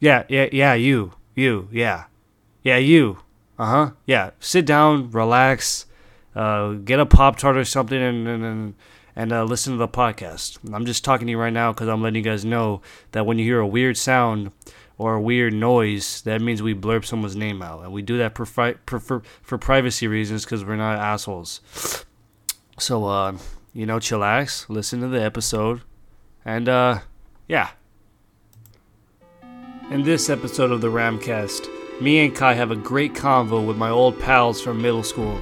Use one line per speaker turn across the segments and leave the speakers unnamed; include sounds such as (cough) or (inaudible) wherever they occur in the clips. Yeah, yeah, yeah, you. You, yeah. Yeah, you. Uh huh. Yeah. Sit down, relax, uh, get a Pop Tart or something, and, and, and, and uh, listen to the podcast. I'm just talking to you right now because I'm letting you guys know that when you hear a weird sound or a weird noise, that means we blurb someone's name out. And we do that for, fri- for, for, for privacy reasons because we're not assholes. So, uh, you know, chillax, listen to the episode, and uh, yeah. In this episode of the Ramcast, me and Kai have a great convo with my old pals from middle school.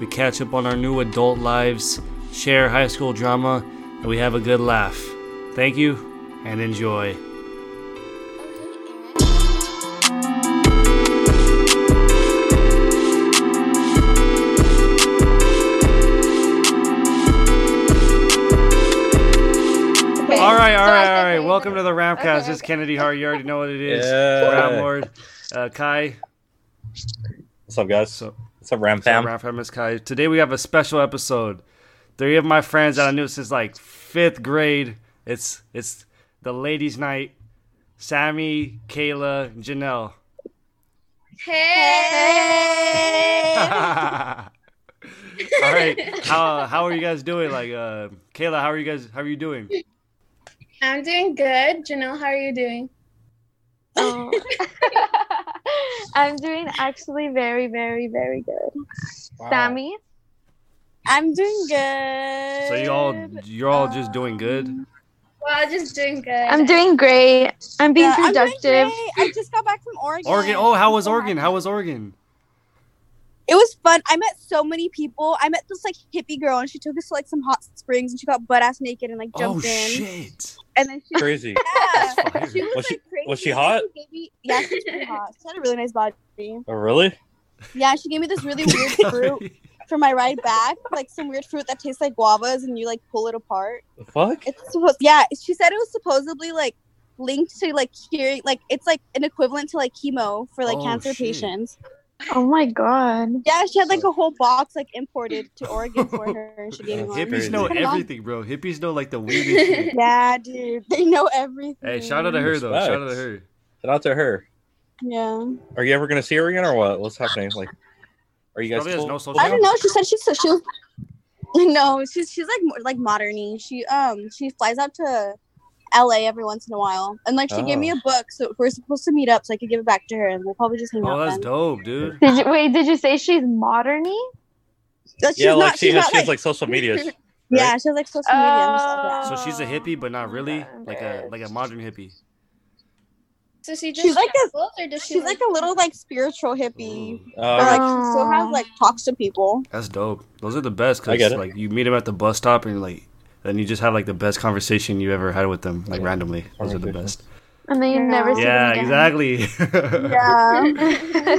We catch up on our new adult lives, share high school drama, and we have a good laugh. Thank you, and enjoy. All right, all right, all right. Welcome to the Ramcast.
Okay,
It's Kennedy Hart. You already know what it is.
Yeah.
Ram Lord, uh, Kai.
What's up, guys?
So,
What's up, Ram
so
Fam?
Ram Fam is Kai. Today we have a special episode. Three of my friends that I knew since like fifth grade. It's it's the ladies' night. Sammy, Kayla, and Janelle. (laughs) (laughs)
Hey!
all right. How how are you guys doing? Like, uh, Kayla, how are you guys? How are you doing?
I'm doing good. Janelle, how are you doing?
Oh. I'm doing actually very, very, very good. Sammy?
I'm doing good.
So you all you're all just doing good.
Um,
Well, just doing good. (laughs)
I'm doing great. I'm being
Yeah, I'm doing
productive.
great. I just got back from Oregon.
Oregon. Oh, how
I'm
was
so
Oregon?
happy.
How was Oregon?
It was fun. I met so many people. I met this like hippie girl, and she took us to like some hot springs, and she got butt ass naked and like
Oh
jumped in.
shit.
And then
(laughs)
(laughs)
she,
Crazy.
yeah,
That's
she was,
Was she-
like, crazy.
was she hot?
gave me- yeah, she was pretty hot. She had a really nice body.
Oh, really?
Yeah, she gave me this really
(laughs)
weird fruit for my ride back, like some weird fruit that tastes like guavas, and you like pull it apart.
The fuck?
It's supposed. Yeah, she said it was supposedly like linked to like hearing, like it's like an equivalent to like chemo for like
Oh,
cancer
shit.
patients.
Oh my god.
Yeah, she had like a whole box like imported to Oregon
(laughs)
for her, and she gave me one.
Hippies know
Crazy.
everything, bro. Hippies know like the weirdest
(laughs)
shit.
Yeah, dude, they know everything.
Hey, shout out to her though. Shout out to her.
Shout out to her.
Yeah,
Are you ever gonna see her again or what? What's happening? Like, are you guys?
Probably has
cool?
no social
I don't know. She said she's so she was. (laughs) No, she's she's like more, like moderny. She um she flies out to L.A. every once in a while, and like she gave me
Oh.
a book, so we're supposed to meet up, so I could give it back to her, and we'll probably just hang
Oh,
out.
that's
then.
dope, dude.
Did you wait, did you say she's moderny?
That she's
Yeah, like
not-
she
she's
has,
not,
she has like social
(laughs)
media. right?
Yeah, she has like social media and stuff.
So she's a hippie, but not really, like a like a modern hippie.
So she
She's
just
like a-
travels, or
Yeah.
does she
She's like a little like spiritual hippie.
Oh,
But
okay.
like she still has like talks to people.
That's dope. Those are the best
I
because
get it.
like you meet them at the bus stop and like then you just have like the best conversation you ever had with them like randomly. Those are the best.
(laughs)
And then you
Yeah.
never see
Yeah,
them
exactly.
(laughs) (laughs) Yeah.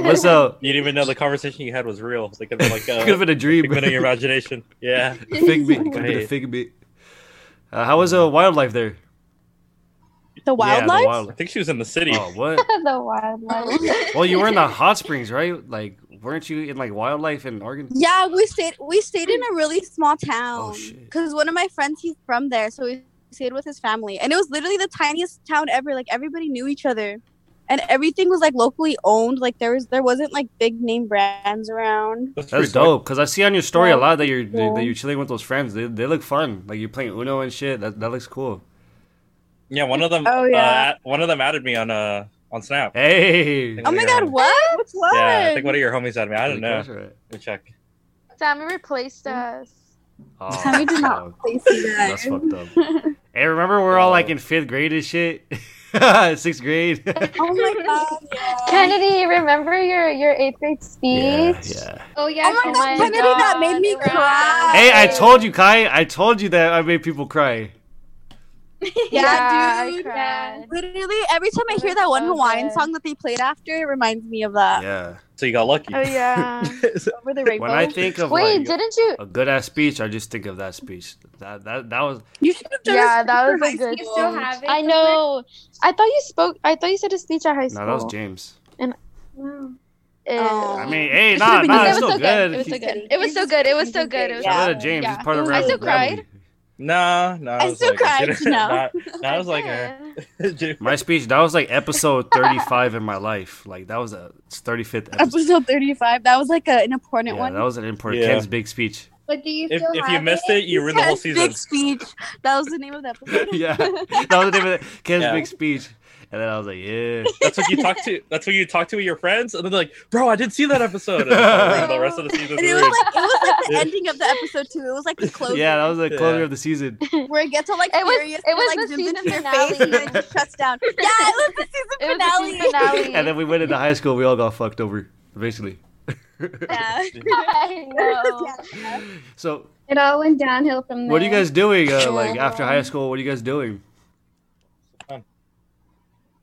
(laughs) What's up?
you didn't even know the conversation you had was real. They could have been
(laughs)
like
Could have
a
been a dream.
figment of your imagination. Yeah.
Fig bit. Could have been a
Right.
fig bit. Uh, how was the wildlife
(laughs)
there?
The
Yeah,
wildlife?
the
I
wildlife.
think she was in the city.
Oh, what?
the wildlife.
Oh.
Well, you were in the hot springs, right? Like, weren't you in like wildlife in Oregon?
yeah, we stayed we stayed in a really small town.
shit.
Cause one of my friends he's from there, so we stayed with his family. And it was literally the tiniest town ever. Like everybody knew each other. And everything was like locally owned. Like there was there wasn't like big name brands around.
pretty
That's
sick.
dope. Cause I see on your story a
Yeah.
lot that you're that
Yeah.
you're chilling with those friends. They, they look fun. Like you're playing Uno and shit. That that looks cool.
Yeah, one of them.
Oh,
Uh,
yeah.
at- one of them added me on uh on Snap.
Hey.
Oh my
Yeah.
god, what? What's what?
Yeah, I think one of your homies added me. I don't know. Let
(laughs)
me check.
(laughs) Sammy replaced us.
Oh,
Sammy did not-
fuck.
They see that.
That's fucked up. Hey, remember we're all like in fifth grade and shit. (laughs) Sixth grade.
(laughs)
Oh my god. yeah.
Kennedy, remember your your eighth grade speech?
yeah, (laughs) yeah.
Oh yeah.
Oh my
I can-
God, Kennedy, that made me
Right.
cry.
Hey, I told you, Kai. I told you that I made people cry.
(laughs) Yeah,
Yeah, I
dude.
cried.
Literally, every time I
That
hear
is
that one
so
Hawaiian
good.
song that they played after, it reminds me of that.
Yeah.
So you got lucky.
(laughs)
Oh
(laughs)
(laughs)
yeah.
Over the rainbow.
When I think of
Wait,
like,
didn't you
a good ass speech, I just think of that speech. That that that was
you should have done
Yeah,
a
that was a
supervised
good
You
speech.
still have it.
I know. I thought you spoke I thought you said a speech at high
no,
school.
that was James.
Ew.
Oh.
I mean, hey,
It
(laughs)
nah,
should've been
nah,
good.
it's
It
still
was so good.
good.
It was so
He-
good. It was so good. It was so good. It was
Shout out
Yeah.
to James.
Yeah.
He's part of
I
Rebel.
still
Rebel
cried.
League.
Nah, nah.
I
was
still
like,
cried,
(laughs) Jennifer-
you know. (laughs)
Not, not as like (laughs) her.
Yeah.
Jennifer-
My speech that was like episode thirty-five in my life. Like that was a thirty-fifth episode.
Episode 35. That was like a, an
Yeah,
important one.
that was an important
Yeah.
Ken's big speech. (laughs)
But do you
If,
still
if
have
you missed it, you ruined the whole
Ken's
season.
Big speech. That was the name of the episode.
(laughs) yeah, that was the name of it. Ken's
Yeah.
big speech. And then I was like, yeah.
That's what you talk
(laughs)
to. That's what you talk to your friends, and they're like, "Bro, I did see that episode." And it's ruined the rest of the season.
(laughs) And it was
ruined.
like (laughs) it was like the
Yeah.
ending of the episode too. It was like the closing.
(laughs) Yeah, that was the closure
Yeah.
of the season.
where it gets all like
It was-
serious.
it
and,
was
like
the
zooms in
season
your face and then it just shuts down. Yeah, it was the season
It was the
finale.
season finale.
And then we went into high school. We all got fucked over, basically. (laughs)
yeah.
(laughs) I know.
(laughs) Yeah.
So,
It all went downhill from there.
what are you guys doing? Uh, like
Sure.
after high school, what are you guys doing?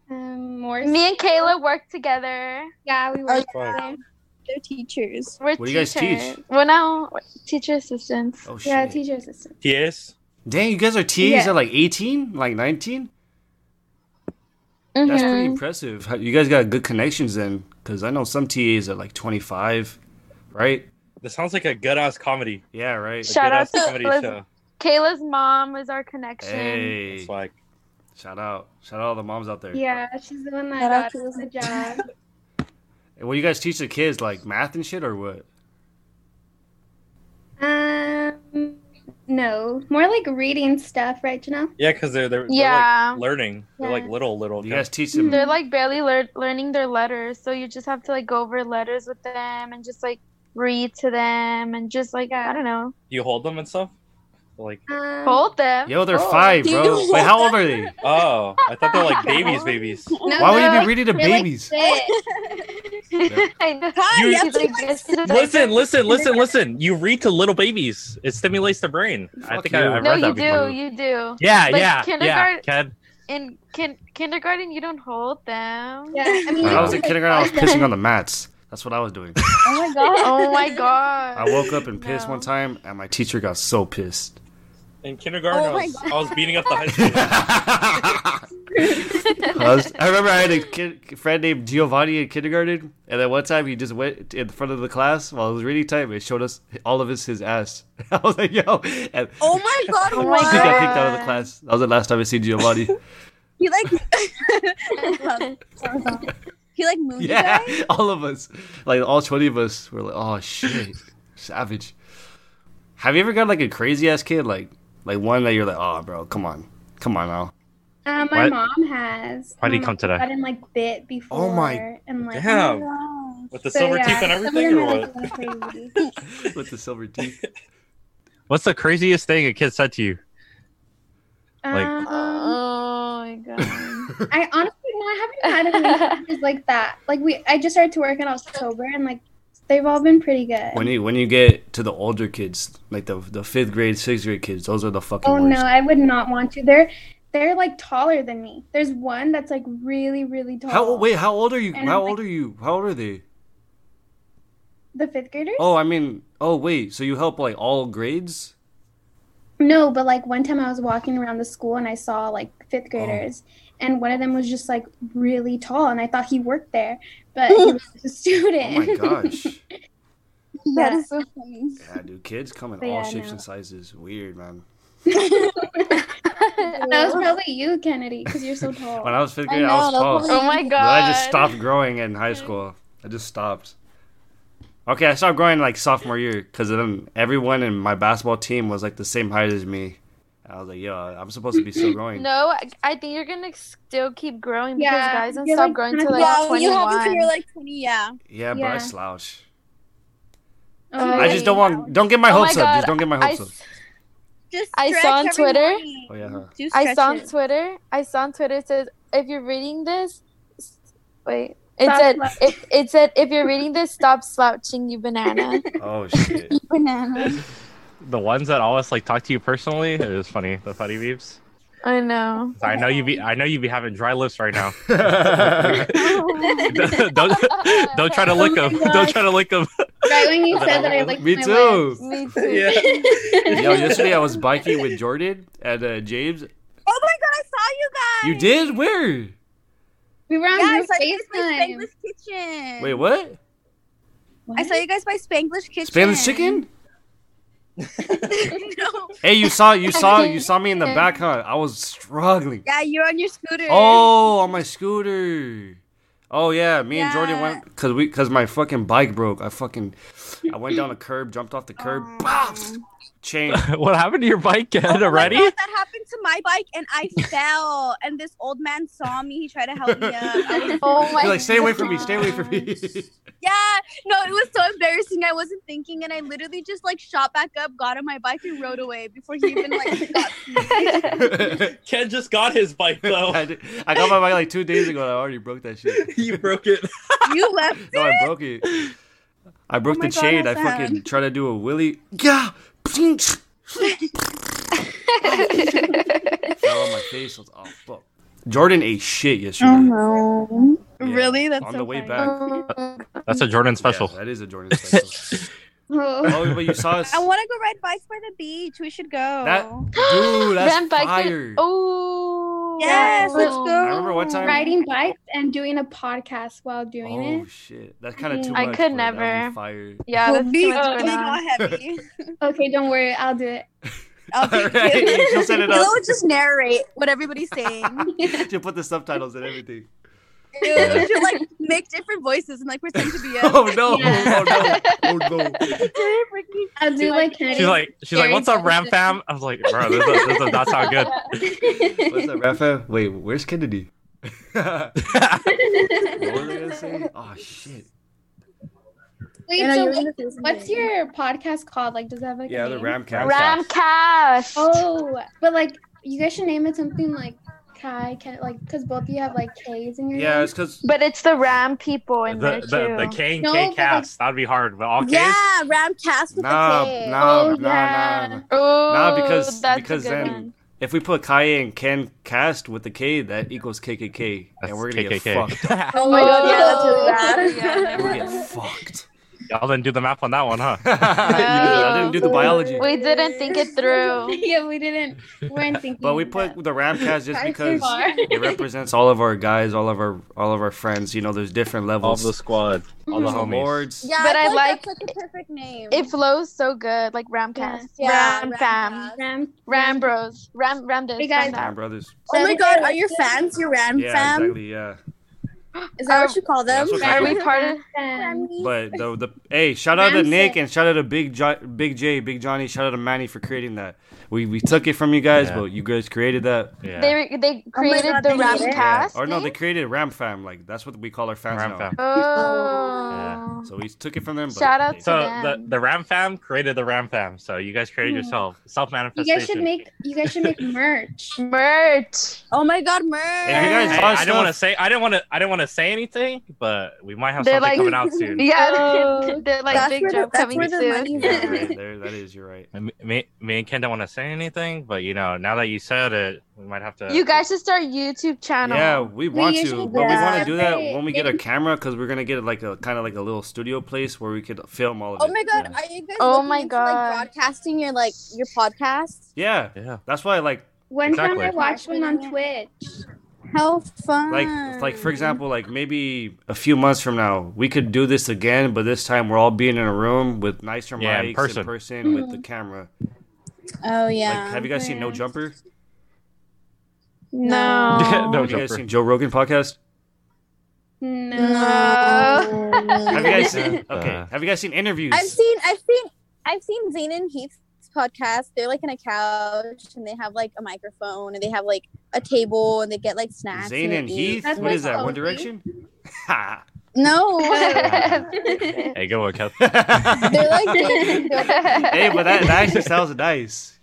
Um, more
Me and Kayla work together.
Yeah, we
Are
were.
you-
Fuck.
They're teachers.
We're
What do you guys
teachers.
teach?
Well, now teacher assistants.
Oh shit!
Yeah, teacher assistant.
Yes.
Dang, you guys are T's
Yeah.
at like eighteen, like 19
Mm-hmm.
That's pretty impressive. How- You guys got good connections then, because I know some TAs are like twenty five, right?
This sounds like a good ass comedy.
Yeah, right.
A
Shout
good ass
out to
comedy
Liz-
show.
Kayla's mom is our connection.
Hey,
It's like
shout out, shout out all the moms out there.
Yeah, she's the
Oh
one that
Shout out
got
to
us the job.
And What do you guys teach the kids, like math and shit, or what?
Um, no, more like reading stuff, right, Janelle?
yeah, because they're they're, they're
Yeah.
Mm-hmm.
like learning. They're like
Yeah.
little little.
You guys teach them.
They're like barely lear- learning their letters, so you just have to like go over letters with them and just like read to them and just like I don't know,
You hold them and stuff. Like
Mm.
Um,
hold them.
Yo, they're
Oh.
five,
Can
bro.
you-
Wait, how old are they?
oh, I thought they're
(laughs)
like babies, babies.
no,
Why would you
no,
be reading to
they're, like,
babies?
six.
(laughs) I know.
Hi,
You-
yeah,
(laughs)
She's like, this is like-
Listen, listen, listen, listen. You read to little babies. It stimulates the brain. I
Fuck
think I, I
you.
read
No,
that
you
before.
do, you do.
Yeah,
Like,
yeah, yeah.
kindergarten-
Ken.
In kin- kindergarten, you don't hold them.
Yeah, I mean,
When I was in
like,
kindergarten, I was
(laughs) five
pissing on the mats. That's what I was doing.
Oh my god.
(laughs) Oh my god. (laughs)
I woke up and pissed
No.
one time, and my teacher got so pissed. (laughs)
In kindergarten,
Oh
I,
my
was, I was beating up the high school.
I,
(laughs)
was- I remember I had a kid, friend named Giovanni in kindergarten, and then one time he just went in front of the class while it was reading time and showed us all of us his ass. (laughs) I was like, yo. And (laughs)
Oh my god.
Oh my
I
what?
think I kicked out of the class. That was the last time I seen Giovanni.
He like (laughs) He like moved
yeah, (laughs)
you guys?
all of us. Like, all 20 of us were like, oh, shit. Savage. Have you ever got like a crazy ass kid? Like, like one that you're like, oh, bro, come on. Come on now. (laughs)
Uh, my
What?
mom has.
Why'd he
Um,
come today?
Got in like bit before.
Oh my-
And like.
Damn.
Wow.
With the
So,
silver
yeah,
teeth and
some of
everything,
them
or
are,
what?
like, little crazy.
With the silver teeth.
What's the craziest thing a kid said to you? (laughs) Like- uh.
um,
Oh my
(laughs)
god.
I honestly no, I haven't had any teachers like that. Like we, I just started to work in October, and like they've all been pretty good.
When you when you get to the older kids, like the the fifth grade, sixth grade kids, those are the fucking
Oh no,
worst.
I would not want to. They're they're like taller than me. There's one that's like really really tall.
How wait? How old are you?
And,
How
like-
old are you? How old are they?
The fifth graders?
Oh, I mean, oh wait. So you help like all grades?
No, but like one time I was walking around the school and I saw like
Oh.
fifth graders, and one of them was just like really tall, and I thought he worked there, but (laughs) he was a
Oh
student. (laughs)
(laughs)
my gosh!
That
Yeah.
is so funny.
yeah, dude, kids come in
But
all
yeah,
shapes
no.
and sizes. Weird, man.
that was probably you, Kennedy, because you're so tall.
When I was fifth
I
grade, I,
know,
was
that's
tall.
what
Oh my
But
god.
I just stopped growing in high school. I just stopped. Okay, I stopped growing like sophomore year because then everyone in my basketball team was like the same height as me. I was like, yo, I'm supposed to be still growing.
No, I, I think you're gonna still keep growing because
Yeah,
guys don't
you're,
stop
like,
growing
kinda
till like
yeah, when you have until
21.
you're like 20, yeah.
Yeah, but I
Yeah.
slouch.
Oh,
I just don't want. Don't get my
Oh my
hopes up.
God,
Just don't get my
I
hopes up.
s-
Just
I
stretch
saw on
every
Twitter-
morning.
Oh yeah. huh.
Do
I
stretch
saw on
it.
Twitter. I saw on Twitter it says if you're reading this, s- wait. It
Stop
said
slouching.
it, it said if you're reading this, stop slouching, you
(laughs)
banana.
Oh shit. (laughs)
Banana.
The ones that always like talk to you personally. It was funny. The funny beeps.
I know.
I know you be. I know you be having dry lips right now.
Oh.
(laughs) don't don't try to lick them. Don't try to lick them.
Right when
(laughs)
you said that, I like
Me too. (laughs)
Me too.
Yeah.
Yo, yesterday I was biking with Jordan and uh, James.
(laughs) Oh my god, I saw you guys.
You did? Where?
(laughs) We were on
Guys, I saw you
group
guys by
FaceTime.
Spanglish Kitchen.
Wait, what?
I saw you guys by Spanglish Kitchen.
Spanish chicken?
(laughs) no.
Hey, you saw you saw you saw me in the back, huh? I was struggling.
Yeah, you're on your scooter.
Oh, on my scooter. Oh yeah, me and Jordan
Yeah.
went cause we cause my fucking bike broke. I fucking I went down a curb, jumped off the curb,
Um,
bam, chain. (laughs)
(laughs) what happened to your bike, Ken?
Oh my
already?
God, that happened to my bike, and
(laughs)
I fell. And this old man saw me. He tried to help me up.
(laughs)
I was-
Oh my
You're like, stay away from me, stay away from me.
yeah, no, it was so embarrassing. I wasn't thinking, and I literally just like shot back up, got on my bike, and rode away before he even
(laughs)
like got to me.
Ken just got his bike though. (laughs)
I, did- I got my bike like two days ago. and I already broke that shit.
you broke it.
You left.
No, I broke it. I broke
Oh my
the
God,
chain. I
that's sad.
fucking tried to do a willy. Yeah. Fell on my face. I was, oh fuck. Jordan ate shit yesterday.
Uh-huh. no.
Yeah,
Really? That's
on
so
the way
funny.
back.
God.
That's a Jordan
Yeah,
special.
that is a Jordan
(laughs)
special.
(laughs) Oh.
oh, but you saw us.
I want to go ride bikes by the beach. We should go.
That- Dude, that's
That bike is-
fire.
Oh
Yes, let's
wow.
I
go.
remember one time.
Riding bikes and doing a podcast while doing
oh shit, that's kind of too
I
much.
could
but that would be
never.
Fire.
Yeah,
We'll
that's
be
too much
uh,
going
really
on.
not
(laughs)
heavy.
it. Okay, don't worry, I'll do it.
I'll take
Alright, (laughs)
it.
she'll set it up.
We'll just narrate what everybody's saying. (laughs)
You put the subtitles and everything.
Dude,
Yeah.
we should like make different voices and like pretend to be us.
Oh no!
Yeah. (laughs)
(laughs)
Oh no! Oh no!
I'll do like Kenny.
She's like, she's like,
Very
what's up, Ram
intelligent.
Fam? I was like, bro, this does, this does not sound good.
What's up, Rafa? Wait, where's Kennedy? (laughs) what were we gonna
(laughs)
say? Oh shit.
Wait, so what- what's your podcast called? Like, does it have like a
Yeah, the
name?
Ramcast.
Ramcast.
Oh, but like you guys should name it something like Kai, Ken, like because both of you have like K's in your
Yeah,
Mm-hmm.
name.
it's because
But it's the Ram people
The
in there
the,
too.
the K and
No,
K
but-
cast that'd be hard. But all K's,
Yeah, Ramcast with
nah,
the K.
nah,
Oh,
nah,
yeah.
nah, nah.
oh,
Nah, because
that's
because
a good
then
one.
if we put Kai and Ken cast with the K, that equals KKK,
that's
and we're gonna get fucked.
KKK.
Oh my god, yeah,
(laughs)
that's really
Yeah,
(laughs)
bad.
We're gonna get fucked.
(laughs) Y'all didn't do the math on that one, (laughs) huh?
You did- I didn't do the biology,
We didn't think it through.
(laughs) yeah, we didn't. We weren't thinking.
but we put
that.
the Ramcast just
Kai's
because
far.
it represents all of our guys, all of our all of our friends. You know, there's different
All the
levels,
squad.
all the
homies.
awards.
Yeah,
But I
feel
like-
that's like a perfect name.
It flows so good, like Ramcast,
Yeah,
Ram
Ramcast.
Fam,
Ram.
Ram Bros, Ram Ram this,
Hey, guys.
Ram that.
Ram brothers.
oh my god, are your fans your Ram
Yeah,
fam?
exactly. Yeah.
Is that what you call them?
That's what
Are we part of?
Ram.
But the, the hey, shout out to
Ramsey.
Nick and shout out to Big jo- Big J, Big Johnny. Shout out to Manny for creating that. We we took it from you guys,
Yeah.
but you guys created that.
Yeah.
They they created
Oh God,
the
they did it.
Yeah.
Ramcast.
Or no,
name?
they created Ram Fam. Like that's what we call our fans
Ram
now.
Fam.
Oh.
So we took it from them. But
Shout out
they-
to-
So the
them.
the Ram Fam created the Ram Fam. So you guys created
Hmm.
yourself self
You
manifestation.
guys should make. You guys
(laughs)
should make merch.
Merch.
Oh my god, merch.
If you guys
Hey,
buy
I didn't want to
stuff-
say I didn't want to I didn't want to say anything, but we might have
They're
something
like-
coming out soon.
Yeah, (laughs)
Oh.
they're like
That's
big
where the-
job
that's
coming
where the
soon.
money-
(laughs) Yeah, right, there, that is. You're right.
And Me, me and Ken don't want to say anything, but you know, now that you said it, we might have to.
You guys should start YouTube channel.
Yeah, we want to,
usually
but we
do
want to
that.
do that
They-
when we get a
they-
camera because we're gonna get like a kind of like a little studio place where we could film all of
Oh
it.
my god,
Yeah.
are you guys
Oh
looking
my
into,
God.
like broadcasting your like your podcast?
Yeah,
Yeah.
that's why like
One
Exactly.
time I watched one on Twitch.
How fun.
like like for example like maybe a few months from now we could do this again but this time we're all being in a room with nicer
Yeah, in
mics in person,
person.
with the camera
Oh yeah.
like have you guys seen no
Yeah.
jumper
No.
(laughs)
No
have you guys
Jumper.
seen joe rogan podcast
No.
have you guys seen
Uh,
okay have you guys seen interviews
I've seen, I've seen, I've seen Zayn and Heath's podcast. They're like in a couch and they have like a microphone and they have like a table and they get like snacks.
Zayn
they
and
eat.
Heath.
That's
What
my
is that? One
policy.
Direction? (laughs) Ha!
No, (laughs) they're
(laughs)
Hey, good one, Kev.
hey,
like. dating. (laughs)
but that, that actually sounds nice.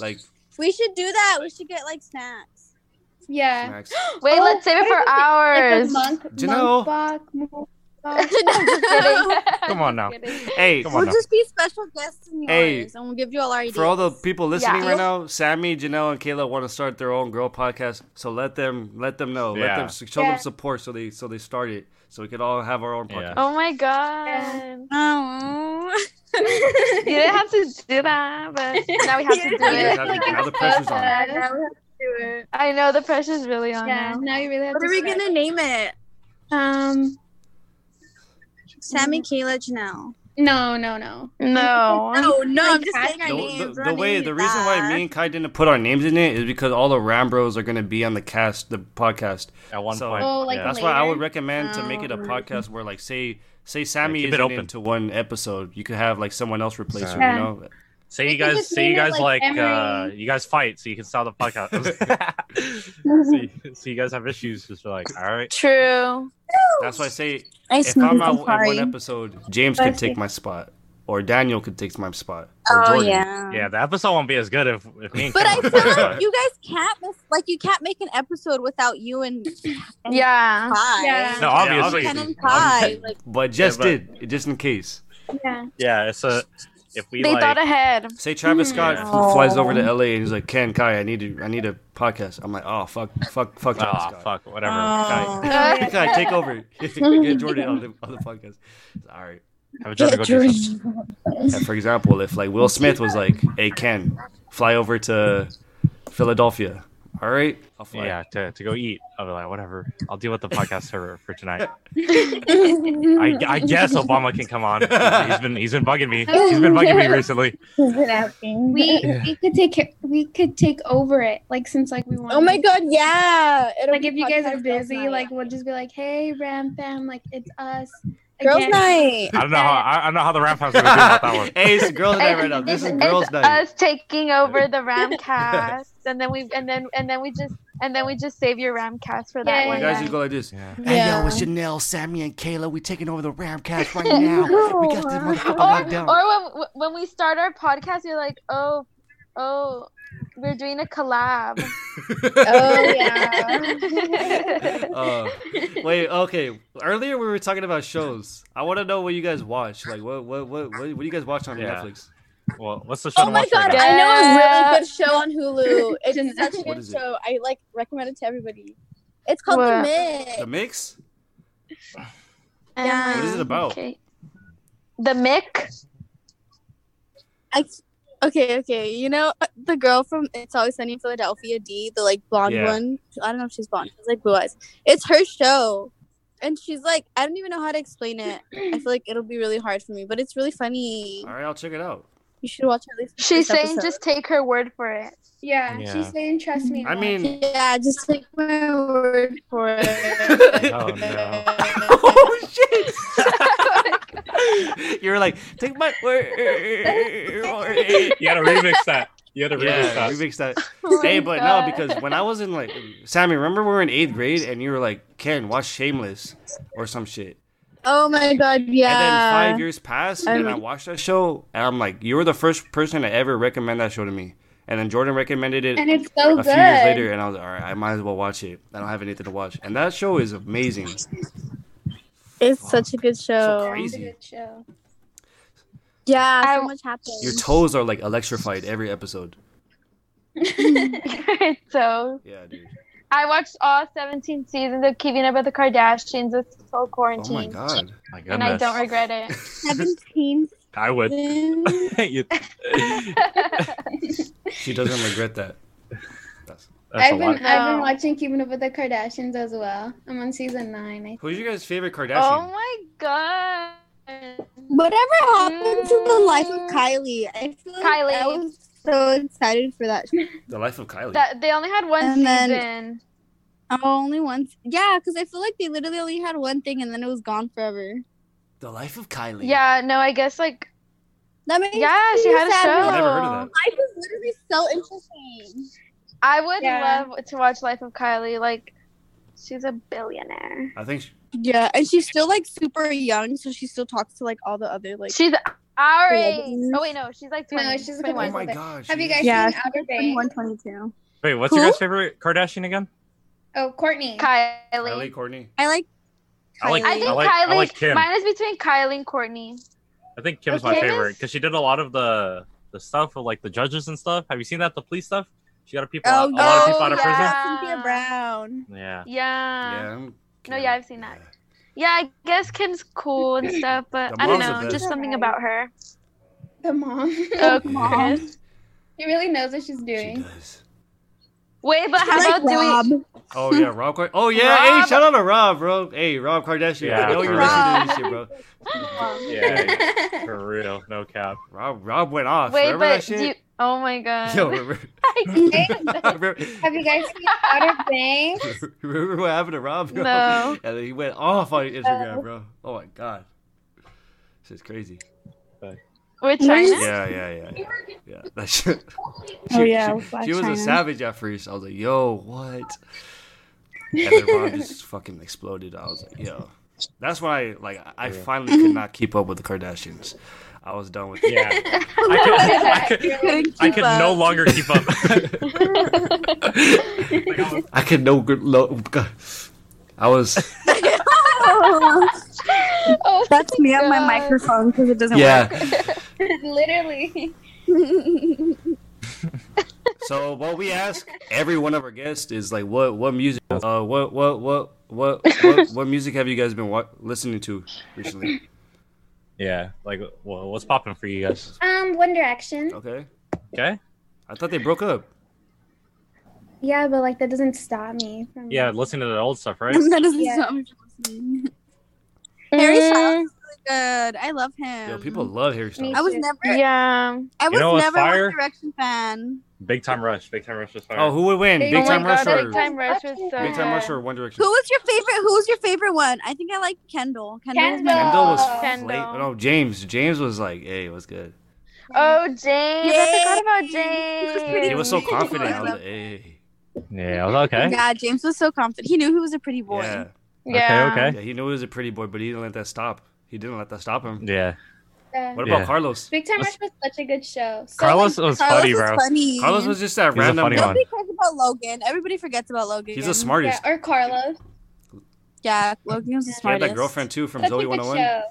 Like
we should do that. We should get like (laughs) snacks.
(laughs) yeah.
snacks.
Wait,
Oh,
let's save
what
it for
is Like a
hours. (laughs)
monk,
You know-
monk box, monk box.
(laughs)
(laughs)
(laughs) Come on now.
Hey,
Come on
We'll
now.
just be special guests in yours,
Hey,
and we'll give you all our ideas.
For all the people listening
Yeah.
right now, Sammy, Janelle, and Kayla want to start their own girl podcast. So let them let them know. Let
Yeah.
them show
Yeah.
them support so they so they start it. So we could all have our own podcast.
Yeah.
Oh my god.
(laughs) Oh.
You didn't have to do that, but now we have to do
Now you guys
it.
have to- now the pressure's
uh,
on.
now we have to do it.
I know the pressure's really on
Yeah,
now.
now you really have
What
to
are we
start.
gonna name it?
Um,
Sammy, Kayla, Janelle.
No, no,
(laughs)
no.
No.
No, no, I'm just
Like,
saying our
the-
the,
names.
the,
uh. we're
the
not
way
naming
the
it
reason why
that.
me and Kai didn't put our names in it is because all the Rambros are gonna be on the cast, the podcast.
At one
So-
point,
Oh, like
yeah.
That's why I would
Later?
recommend to make it a
Oh.
podcast where, like, say, say Sammy
keep it
isn't
open.
into one episode, you could have like someone else replace her.
Yeah.
You know,
say
We
you
can
guys,
just
say you
name it,
guys like,
like,
uh,
Emery.
you guys fight, so you can stop the podcast. (laughs) so, you- so you guys have issues, just like, all right,
True.
that's why I say
I
if I'm out
sneezed, I'm
in
sorry.
one episode, James can take
Perfect.
my spot, or Daniel could take my spot. or
Oh
Jordan.
yeah.
yeah, the episode won't be as good if, if me and
But I
Kevin
feel
fight,
like you guys can't miss, like you can't make an episode without you and
Yeah.
Kai.
Uh, Yeah.
No, obviously.
Ken and Kai. Like,
But just
but-
did just in case.
Yeah.
yeah, it's a if we
They
like,
thought ahead.
Say Travis
Hmm.
Scott
Yeah.
f- flies over to
Oh.
LA and he's like, "Ken Kai, I need to, I need a podcast." I'm like, "Oh fuck, fuck, fuck Travis
(laughs) oh
Scott."
fuck, whatever.
Oh.
Kai,
Kai, Kai, take over. (laughs) Get Jordan on the, on the podcast. All right.
have a job to go do something.
(laughs)
And for example, if like Will Smith was like, "Hey Ken, fly over to Philadelphia." All right, I'll fly.
Yeah, (laughs) to, to go eat. I'll be like, whatever. I'll deal with the podcast for for tonight. I,
I,
I guess Obama can come on. He's been he's been bugging me. He's been bugging me recently.
(laughs) we
Yeah.
we could take care, we could take over it like since like we want.
oh my god, yeah. It'll
Like
be
if you guys
podcast
are
girls'
busy,
night.
like we'll just be like, hey, Ram Fam, like it's us.
girls'
again."
night.
I don't know how I, I don't know how the round house is gonna do about that one.
hey, it's girls' night right now. This is
It's-
girls'
it's
night.
Us taking
(laughs)
over the Ramcast, and then we and then and then we just and then we just save your Ramcast for that
Yeah,
You
one.
yeah,
guys
yeah.
just go like this.
Yeah.
Hey
Yeah.
yo, it's Janelle, Sammy, and Kayla. We taking over the Ramcast right now. We got this motherfucker locked
Or,
down.
or when when we start our podcast, you're like, oh, oh, we're doing a collab.
(laughs)
Oh
(laughs)
yeah. (laughs)
oh.
Uh, wait, okay. Earlier we were talking about shows. I want to know what you guys watch. Like, what, what, what, what, what do you guys watch on
Yeah.
Netflix?
Well, what's the show?
Oh
to
my
watch
god,
Right
I know a really
Yeah.
good show on Hulu. (laughs) It's
Didn't-
such a
What
good
is it?
show. I like recommend it to everybody. It's called
What?
The
The
Mid.
Mix?
Yeah.
What is it about?
Okay. The Mick.
I, okay, okay. You know uh, the girl from It's Always Sunny in Philadelphia, D, the like blonde
Yeah.
one. I don't know if she's blonde. She's like blue eyes. It's her show, and she's like I don't even know how to explain it. I feel like it'll be really hard for me, but it's really funny.
All right, I'll check it
(laughs)
out.
You should watch at least.
She's
this
saying
episode.
just take her word for it.
(laughs)
Yeah,
Yeah.
she's saying trust me.
I
watch
mean,
it."
Yeah, just take my word
(laughs)
for it.
Oh,
(laughs)
no.
oh shit! (laughs) You're like, take my word.
You gotta remix that. You gotta remix
yeah,
that.
we mixed that.
Oh
Hey,
my
but
God.
no, because when I was in like, Sammy, remember we were in eighth grade and you were like, Ken, watch Shameless or some shit.
Oh my god,
And then
yeah.
five years passed, and I
Um,
watched that show, and I'm like, you were the first person to ever recommend that show to me. And then Jordan recommended it
and it's so
a
good.
few years later, and I was like, all right, I might as well watch it. I don't have anything to watch, and that show is amazing.
it's such a good
So
show.
crazy.
It's a good show.
yeah, so
I-
much happens.
Your toes are like electrified every episode.
(laughs) so
Yeah, dude.
I watched all 17 seasons of Keeping Up with the Kardashians this whole
Oh
quarantine,
my god.
My
and I
goodness.
don't regret it. (laughs)
(laughs)
Seventeen
I
(laughs)
would.
seasons.
You-
She doesn't regret that. That's-
That's a
I've been
lot.
I've been
No.
watching Keeping Up with the Kardashians as well. I'm on season nine. I
(laughs) Who's your guys' favorite
oh
Kardashian?
my god.
Whatever happened to the life of Kylie? I feel
Mm.
like
Kylie.
I was so excited for that. show.
The Life of Kylie.
Oh, That they only had one
And then-
season.
uh, Only once, yeah, because I feel like they literally only had one thing and then it was gone forever.
the Life of Kylie.
Yeah, no, I guess like
That makes
yeah,
me
she had a
sad
show.
I
because
never heard
Oh.
of
Life is literally so interesting.
I would
Yeah.
love to watch Life of Kylie. Like, she's a billionaire.
that. I think. She,
Yeah, and she's still like super young, so she still talks to like all the other like.
She's our age.
Celebrities.
Oh wait, no, she's like
No,
20,
she's a couple
oh
21.
my
Okay.
god.
Have you
she-
guys
Yeah,
seen Outer Banks?
22.
Wait, what's your
Who?
guys' favorite Kardashian again?
Oh, Courtney.
Kylie.
Kylie Courtney.
I like.
I like-
Kylie.
I think
I like- I
Kylie.
like Kim.
Mine is between Kylie and Courtney.
I think Kim's my
Okay.
favorite because she did a lot of the the stuff with like the judges and stuff. Have you seen that the police stuff? She got a people out, a lot of
yeah.
people
Oh,
out of
yeah.
Cynthia Brown.
prison. Yeah.
Yeah.
yeah.
Uh, No, yeah, I've seen that. Yeah, I guess Kim's cool and stuff, but
The
I don't
mom's the
know,
best.
just something about her.
The mom.
Oh,
Yeah.
(laughs)
Chris.
She really knows what she's
She
doing.
does.
Wait, but how
Like
about
um,
doing?
Rob.
Oh yeah, Rob. Car- oh yeah,
Rob.
hey, shout out to Rob, bro. Hey, Rob Kardashian.
Yeah,
I know you're
Rob.
listening to this shit,
(laughs)
Yeah, for real, no cap.
bro. Rob, Rob went off.
Wait,
remember that
but do you,
shit?
oh my god. (laughs)
Yo, remember, remember,
Have you guys seen
(laughs)
Outer Banks?
(laughs) remember what happened to Rob? bro?
No.
And then he went off on Instagram, bro. Oh my god, this is crazy.
We're
Nice.
China.
Yeah, yeah, yeah, yeah. yeah. That shit. (laughs)
Oh,
She-
yeah,
she-
with Blac
she was a
Chyna.
savage at first. I was like, yo, what? And then
(laughs)
Rob (laughs) just fucking exploded. I was like, yo. That's why, like, I finally could not keep up with the Kardashians. I was done with it.
Yeah, I
(laughs)
could, I could,
Couldn't
I
keep
could
up.
(laughs)
no longer keep up.
(laughs) I could no good. Lo- God. I
(laughs)
was,
Oh,
(laughs) That's me on my
God.
microphone because it doesn't work.
yeah.
Literally.
(laughs)
(laughs)
So what we ask every one of our guests is like, what what music, uh, what what what what what, what music have you guys been wa- listening to recently?
yeah, like well, what's popping for you
(laughs)
guys?
Um, One Direction.
Okay,
Okay.
I thought they broke up.
Yeah, but like that doesn't stop me. from-
Yeah, listen to the old stuff, right?
that doesn't
Yeah.
sound much listening. Harry
Mm.
Styles is really good. I love him.
Yo, people love Harry Styles.
I was never.
Yeah.
I
You
was
know what's
never a
fire?
One Direction fan.
Big Time Rush. Big Time Rush was fire.
Oh, who would win?
Big
Big
oh
Time
my
Rush
god,
or
Big Time Rush was so
Big Time
good.
Rush or One Direction?
Who was your favorite? Who was your favorite one? I think I like Kendall. Kendall.
Kendall.
Kendall was
Kendall.
late. No, James. James was like, "Hey, what's good?"
Oh, James. I forgot about
James. He was
James.
pretty
He was so
James.
confident. I was like, "Hey."
yeah, I was okay.
Yeah, James was so confident. He knew he was a pretty boy.
Yeah. (laughs)
Yeah.
Okay, okay.
yeah, he knew he was a pretty boy, but he didn't let that stop. He didn't let that stop him.
Yeah,
Uh,
What about
Yeah.
Carlos?
Big Time
Let's-
Rush was such a good show. So
Carlos was
Carlos
funny,
was
bro.
funny.
Carlos was just that
He's a
random.
funny one.
Nobody cares about Logan. Everybody forgets about Logan.
He's the
like- yeah,
smartest.
or Carlos.
Yeah, Logan was the
He
He
had
smartest.
that girlfriend too from
Such
Zoe
a good
101.
show.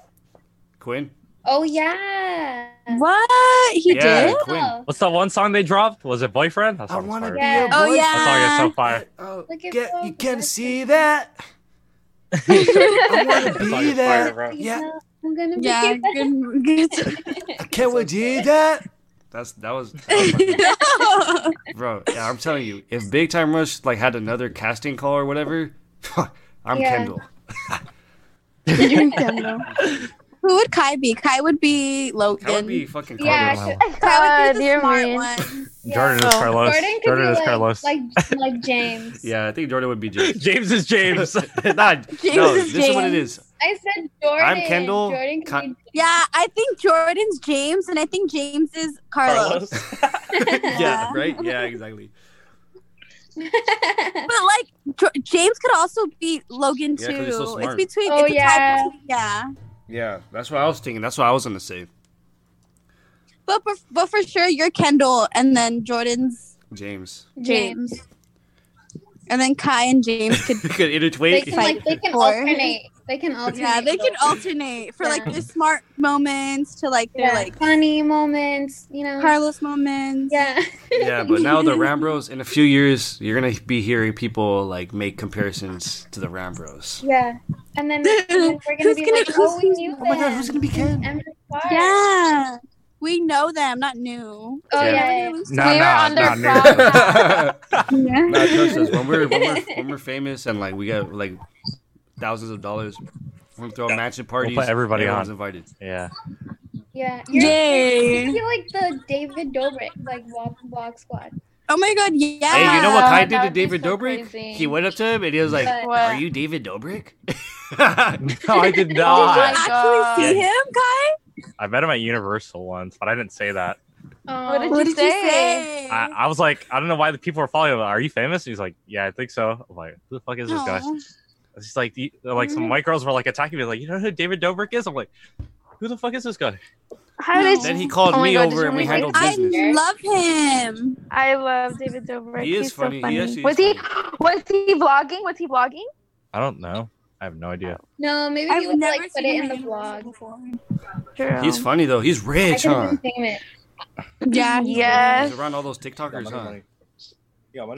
Quinn.
Oh yeah.
What he
Yeah,
did?
Quinn.
Oh,
What's that one song they dropped? Was it Boyfriend? That
I
song was
want to
fire.
be
Yeah.
a boy.
Oh yeah.
That song is so fire.
(laughs) Oh,
Look, it's
get,
so
you can
good.
see that. I
(laughs)
(laughs) want to
That song
be
is fire,
that.
bro.
you
Yeah.
know, I'm gonna be
yeah, good, good.
Can we do that? That's that was. that was
(laughs)
fucking-
(laughs)
Bro, yeah, I'm telling you, if Big Time Rush like had another casting call or whatever, (laughs) I'm
Yeah.
Kendall.
You're Kendall. Who would Kai be? Kai would be Logan.
That would be fucking Carlos.
Yeah,
Carlos.
(laughs)
I should-
Kai would
Oh God,
be
you're
the smart
mean.
one.
Jordan is
Oh.
Carlos.
Jordan could
Jordan
be
is
like,
Carlos.
like like
(laughs)
James.
Yeah, I think Jordan would be James. (laughs)
(laughs) James is James.
nah, no, this
is
is what it
James.
is.
I said Jordan.
I'm Kendall.
Jordan could
Con-
be
Yeah, I think Jordan's James, and I think James is Carlos.
Carlos.
Yeah,
(laughs)
Yeah.
right? Yeah, exactly.
(laughs)
(laughs)
But like J- James could also be Logan
Yeah,
too.
'cause he's so smart.
It's between.
Oh,
it's a tie
yeah.
between- yeah.
Yeah, that's what I was thinking. That's what I was gonna say.
But for, but for sure, you're Kendall, and then Jordan's
James. (laughs)
James, and then Kai and James could.
You could
They
intertwine.
can like they can
Four.
alternate. They can alternate.
Oh, yeah, they can alternate for like their smart moments to like their
Yeah,
like
funny moments. You know.
Carlos moments. (laughs)
Yeah.
yeah, but now the Rambros. In a few years, you're gonna be hearing people like make comparisons to the Rambros.
Yeah. And then, and then we're gonna
Who's
be
gonna-
like, oh, we
who's-
knew
Oh my god, who's
them.
gonna be Ken?
Emily Clark.
Yeah. We know them, not new.
Oh
Yeah.
yeah.
(laughs) Nah,
We were
nah,
on their
nah,
prom
nah.
night.
Nah, trust us. When we're when we're,
(laughs)
when we're famous and like we got like thousands of dollars, we'll throw mansion parties.
put everybody
everyone's
on.
invited.
(laughs)
(laughs)
Yeah.
Yeah. You're,
Yay.
you're like the David Dobrik like walk walk squad.
Oh my god, yeah.
Hey, you know what
Yeah,
Kai
that
did to
would be
David
so
Dobrik?
crazy.
He went up to him and he was like,
But-
"Are
What?
you David Dobrik?"
No, I did
Oh
my
not.
God.
Actually see him, Kai?
I met him at Universal once, but I didn't say that.
Oh,
What did you say?
I, I was like, I don't know why the people were following him. Are you famous? He's like, Yeah, I think so. I'm like, Who the fuck is this guy?
Aw.
It's just like, the- like
Mm-hmm.
some white girls were like attacking me, like, You know who David Dobrik is? I'm like, Who the fuck is this guy?
How did
Then
you-
he called
Oh my
me
God, did
over
you
and we
really-
handled
I
business.
love him.
I love David Dobrik.
He is
He's
funny.
So
He
funny.
actually is
was he (gasps) was he vlogging? Was he vlogging?
I don't know. I have no idea.
No, maybe
I've
he would
never
like
seen
put it
him
in the
at Universal
vlog.
before.
True.
He's funny though. He's
I
rich,
could
huh?
have been famous. (laughs)
Yeah. he's-
Yes.
He's around all those TikTokers, huh?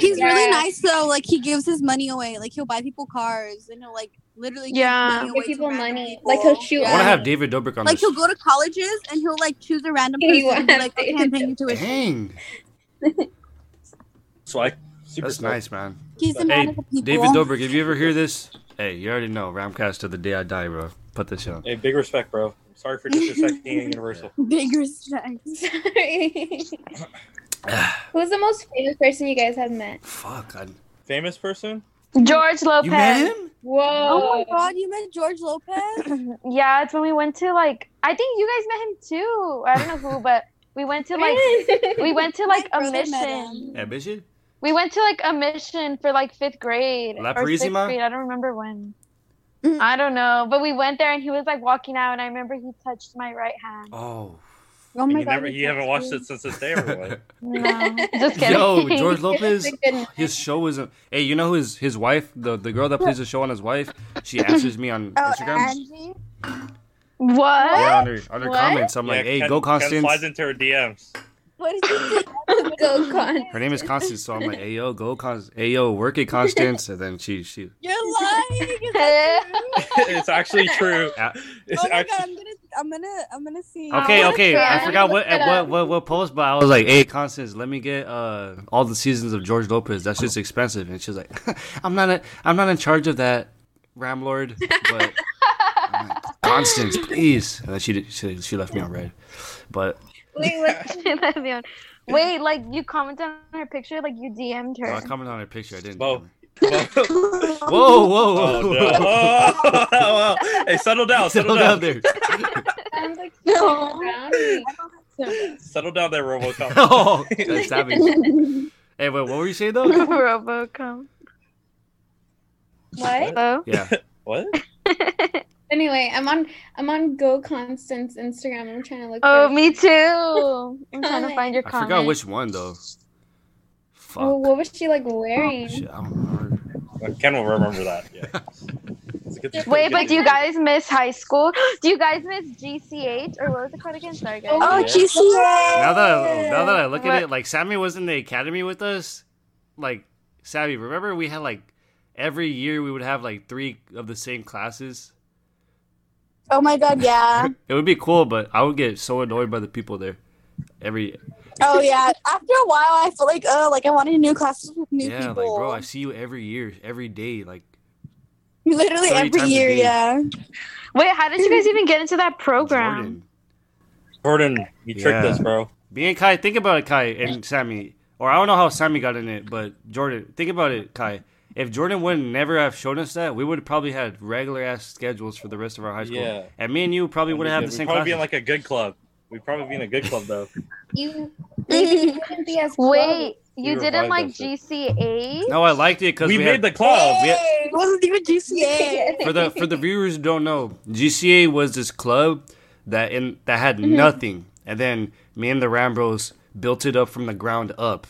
He's
Yeah.
really nice though. Like he gives his money away. Like he'll buy people cars and he'll like literally give
Yeah.
money
Give
away to
people
random
money.
people.
Like, he'll shoot
I
Yeah.
want to have David Dobrik on
like
this.
he'll go to colleges and he'll like choose a random
(laughs) He
person and be
wants
like,
it.
okay, I'm paying you tuition.
Dang.
So I Super
That's
smart.
nice, man.
He's a man
Hey,
of the people.
David
(laughs)
Dobrik, if you ever hear this, hey, you already know. Ramcast to the day I die, bro. Put this shit on.
Hey, big respect, bro. I'm sorry for
(laughs)
disrespecting Universal.
Big
(laughs)
respect.
Sorry. Who's the most famous person you guys have met?
Fuck. I,
Famous person?
George Lopez.
you met him?
Whoa.
Oh my god, you met
(laughs)
George Lopez?
Yeah, it's when we went to like I think you guys met him too. I don't know who, but we went to like (laughs)
(laughs)
we went to like
My
a
brother met
mission.
Yeah, bitch.
We went to like a mission for like fifth grade
La
or sixth
Purísima?
grade. I don't remember when.
Mm.
I don't know, but we went there and he was like walking out, and I remember he touched my right
(laughs)
hand.
Oh.
Oh
And
my
you
god.
never, you haven't watched it since this day, or what?
No, just kidding.
Yo, George Lopez.
(laughs) It's a good night.
His show is a Hey, you know who his his wife, the the girl that plays the show on his wife, she answers me on
Oh,
Instagram.
Angie?
What?
(laughs) Yeah, on her on her
What?
comments, (laughs) I'm like,
Yeah,
hey,
Ken-
go
Ken Slides
Constance.
into her
(laughs)
DMs.
Oh What
(laughs)
did you do?
Go con.
Her name is Constance, so I'm like, hey yo, go Constance, hey yo, work it, Constance, and then she she
(laughs)
You're lying. Is that true?
it's actually true.
Ah.
(laughs) It's
oh my god,
actually.
I'm gonna, I'm gonna, I'm gonna see.
Okay,
wanna
okay.
try.
I forgot what
Look it
at what,
up.
what what post, but I was like, "Hey, Constance, let me get uh all the seasons of George Lopez. That's just expensive." And she's like, (laughs) "I'm not a, I'm not in charge of that, Ramlord." But I'm
(laughs)
like, Constance, please. And then she did- she she left me on red. But
Wait, what?
(laughs) Wait, like you commented on her picture, like you DM'd
no, I
her. (laughs)
commented uh, on her picture. I didn't.
Whoa.
Whoa, whoa, whoa!
(laughs) oh, no.
(laughs)
Oh, wow. Hey, settle down. Settle,
Settle down
down.
there.
(laughs)
(laughs)
Sounds like
No.
brownie.
Settle down there, Robocop.
(laughs)
(laughs)
oh, that's savage. Hey, wait, what were you saying though?
(laughs)
Robocom.
What?
Hello?
Yeah.
what?
Anyway, I'm on I'm on Go Constance Instagram. I'm trying to look.
Oh,
for-
me too. I'm trying to find your
I
comment.
forgot which one though.
Well,
Fuck. Oh,
what was she like wearing?
Shit, I don't remember.
Well, Ken will remember that. Yeah. (laughs) It's a good-
Wait, but do you guys miss high school? (gasps) Do you guys miss GCH or what was it called again? Sorry, guys.
Oh,
Yeah.
GCA.
now that I, now that I look at
What?
it, like Sammy was in the academy with us. Like Sammy, remember we had like every year we would have like three of the same classes.
Oh my god, yeah.
It would be cool, but I would get so annoyed by the people there. Every
Oh yeah. After a while, I feel like, oh, like I wanted new classes with new
yeah,
people.
like bro, I see you every year, every day. Like
Literally
30
every
times a
year,
day.
yeah.
Wait, how did you
(laughs)
guys even get into that program?
Jordan,
Jordan, you tricked
Yeah.
us, bro.
being Kai, think about it, Kai and Sammy, or I don't know how Sammy got in it, but Jordan, think about it, Kai. If Jordan would never have shown us that, we would have probably had regular ass schedules for the rest of our high school.
Yeah.
And me and you probably
We'd
wouldn't have the same
probably be
classes.
in like a good club. We'd probably be in a good club (laughs) though.
You maybe you wouldn't be as close.
Wait, you
We
didn't
revived
like
that shit.
GCH?
No, I liked it because
we,
we,
made
had,
the club.
we had-
It wasn't even GCA.
for the for the viewers who don't know, GCA was this club that in that had
Mm-hmm.
nothing, and then me and the Rambros built it up from the ground up.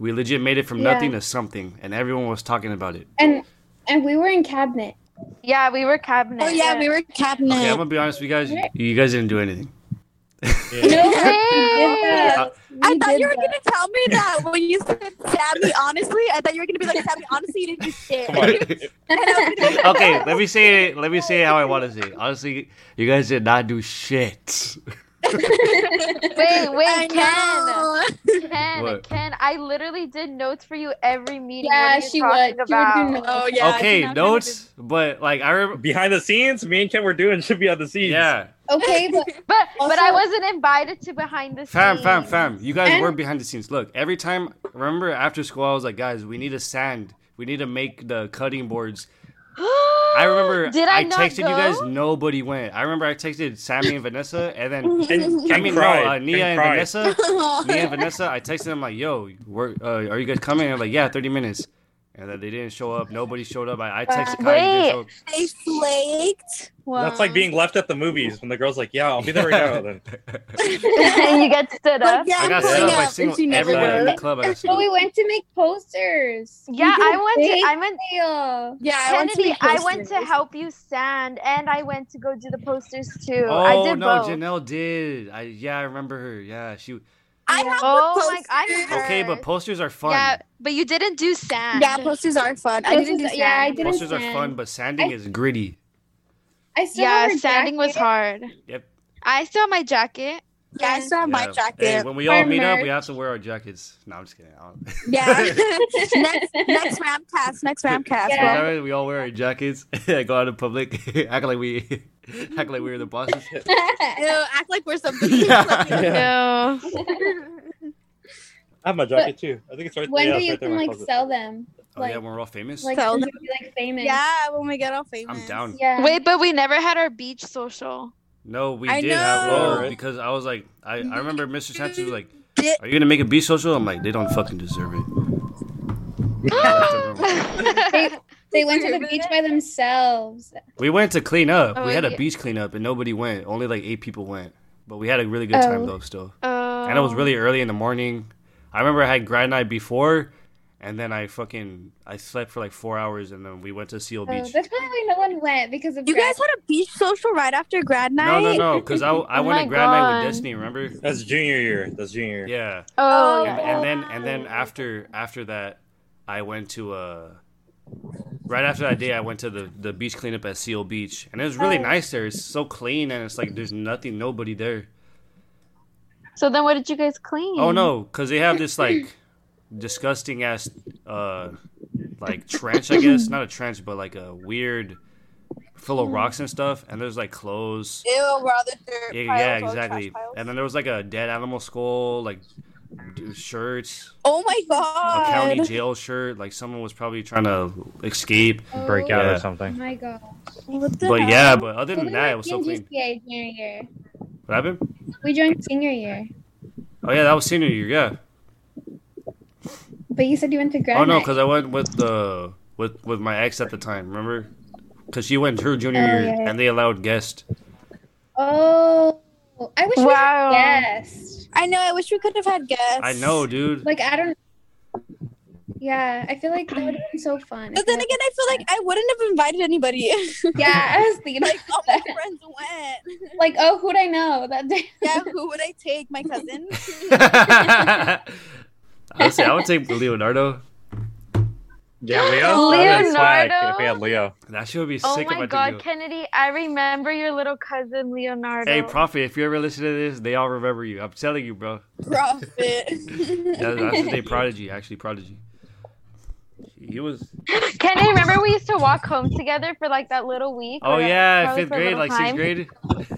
We legit made it from
Yeah.
nothing to something, and everyone was talking about it.
and and we were in cabinet.
Yeah, we were cabinet.
Oh yeah, we were cabinet.
Okay, I'm gonna be honest with you guys. You guys didn't do
(laughs)
anything. (laughs)
Yeah.
No,
Hey!
Uh,
I thought you were gonna tell me that when you said Sammy. Honestly, I thought you were gonna be like Sammy. Honestly, you didn't do shit.
Come on.
And I was gonna be like,
okay, let me say it. Let me say it how I want to say. It. Honestly, you guys did not do shit.
Wait,
I
wait, Ken.
know.
Ken,
What?
Ken, I literally did notes for you every meeting.
Yeah,
What are you
she
talking
would. She would
About?
do notes.
Oh yeah. I
okay,
think I was gonna do-
notes, but like I remember.
(laughs) Behind the scenes, me and Ken were doing should be on the scenes.
Yeah,
(laughs) Okay, but
But but I
Also-
wasn't invited to behind the
Fam,
scenes.
fam,
(gasps)
fam. You guys
And-
were behind the scenes. Look, every time, remember after school, I was like, guys, we need to sand. We need to make the cutting boards.
(gasps)
I remember
Did I, not
texted
go?
you
(laughs)
guys, nobody went. I remember I texted Sammy and Vanessa, and
(laughs)
then,
And
(laughs)
Ken
I mean,
cried.
no, uh, Nia
Ken
and
cried.
Vanessa. Nia and Vanessa, I texted them, like, yo, we're, uh, are you guys coming? And I'm like, yeah, 30 minutes. And then they didn't show up. Nobody showed up. I, I texted Kai. he didn't
Uh, Wait.
show up.
I (laughs) flaked.
That's like being left at the movies when the girl's like, "Yeah, I'll be there right (laughs) now." Then
and you get stood up.
Like, yeah,
I
I'm
got
pulling
set up by
up, and she
single,
never
everyone in the
goes.
club. I got
but
single.
we went to make posters.
Yeah,
We did
I
a
went.
big
To, I went.
deal.
Yeah, I went to
Kennedy,
make
I went to
posters.
help you sand, and I went to go do the posters too.
Oh
I did
no,
both.
Janelle did. I yeah, I remember her. Yeah, she.
I have
Oh
the
my- I'm
posters.
hurt.
Okay, but
Hers.
posters are fun.
Yeah, but you didn't do sand.
Yeah, posters are fun. I didn't do
Posters- yeah, I
sand.
didn't.
Posters are
sand.
fun, but sanding
I-
is gritty.
I still
yeah,
have her
sanding was
(laughs) jacket.
hard.
Yep.
I still have my jacket.
Yeah, I still have my
Yeah.
jacket.
Hey, when we
Our
all meet up, we
merch.
have to wear our jackets. No, I'm just kidding. I don't- (laughs)
Yeah. (laughs) next next ramcast, next ramcast.
Is that
bro.
right? We all wear our jackets. (laughs) go out in public, (laughs) act like we, act like we're the bosses.
Ew, act like we're something.
(laughs) (laughs) Yeah.
No.
I have my jacket too. I think it's right
when
yeah,
do
it's
you
right there in
can
my
like
closet.
sell them?
Oh
Like-
yeah, when we're all famous.
Like
Sell
since
them.
you're, like famous.
yeah, when we get all famous.
down.
Yeah.
Wait, but we never had our
(laughs)
beach social.
no, we
I
did have
know.
one because I was like, I, I remember Mr. Sanchez was like,
Di-
"Are you gonna make a B social?" I'm like, "They don't fucking deserve it." I left the room.
They, they went to the
Remember
beach
that?
by themselves.
we went to clean up.
Oh,
we had a
yeah.
beach cleanup, and nobody went. Only like eight people went, but we had a really good time
Oh.
though. Still.
(laughs) Oh.
and it was really early in the morning. I remember I had grind night before, and then I fucking I slept for like four hours, and then we went to Seal
Oh,
Beach.
that's probably why no one went because of
You
grad-
guys had a beach social right after grad
no,
night?
no, no, because I I
Oh
went
my
to grind night
God.
with Destiny. Remember?
That's junior year. That's junior year.
Yeah,
Oh,
and,
yeah.
and then and then
Oh.
after after that, I went to uh right after that day I went to the the beach cleanup at Seal Beach, and it was really
Oh.
nice there. It's so clean, and it's like there's nothing, nobody there.
So then what did you guys clean?
Oh
(laughs)
no, because they have this like disgusting ass uh like trench, I guess not a trench, but like a weird full of rocks and stuff. And there's like clothes.
Ew, we're all the dirt
Yeah,
piles,
yeah,
all the
exactly.
trash piles.
And then there was like a dead animal skull, like d- shirts,
oh my
a county
god.
jail shirt. Like someone was probably trying to escape.
break out
Yeah.
or
Oh
something.
my god.
What the
But
hell?
yeah, but other
Well,
than
we
that,
were
it was so
in
clean.
GCA junior year.
What happened?
We joined senior year.
Oh yeah, that was senior year. Yeah.
But you said you went to grad
Oh no,
night.
because I went with the with with my ex at the time. Remember? Because she went her junior
Oh,
year,
yeah, yeah.
and they allowed guests.
Oh, I wish
Wow.
we had guessed.
I know, I wish we could have had guests.
I know, dude.
Like I don't. Yeah, I feel like that would have been so fun.
But then again, I feel like I wouldn't have invited anybody. (laughs)
yeah, I was thinking (laughs)
like
like,
all (laughs) my friends went.
like oh, who'd I know that day?
Yeah, who would I take? My cousin?
(laughs) I would say I would take Leonardo.
Yeah, Leo. That is swag
Leonardo.
If we had Leo.
That shit would be
Oh
sick.
my
if I
god,
took Leo.
Kennedy, I remember your little cousin Leonardo.
Hey, Prophet, if you ever listen to this, they all remember you. I'm telling you, bro.
Profit.
That, that's
(laughs)
(laughs)
the day Prodigy, actually, Prodigy. He was.
(laughs) Kennedy, remember we used to walk home together for like that little week?
Oh
or that-
yeah,
probably
fifth
for a
grade,
little
like
time?
sixth grade.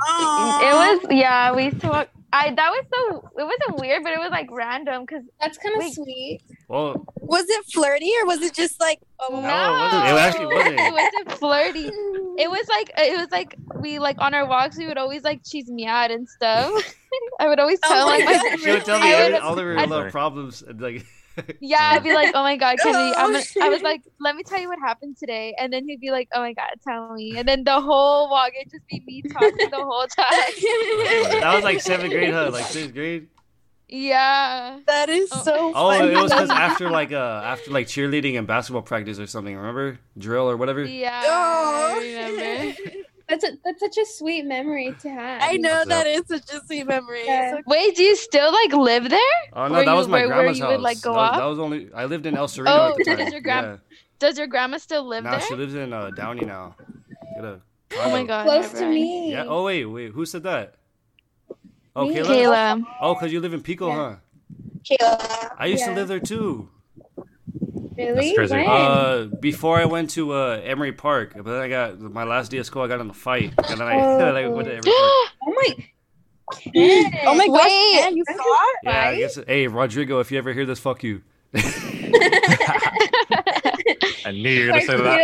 It was yeah, we used to walk I that was so it wasn't weird, but it was like random because
(laughs) That's kind of
Wait.
sweet.
(laughs)
Well,
Was it flirty or was it just (laughs) like
no,
oh
wasn't- it actually wasn't.
It wasn't flirty.
(laughs)
It was like it was like we like on our walks we would always like cheese me out and stuff. (laughs) I would always tell
Oh my
like my
God,
she would tell me
I
every,
would-
all of her
I-
little problems. and, Like,
Yeah, I'd be like, oh my god, Kennedy. I'm
(laughs) Oh,
gonna, I was like, let me tell you what happened today, and then he'd be like, oh my god, tell me, and then the whole walk it'd just be me talking the whole time. (laughs)
that was like seventh grade, huh? Like sixth grade.
Yeah.
That is
Oh.
so
Oh,
funny.
it was
(laughs)
because after like uh after like cheerleading and basketball practice or something. Remember drill or whatever.
Yeah.
Oh.
I remember.
That's a, that's such a sweet memory to have.
I know
What's
that is such a sweet memory.
Yeah.
So-
Wait, do you still like live there?
Oh no,
Where
that
you-
was my
where- where
grandma's
you
house.
would, like, go
that, was,
up?
that was only I lived in El Sereno
Oh,
at the time.
did your gran- Does your grandma still
yeah.
live
Now
there?
she lives in uh, Downey now. Get a
oh my
condo.
god.
Close
never
to
mind.
me.
Yeah. Oh wait, wait. Who said that? Oh,
Me.
Kayla.
Kayla.
Oh, cause you live in Pico,
Yeah.
huh?
Kayla.
I used to
Yeah.
live there too.
really?
That's crazy.
When?
Uh, before I went to uh Emory Park, but then I got my last day of school. I got in a fight, and then I, (laughs) then I went to Emory Park.
(gasps)
oh my.
(laughs)
Ken.
Oh my gosh,
Wait.
man, you fought?
Yeah, I
Right?
guess. Hey, Rodrigo, if you ever hear this, fuck you.
I knew you were gonna
Like,
say that.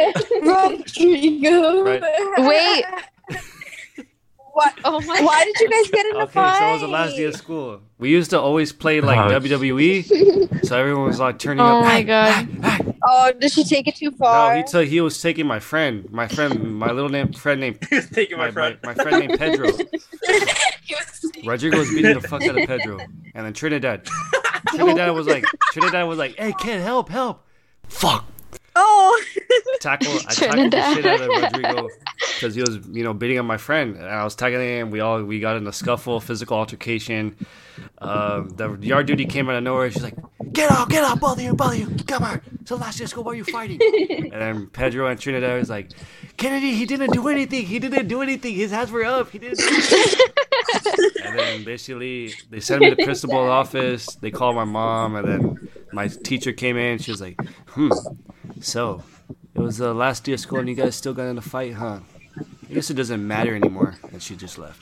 Rodrigo.
Right.
Wait.
(laughs) What?
Oh my god.
Why did you guys get in a
Okay,
fight?
so it was the last day of school. We used to always play like
Oh.
WWE, so everyone was like turning
Oh
up.
my god.
Oh, did she take it too
No,
far?
he took. He was taking my friend, my friend, my little name friend named
(laughs) He's taking (laughs) my
my, my,
friend.
my friend named Pedro.
He was-
Rodrigo was beating the fuck out of Pedro, and then Trinidad. Trinidad was like, Trinidad was like, hey kid, help, help, fuck.
oh,
Tackle, I tackled the
Trinidad.
shit out of Rodrigo because he was, you know, beating on my friend, and I was tackling him. We all we got in a scuffle, physical altercation. Um, the yard duty came out of nowhere. She's like, "Get out, get out, both of you, both of you, come on." So last year, school, why are you fighting? and then Pedro and Trinidad was like, "Kennedy, he didn't do anything. He didn't do anything. His hands were up. He didn't." Do anything." and then basically they sent me to principal's office. They called my mom, and then my teacher came in. She was like, "Hmm, so it was the last day of school, and you guys still got in a fight, huh? I guess it doesn't matter anymore." And she just left.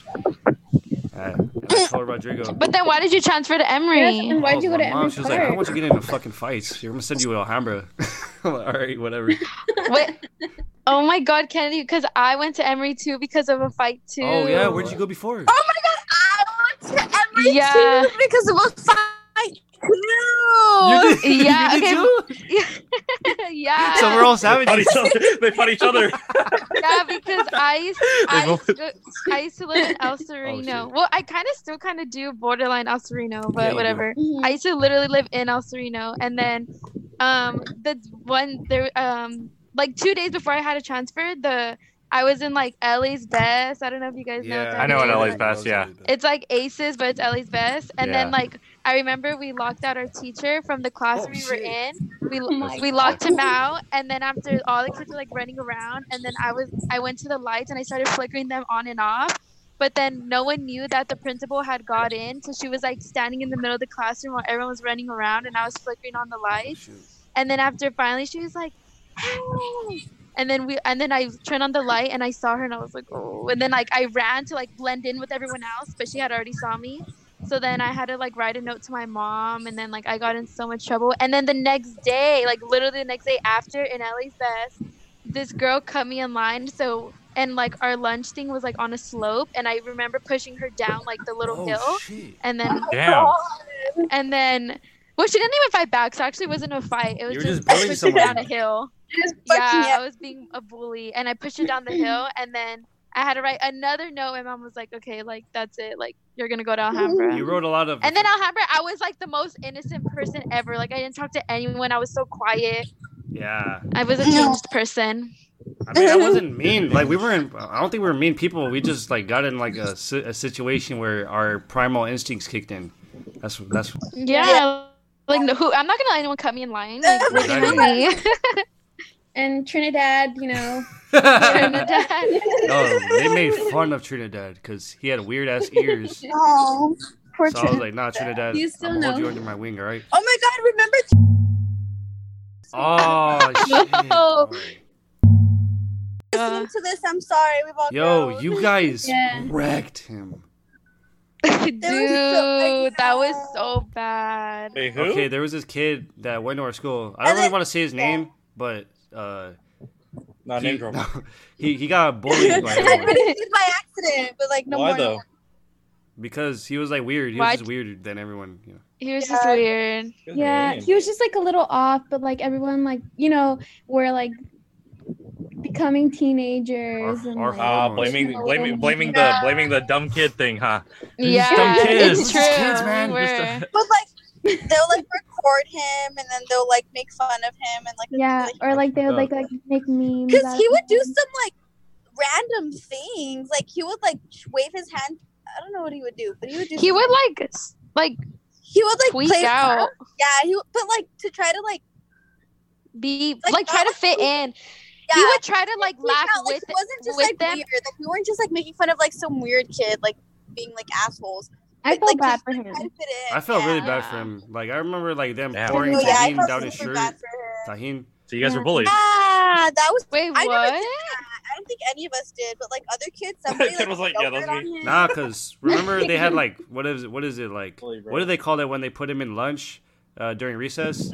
Uh, and I told Rodrigo.
But then why did you transfer to Emory?
and why'd you
"Oh,
go to
my mom,
Emory
She was like, "I don't
Park?
want you getting into fucking fights. You're gonna send you to Alhambra." (laughs) I'm like, All right,
(laughs)
whatever.
Wait. Oh my God, Kennedy, because I went to Emory too because of a fight too.
Oh yeah, where'd you go before?
Oh my god, I went to every
Yeah.
tube because of a fight.
(laughs) You
No.
did, you
Oh, Yeah,
did
okay.
too?
(laughs) yeah.
So we're all
They fought
savages.
each other. They fought each other.
yeah, because I
(laughs)
used, I,
both-
used to, I used to live in El Sereno.
Oh, shit.
well, I kind of still kind of do borderline El Sereno,
Yeah, you
but
do.
whatever.
Mhm.
I used to literally live in El Sereno, and then um the one there um like two days before I had a transfer, the I was in like LA's Best. I don't know if you guys know. what that
I know what
is.
LA's Best, yeah.
It's like Aces, but it's Ellie's best. And then
Yeah.
like I remember we locked out our teacher from the class
Oh,
we
shit.
were in. We
my
we locked him out, and then after all the kids were like running around, and then I was I went to the lights and I started flickering them on and off. But then no one knew that the principal had got in, so she was like standing in the middle of the classroom while everyone was running around, and I was flickering on the lights. And then after finally she was like, "Hey." and then we and then I turned on the light and I saw her and I was like, oh. And then like I ran to like blend in with everyone else, but she had already saw me. So then I had to like write a note to my mom, and then like I got in so much trouble. And then the next day, like literally the next day after in LA's Best, this girl cut me in line. So and like our lunch thing was like on a slope, and I remember pushing her down like the
Oh,
little hill,
shit.
and then
Damn.
Oh.
and then well, she didn't even fight back, so actually it wasn't a fight. It was
You were
just,
just bullying
pushed
someone.
down a hill.
Just
Yeah,
fucking
I was being a bully, and I pushed her down the hill, and then I had to write another note. And mom was like, "Okay, like that's it. Like you're gonna go to Alhambra."
You wrote a lot of.
and then Alhambra, I was like the most innocent person ever. Like I didn't talk to anyone. I was so quiet.
yeah,
I was a changed person.
I mean that wasn't mean. Like we weren't. I don't think we were mean people. We just like got in like a, si- a situation where our primal instincts kicked in. That's that's.
Yeah. Like no, who? I'm not gonna let anyone cut me in line. Like, what do you
Exactly.
mean?
And Trinidad, you know.
no,
Trinidad.
they made fun of Trinidad because he had weird ass ears. So
Oh, poor
I was like, nah, Trinidad.
You still
I'm gonna hold
know.
you under my wing, all right?
Oh my god, remember
Oh shit.
No. Uh.
listening to this? I'm sorry, we've all
Yo,
grown.
you guys
Yeah.
wrecked him.
(laughs) Dude,
so-
that was so bad.
Wait, who?
Okay, there was this kid that went to our school. I don't
And
really
then-
want to say his name, but uh,
Not
he, (laughs)
name drop.
he he got
(laughs)
bullied by everyone
It's by accident, but like no
Why
more.
though?
because he was like weird. He
Why
was just weirder than everyone. You know.
He was just weird.
Yeah,
Name.
he was just like a little off, but like everyone, like you know, we're like becoming teenagers
Our-
and
our
like,
hot-
Ah, blaming, blaming, blaming the, blaming the dumb kid thing, huh?
Yeah,
dumb kids.
it's
These
true.
kids, man.
We
Just
were.
But like they'll like record him and then they'll like make fun of him and like
yeah, or like they would like like make memes.
because
out
he
of
would do
him.
some like random things. Like he would like wave his hand. I don't know what he would do, but he (laughs) would do.
He would like, s- like
He would like
tweak
play
out,
Yeah, he would, but like to try to like.
be
Like,
like, try to fit in.
Yeah.
He would try to like
He
laugh
felt like
with.
it wasn't just
with
like
them.
weird. Like we weren't just like making fun of like some weird kid like being like assholes.
I
Like,
felt
like,
bad
just
for
Mm.
him.
try to fit in,
I felt
yeah.
really bad for
Yeah.
him. Like I remember like them
Yeah.
pouring
Oh, yeah, I
tahine
felt
down his
super
shirt.
bad for him.
Tahine.
So you guys were bullied.
Ah, that was.
Wait,
I never
what?
did I don't think any of us did, but like other
(laughs)
kids, somebody
Kid
like,
was like, yeah,
yelled
that was
on him.
Nah,
(laughs)
cause remember they had like what is it? What is it like?
Holy bro.
What do they call it when they put him in lunch uh, during recess?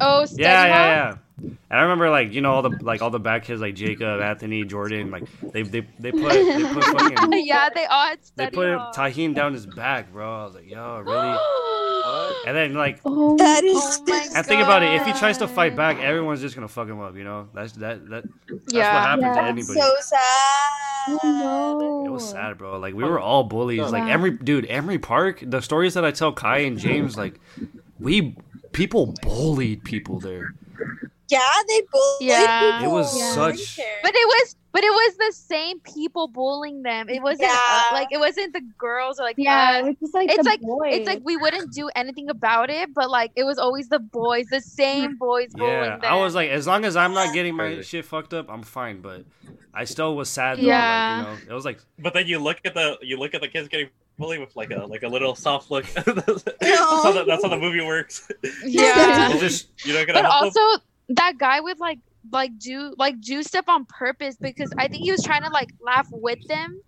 Oh, study
Yeah,
hall?
yeah, yeah. And I remember like you know all the like all the bad kids like Jacob, Anthony, Jordan, like they they they put they
(laughs)
put fucking
(laughs) yeah, they all had
They
study
put
hall.
tahine down his back, bro. I was like, yo,
(gasps)
(gasps)
really? and then like,
Oh,
That is.
Oh
(laughs)
my
and think about it. If he tries to fight
God.
back, everyone's just gonna fuck him up. You know, that's that that that's
yeah.
what happened to
Yeah.
anybody.
So sad.
oh no.
it was sad, bro. Like
Oh,
we were all bullies. Like
Wow.
every dude, Emery Park. The stories that I tell Kai and James, like we people bullied people there.
Yeah, they bullied
Yeah.
people.
It was
Yeah.
such.
But it was, but it was the same people bullying them. It wasn't uh,
Yeah.
like it wasn't the girls or like
Yeah,
us.
Uh, it's just like
It's
the
like-
boys.
It's like we wouldn't do anything about it, but like it was always the boys, the same boys bullying
Yeah,
them. (laughs)
I was like, as long as I'm not getting my
Crazy.
shit fucked up, I'm fine. But I still was sad. Though,
Yeah.
Like, you know, it was
(laughs)
like
But then you look at the you look at the kids getting bullied with like a like a little soft look. (laughs) that's, how the, that's how the movie works. (laughs)
Yeah.
it just
You're not gonna
But
help
also
them.
that guy would like like do like juiced up on purpose because I think he was trying to like laugh with them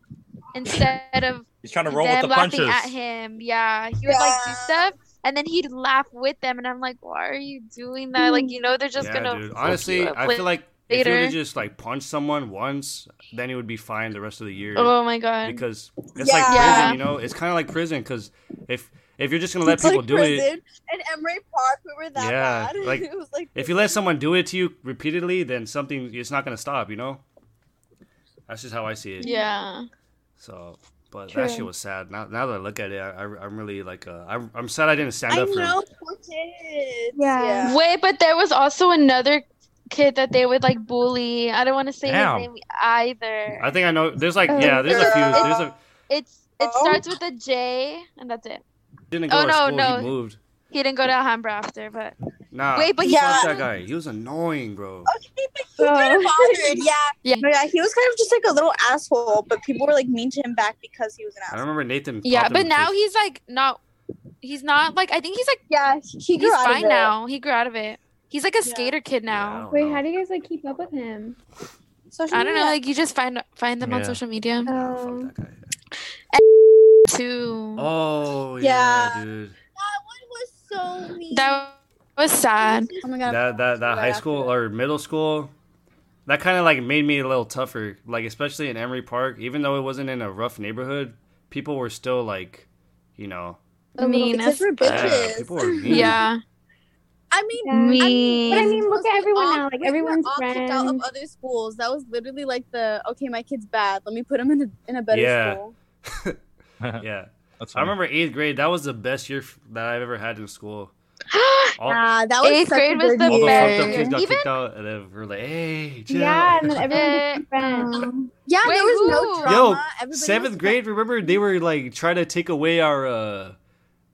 instead of
He's trying to roll with
them
the
laughing
punches.
at him. Yeah, he would like do
Yeah.
stuff and then he'd laugh with them, and I'm like, why are you doing that? Like you know they're just
yeah,
gonna
dude.
fuck
Honestly,
you up
I
later.
feel like if you were to
later.
just like punch someone once, then it would be fine the rest of the year.
Oh my god.
because it's like
Yeah.
prison,
Yeah.
you know. It's kind of like prison because if if you're just gonna let
It's like (laughs)
people do it,
prison And Emery Park, we were that
Yeah,
bad. (laughs)
like,
it was like
if you let someone do it to you repeatedly, then something it's not gonna stop, you know. That's just how I see it.
yeah.
So, but
True.
that shit was sad. Now, now that I look at it, I, I'm really like, uh, I'm, I'm sad I didn't stand
I
up for. him.
know poor kids.
Yeah.
Wait, but there was also another kid that they would like bully. I don't want to say
Damn.
his name either.
I think I know. There's like,
Oh,
yeah, there's a few.
girl.
There's a
It's it
Oh.
starts with a J, and that's it.
didn't go
Oh,
to
no,
school.
no.
He moved.
He didn't go to Alhambra after, but
Nah.
Wait, but
he-
fuck
Yeah.
that guy. He was annoying, bro.
Okay, but he kind of bothered. Yeah.
Oh. (laughs) Yeah.
But yeah, he was kind of just like a little asshole, but people were like mean to him back because he was an
I
asshole.
remember Nathan.
yeah,
popped him
but
in
now
the-
he's like not. He's not like I think he's like
Yeah, he grew
he's
out of
fine
it.
now. He grew out of it. He's like a
Yeah.
skater kid
Yeah, I
now.
don't
Wait,
know.
how do you guys like keep up with him?
Social
I don't know.
media.
Like you just find find them on
Yeah.
social media
Nah, fuck
Um,
that guy.
too.
Oh yeah,
Yeah.
dude.
That one was so mean.
That
(laughs)
was sad.
oh my god.
That that that high school or middle school, that kind of like made me a little tougher. Like especially in Emory Park, even though it wasn't in a rough neighborhood, people were still like, you know,
I mean,
Because we're
yeah,
bitches.
people were mean.
yeah, (gasps)
I mean,
Yeah.
me.
But I
it's
mean, look
supposed to
at
be
everyone
all-
now, like,
we were
everyone's
all kicked out of
friends.
other schools. That was literally like the okay, my kid's bad. Let me put him in a, in a better
Yeah.
school.
Yeah,
That's
I remember eighth grade. That was the best year f- that I've ever had in school. All,
Ah, that was
Eighth
such a
grade was
good
the
all the fucked
year.
best.
up kids got
Even-
kicked out, and then we're like, "Hey, chill."
Yeah,
(laughs)
and then everyone
(laughs) Eh,
friends.
Yeah,
Wait,
there was
who?
no drama.
Yo,
Everybody was
Seventh grade, remember they were like trying to take away our uh,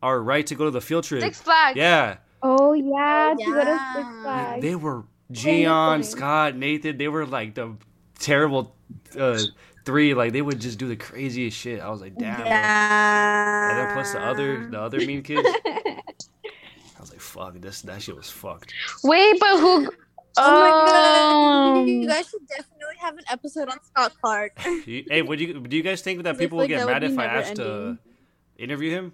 our right to go to the field trip.
Six Flags.
Yeah,
Oh yeah, to go to
yeah.
Six Flags. (laughs)
they were
They
Gian,
were.
Scott, Nathan. They were like the terrible uh, three. Like they would just do the craziest shit. I was like, damn. bro.
Yeah.
And then plus the other the other mean kids. I was like, fuck, this that shit was fucked.
Wait, but
(laughs)
who? Oh,
Oh my god. You guys should definitely have an episode on Scott Clark.
You- hey, would you do you guys think (laughs) that
I
people
feel
would get
like that would
mad
be
if I
never
asked uh, to
ending.
interview him?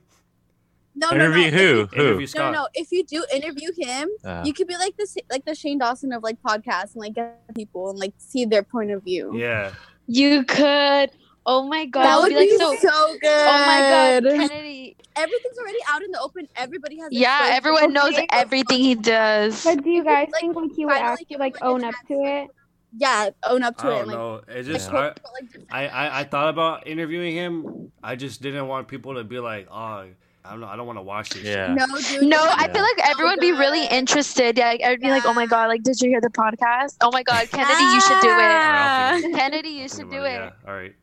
No, no, no.
interview
If you-
who? Who?
Interview
(laughs) No,
Scott.
no. If you do interview him,
Uh,
you could be like this, like the Shane Dawson of like podcasts, and like get people and like see their point of view.
Yeah.
You could. Oh my god.
That would
be like
be
so.
so, good.
Oh my god, Kennedy.
Everything's already out in the open. Everybody has.
Yeah,
exposed
everyone knows
everything.
everything he does.
But do you guys
like,
think like he would
finally
actually
give
like
everyone
own
a
up to
chance.
it?
Yeah, own up
I
to it.
don't
Like,
know. It just I,
like, like,
I, I I thought about interviewing him. I just didn't want people to be like, oh, I don't know, I don't want to watch this. shit."
yeah.
no, dude.
No,
like,
I feel like everyone would be really
good.
interested. Yeah, like, I'd be like, oh my god, like, did you hear the podcast? Oh my god, Kennedy, you should do it.
Ah.
Alright, I'll think-
Kennedy, you
I'll think
should
about
do
it,
it.
Yeah. All right.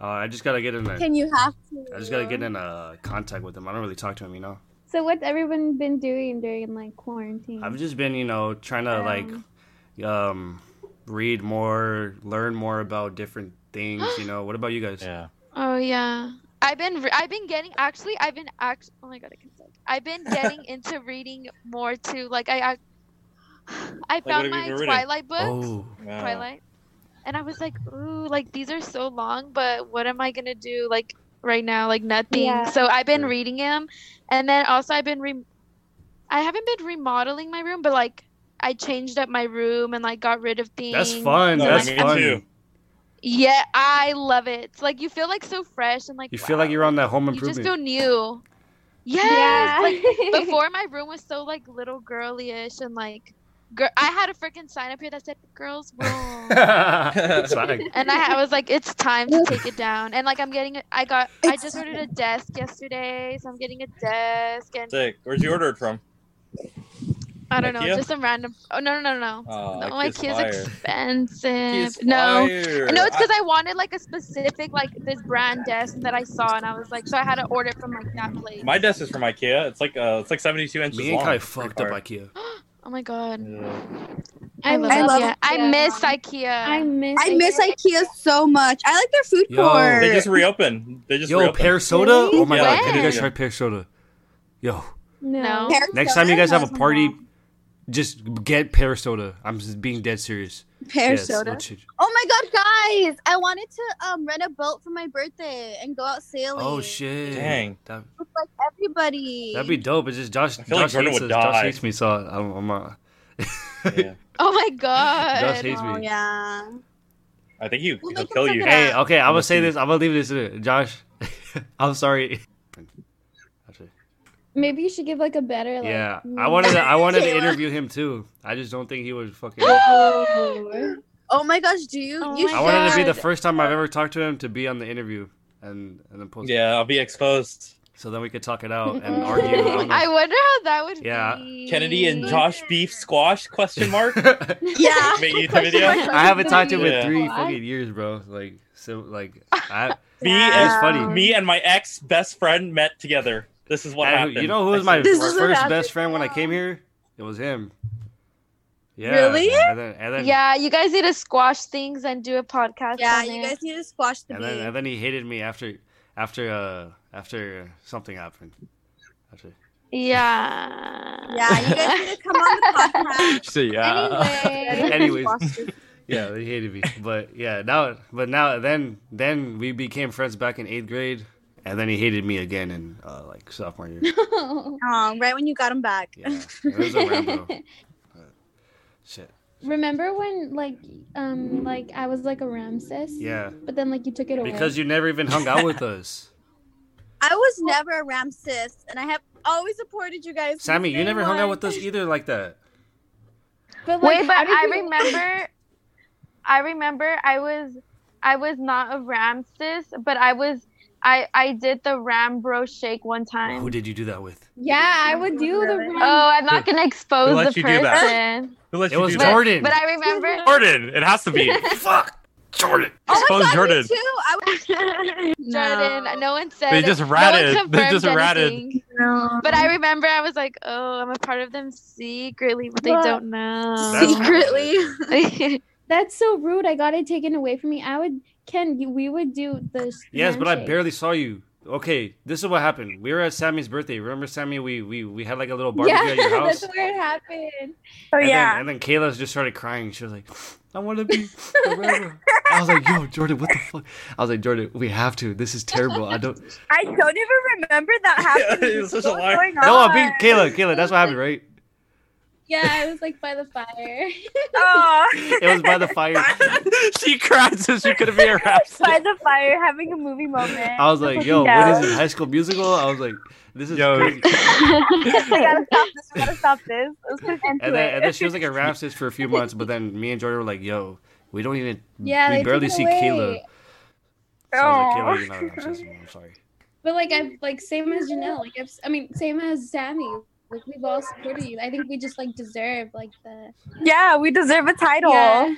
Uh, I just gotta get in there.
Can you have to?
I just gotta get in uh, contact with him. I don't really talk to him, you know.
So what's everyone been doing during like quarantine?
I've just been, you know, trying to like um read more, learn more about different things, you know. What about you guys?
Yeah.
Oh yeah. I've been re- I've been getting actually I've been act oh my god I can talk. I've
(laughs)
been getting into reading more too. Like I I, I
what have
found
you
my
been reading?
Twilight books.
Oh.
Yeah.
Twilight. And I was like, ooh, like these are so long, but what am I gonna do like right now? Like nothing.
Yeah.
So I've been
Yeah.
reading them, and then also I've been re- I haven't been remodeling my room, but like I changed up my room and like got rid of things.
That's fun.
No,
That's
me
fun.
too.
Yeah, I love it. It's like you feel like so fresh and like
You feel like
wow,
you're on that home
you just
improvement.
feel new. Yes.
yeah.
Like
(laughs)
before my room was so like little girly-ish and like girl I had a freaking sign up here that said
(laughs)
girls room.
It's
(laughs)
fine.
and I, I was like, it's time to take it down. And like, I'm getting, I got, I
It's-
just ordered a desk yesterday, so I'm getting a desk, and
Sick. Where'd you order it from?
I don't know,
Ikea?
just some random. Oh no, no, no, no.
Oh,
no, my kid's expensive.
He's
No.
fire.
No, it's because I wanted like a specific like this brand desk that I saw, and I was like, so I had to order it from like that place.
I- my desk is from IKEA. It's like uh, it's like seventy-two inches
Me and
long.
Kai
It's pretty
fucked up
hard.
IKEA.
oh my god,
Yeah.
I
love love it.
I
IKEA.
miss IKEA.
I miss.
I miss
IKEA.
IKEA so much. I like their food
Yo.
court.
They just reopened. They just
Yo,
reopened.
pear soda? Oh my god,
When?
have you guys tried pear soda? Yo,
No.
No.
Pear
next
soda?
time you guys have
No,
a party, just get pear soda. I'm just being dead serious.
pear
Yes,
soda.
legit.
Oh my god, guys! I wanted to um rent a boat for my birthday and go out sailing.
Oh shit.
Dang.
That,
With like everybody.
that'd be dope. It's just Josh.
I feel like
Josh,
Jordan
hates
would
us. Josh
die.
hates me, so I'm, I'm uh,
Yeah.
Oh my god.
Josh
(gasps)
hates
Oh
me.
yeah.
I think he, he'll
We'll make it
kill
something
you.
else.
Hey, okay, I'm gonna say
see.
this. I'm gonna leave this in it. Josh, (laughs) I'm sorry. Actually,
Maybe you should give like a better. Like,
Yeah, I wanted
(laughs)
to, I wanted to
Kayla.
interview him too. I just don't think he would fucking.
Oh. my gosh, do you?
Oh
you
my
I wanted to be the
should.
first time I've ever talked to him to be on the interview and and then post.
Yeah, I'll be exposed.
So then we could talk it out
(laughs)
and argue. I don't know.
I wonder how that would
Yeah.
be.
Kennedy and Josh beef squash?
(laughs)
Question mark.
Yeah.
Make YouTube video.
I haven't talked to him in
Yeah.
three
What?
fucking years, bro. Like so, like I.
Me
It was
and
funny.
me and my ex best friend met together. This is what
I-
happened.
you know who was my
This is what
first
happened.
best friend when I came here? It was him. Yeah.
Really?
And then, and then,
Yeah, you guys need to squash things and do a podcast.
Yeah,
on
you
it.
guys need to squash the
and then and
beef.
then he hated me after after uh after something happened. After.
Yeah.
Yeah, you guys need to come on the
(laughs)
(laughs)
(laughs) podcast.
So
Anyway.
Anyways.
Squash this-
yeah, (laughs) they hated me. But yeah, now but now then then we became friends back in eighth grade, and then he hated me again in uh, like sophomore year.
Oh, right when you got him back.
Yeah, it was a
(laughs)
rambo. Shit.
(laughs) Remember when like um like I was like a Ramses?
Yeah,
But then like you took it away.
because you never even hung out with
(laughs)
us.
I was never a Ramses, and I have always supported you guys. since
Sammy, you
day
never hung out
one.
with us either like that.
but
Wait, but
how did
I
you-
remember. I remember I was, I was not a Ramses, but I was, I I did the Rambro shake one time.
Who did you do that with?
Yeah, I would do the
Oh,
Ram-
Oh, I'm not gonna expose
let
the
you do that?
person.
Who let
It
you
was
do that?
Jordan.
But I remember.
(laughs) Jordan. It has to be.
(laughs)
Fuck, Jordan.
Oh my
Expose
god,
Jordan.
me
(laughs)
too. I was
Jordan,
No.
(laughs) no. one said.
They just
no one
ratted. They
confirmed
just ratted.
anything.
no.
But I remember I was like, oh, I'm a part of them secretly, but they
Bruh.
don't know. (laughs)
That's-
secretly.
That's so rude. I got it taken away from me. I would Ken, you, we would do the
Yes, but I
handshake.
barely saw you. Okay, this is what happened. We were at Sammy's birthday. Remember, Sammy? We we, we had like a little barbecue at
(laughs)
your house.
that's where it happened.
Oh
and
yeah.
Then, and then Kayla just started crying. She was like, I want to be forever. I was like, yo, Jordan, what the fuck? I was like, Jordan, we have to. This is terrible. I
(laughs)
don't.
I don't even remember
(laughs)
that happening.
It's such
What's
a lie.
going
No, I
on?
mean, Kayla, Kayla, that's what happened, right?
Yeah, I was like by the (laughs) fire.
(laughs) Aw.
(laughs) It was
(laughs)
by the fire.
she cried so she could have
(laughs)
been a
by
Ramses.
the fire, having a movie moment. (laughs)
I was like, yo,
Yeah.
what is this? High school musical? I was like, this is
Yo.
crazy.
(laughs)
we gotta stop this.
(laughs)
We gotta stop this. Let's put an end to
And then, and then
it. (laughs)
she was like a Ramses for a few months, but then me and Jordan were like, yo, we don't even.
Yeah, they
we
took
barely
it
see
away.
Kayla. So I
Aw.
was like, "Oh, Kayla, you're not Ramses anymore. I'm sorry.
But like I'm like same as Janelle. Like I've, I mean, same as Sammy. Like we've all supported you. I think we just like deserve like the
(laughs) Yeah, we deserve a title.
yeah.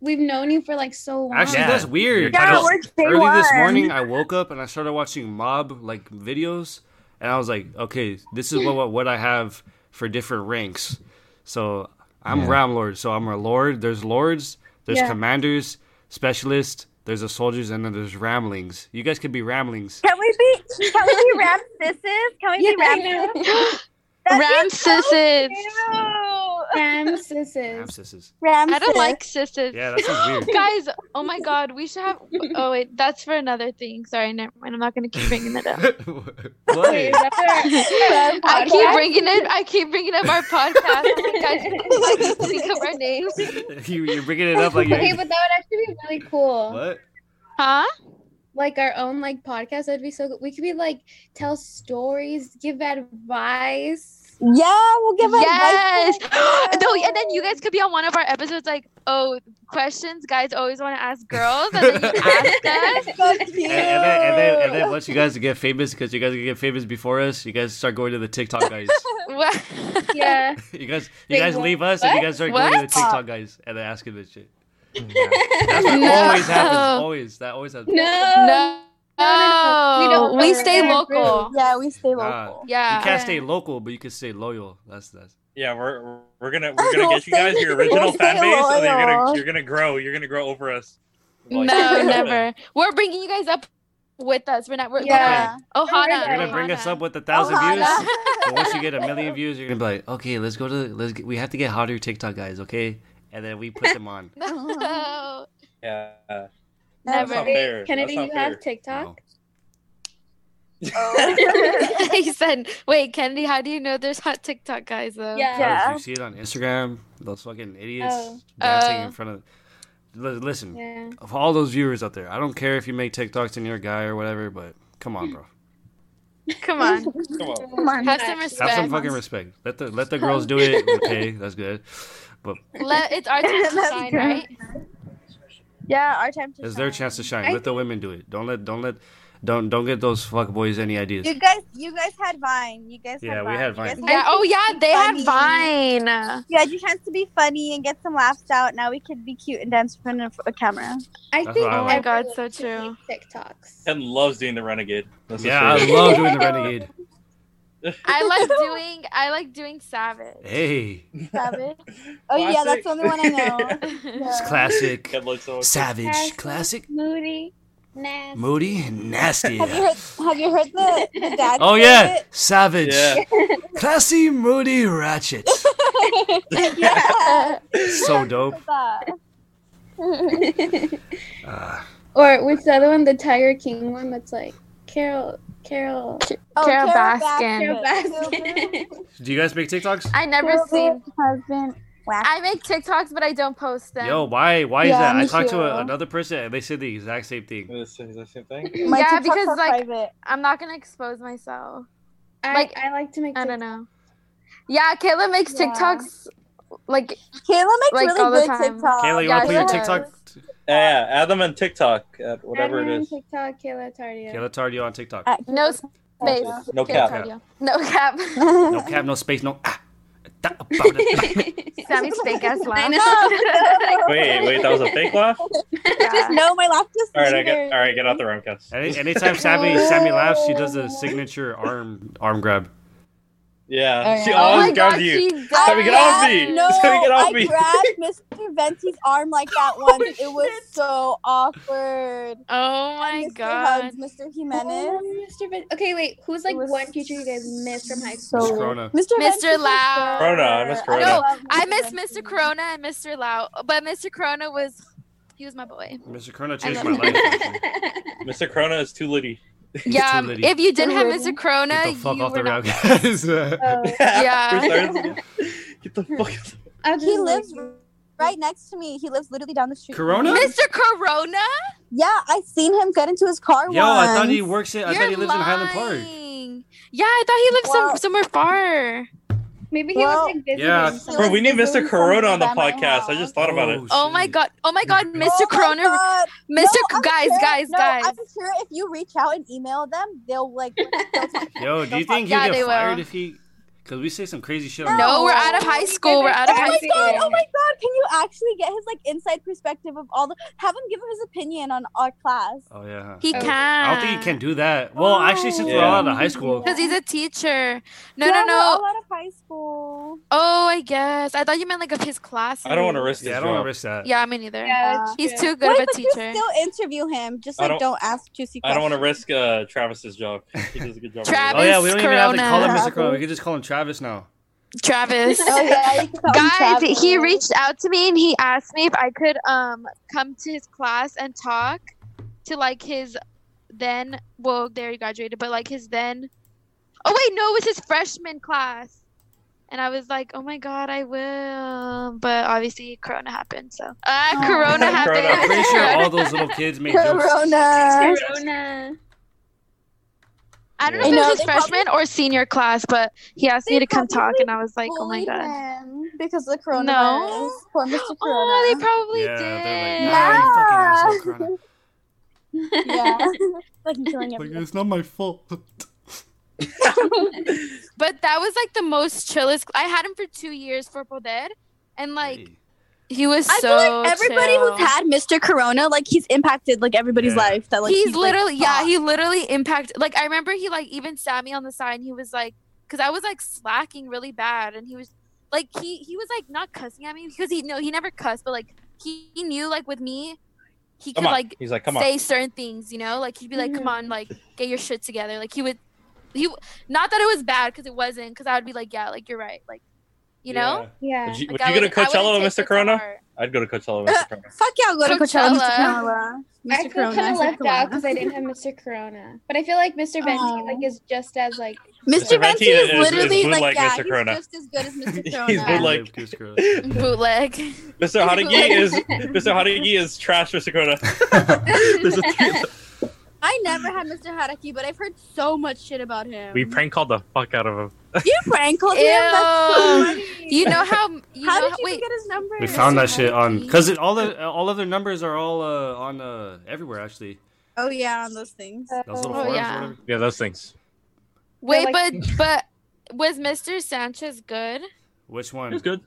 We've known you for like so long.
Actually,
Yeah.
that's weird.
Yeah,
because
we're day
early this
one.
morning, I woke up and I started watching mob like videos, and I was like, okay, this is what what, what I have for different ranks. So I'm Ram Lord. So I'm a Lord. There's Lords. There's
Yeah.
Commanders, Specialists. There's a Soldiers, and then there's Ramlings. You guys could be Ramlings.
Can we be? Can we be Ramses? Can we
(laughs) yeah,
be Ramses?
I
Ram sisses.
know. Ram sisses.
Ramses.
Ramses.
I don't like sisses.
Yeah, that sounds weird.
Guys, oh my god, we should have. Oh wait, that's for another thing. Sorry, never mind. I'm not gonna keep bringing that
(laughs)
up.
Wait,
(laughs)
(laughs)
what?
is (laughs) that for-
I
podcast?
keep bringing it. I keep bringing up our podcast.
(laughs)
I'm like, guys, I can think of our names,
you, you're bringing it up like
Okay,
you're,
but that would actually be really cool.
what?
huh?
Like our own like podcast. That'd be so good. We could be like tell stories, give advice.
Yeah, we'll give advice.
yes. (gasps) no, and then you guys could be on one of our episodes. Like, oh, questions guys always want to ask girls,
(laughs)
and then you
(laughs)
ask us.
So cute.
And, and, then, and, then, and then once you guys get famous, because you guys get famous before us, you guys start going to the TikTok guys.
What? (laughs)
Yeah.
you guys, you
Wait,
guys
what?
leave us, and you guys start going to the
What?
TikTok guys, and then asking this shit. That's
(laughs)
what always happens. Always that always happens.
no.
No.
no, no. We don't
we
know.
stay
We're
local.
yeah, we stay
Nah.
local.
You
Yeah.
can't stay local, but you can stay loyal. That's that's.
Yeah, we're we're gonna we're gonna
We'll
get you guys
stay-
your original
we'll
fan
stay
base, and you're gonna
loyal.
you're gonna grow. You're gonna grow over us. Like-
(laughs)
No, never. We're bringing you guys up with us. We're not. We're,
Yeah.
Oh, Hana.
You're gonna bring us up with a
Oh
thousand views.
(laughs)
But once you get a million views, you're gonna be like, okay, let's go to let's get, we have to get hotter TikTok guys, okay? And then we put them on.
(laughs)
(laughs) Uh-huh.
No.
Yeah, that's
Never.
not fair.
Kennedy,
that's not
you
fair.
have TikTok?
No.
(laughs) he said, "Wait, Kennedy, how do you know there's hot TikTok guys though?"
Yeah.
Because
Yeah.
You see it on Instagram, those fucking idiots
Oh.
dancing
Oh.
in front of. Li- listen,
Yeah.
of all those viewers out there, I don't care if you make TikToks and you're a guy or whatever, but come on, bro,
(laughs) Come on,
Come on.
Come on.
have some respect.
have some fucking respect. Let the let the girls do it. Okay, that's good. But
Let, it's
(laughs)
our time to
That's
shine,
good.
right?
Yeah, our time to
it's their
shine.
chance to shine. Let the women do it. Don't let don't let don't don't get those fuck boys any ideas.
You guys, you guys had Vine. You guys.
Yeah,
had
we
Vine.
had
You guys
Vine.
Yeah. Oh yeah, they had
Funny.
Vine.
You had your chance to be funny and get some laughs out. Now we could be cute and dance in front of a camera.
I
That's
think
what I
Oh my
like.
god, so
everyone should
true.
make TikToks.
Ken loves doing the renegade. That's the
Yeah, I
truth. (laughs)
love doing the renegade.
I
(laughs)
like doing. I like doing (laughs) Savage.
Hey,
Savage. Oh yeah, that's the only one I know.
(laughs) it's
(laughs)
classic,
Ken loves so much.
savage, classic,
Moody. Nasty.
moody, and
(laughs)
nasty.
Have you heard? Have you heard the the dad?
Oh yeah, savage,
Yeah.
classy, moody, ratchet.
yeah.
so dope.
Oh,
Uh,
Or what's the other one? The Tiger King one that's like Carol, Carol.
Oh,
Carol Baskin.
Carol Baskin.
do you guys make TikToks?
I never seen.
husband. Wow.
I make TikToks, but I don't post them.
Yo, why? Why is
Yeah,
that? I
me
talked to a,
too.
another person and they said the exact same thing.
Is that the same thing?
yeah, because like
private.
I'm not gonna expose myself.
I,
Like,
I like to make.
I don't know. Yeah, Kayla makes
Yeah.
TikToks. Like
Kayla makes
like, all the
really good
time.
TikTok.
Kayla, you
yeah,
want to put your
sure.
TikTok?
Yeah, yeah, add them on TikTok at
Whatever
whatever it is.
TikTok, Kayla Tardio.
Kayla Tardio on TikTok.
Uh,
no space.
No
Kayla
cap.
Tardio. (laughs) No cap.
No cap,
(laughs)
no space, no. Ah. Da- ba- da- ba-
Sammy's fake ass laugh.
(laughs) Oh
Wait,
(laughs)
wait, that was a fake
(laughs)
laugh. All
Yeah.
no, my laugh just.
right, I get, all right, get out the room, Cass.
Any, anytime Sammy Sammy laughs, she does a signature arm arm grab.
Yeah,
Oh,
she
yeah.
Oh my
always grabs
god,
you.
she does.
Sammy, get off me!
No,
Sammy, get off Oh,
I
me!
grabbed Mr. Venti's
(laughs)
arm like that once. it was so awkward.
(laughs) Oh my
Mr.
god.
Hugs, Mr.
Oh,
Jimenez.
Mr. Vin- okay, wait. Who's like
It was
one teacher you guys miss from high school?
So
Miss
weird.
Corona.
Mr. Venti's
Mr.
like
Lau.
the-
Corona, I miss Corona.
No,
love
I miss Mr.
Venti.
Corona and Mr. Lau, but Mr. Corona was he was
(laughs)
my boy.
Mr. Corona changed
I
my
love
(laughs)
life. (laughs) actually.
Mr. Corona is too litty. (laughs)
Yeah,
too
um,
litty.
if you didn't have
Already?
Mr. Corona,
Get the fuck
you
off
were
the
not.
route,
(laughs)
guys. (laughs)
Oh,
Yeah.
Get the fuck out.
I was
He
just, like,
lives right next to me. He lives literally down the street. from
Corona?
me.
Mr. Corona,
Yeah, I seen him get into his car
Yo, I thought he
once. Oh
works in. I
you're
thought he lives
lying.
in Highland Park.
Yeah, I thought he lived some,
Well-
somewhere far.
maybe he
Well-
was like visiting.
Yeah.
He
Bro,
lives
we need
literally
Mr. Corona on the
down my
podcast. I
house.
just thought about it.
Oh my
shit.
god. Oh my god, Mr.
Oh my
Corona.
God.
Mr.
No, I'm
guys,
sure-
guys,
no,
guys.
I'm sure if you reach out and email them, they'll
(laughs)
like. Oh They'll talk.
Yo, do you think he'll
Yeah,
get
they
fired
will.
if he? Because we say some crazy shit.
No.
on the-
no, we're out of high school. We're out
Oh
of
my
high
god!
school.
Oh my god! Can you actually get his like inside perspective of all the? Have him give him his opinion on our class.
Oh yeah. huh.
He
Oh.
can.
I don't think he can do that. Well, actually, since we're all out of high school,
Because he's a teacher. No,
Yeah,
no,
we're
no.
all out of high school.
Oh, I guess. I thought you meant like of his class.
I don't want to risk this.
yeah, I don't want
job.
to risk that.
Yeah, me neither.
(laughs)
Yeah, it's
He's
true.
too good
Wait,
of a
but
teacher.
you still interview him. Just
I
like
don't-
don't, ask juicy
I
questions.
don't want to risk uh, Travis's job. He does
(laughs)
a good job.
Oh yeah, we
Travis
don't even have to call him Mr.
Corona.
Corona. We can just call him Travis now.
Travis.
(laughs)
(laughs) Oh yeah, you can call him
Guys,
Travis.
he reached out to me and he asked me if I could um come to his class and talk to like his then well there he graduated but like his then oh wait no it was his freshman class and I was like oh my god I will but obviously Corona happened so ah
Oh.
Corona
Corona.
happened
I'm pretty sure all those little kids made jokes.
Corona.
Corona.
(laughs) I don't know
I
if
know,
it was his
they probably-
freshman or senior class but he asked me
They
to come talk
probably
and I was like oh my
Bullied (gasps)
god
him Because of the coronavirus.
No.
Poor Mr. Corona.
oh they probably
Yeah, they're like, nah, you
did
fucking asshole, Corona.
(laughs)
(laughs)
yeah. Fucking killing
Like,
everyone.
it's not my fault.
But that was like the most chillest. I had him for two years for Poder, and like
Hey.
he was
(laughs) I
(laughs) so.
feel like everybody
chill.
who's had Mr. Corona, like he's impacted like everybody's
Yeah.
life. That like
he's,
like,
literally yeah,
taught.
he literally impacted. Like I remember he like even sat me on the side, and he was like, because I was like slacking really bad, and he was like he he was like not cussing at me because he no he never cussed, but like he, he knew like with me, he could
Come on.
like
He's like, come on.
say certain things, you know? Like he'd be like, "Come on,
(laughs)
like get your shit together." Like he would, he w- not that it was bad because it wasn't, because I would be like, "Yeah, like you're right," like you know.
Yeah.
Would you,
Like,
would
I
you go to
wouldn't- I wouldn't
Coachella
take
with
it
Mr.
to
Corona?
heart.
I'd go
(laughs)
to Coachella with Mr. Corona.
Fuck yeah, I'll go to Coachella. Mr.
Coachella.
Corona.
I
Mr.
feel
Corona.
kind of
Mr.
left out
Corona.
because I didn't have Mr. Corona, but I feel like Mr. Venti
Aw.
like is just as like
Mr.
Mr.
Venti
Venti
is
is-
literally
is
like,
bootleg
yeah,
Mr. Corona.
he's just as good as Mr.
He's
Corona.
bootleg. like-
Live Goose Girl.
(laughs)
Bootleg.
(laughs)
Mr. Hodegi is
(laughs)
Mr. Hodegi is trash, Mr. Corona. There's a three-
I never had Mr. Haraki, but I've heard so much shit about him.
we prank called the fuck out of him.
You prank called him? Oh, That's so
Ew.
funny.
you know how you
How
know
did
how-
you even
wait.
get his number?
We found that
Mr.
shit on
Mikey.
because all the all of their numbers are all uh, on uh, everywhere actually.
Oh yeah, on those things.
Those little
Oh,
forums,
yeah.
whatever.
Yeah, those things.
Wait,
like-
but but was Mr. Sanchez good?
Which
He
one?
was good.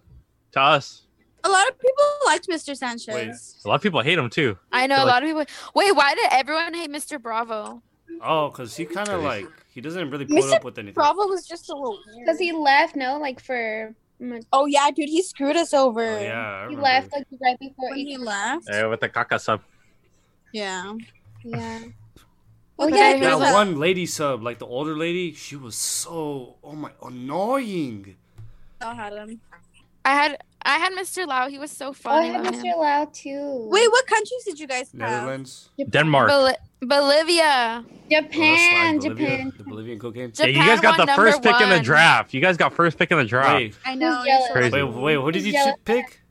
To us.
A lot of people liked Mr. Sanchez.
A lot of people hate him too.
I know
They're
a lot of people. Wait, why did everyone hate Mr. Bravo?
Oh, because he kind of
Crazy.
like he doesn't really put
Mr.
up with anything.
Bravo was just a little weird.
because he left no like for months.
oh yeah, dude, he screwed us over.
Oh, yeah, I
he
remember.
left like right before
When he
April.
left.
Yeah, with the caca sub.
Yeah.
yeah
(sighs) Well,
Okay,
yeah,
here's
there's
that
a-
one lady sub, like the older lady, she was so oh my annoying.
I had him.
I had I had Mr. Lau. He was so
oh I
funny.
had
about him.
Mr. Lau too
Wait, what countries did you guys have?
Netherlands,
Denmark.
Bol- Bolivia.
Oh, that's
Japan
slime, Bolivia,
Japan
the Bolivian cocaine.
yeah,
Japan
you guys got
won
the
number
first pick in the
one.
draft. You guys got first pick in the draft.
Wait,
I know.
Who's
you're so
jealous?
Crazy.
wait, wait, what did you
Yellow-
chi- pick?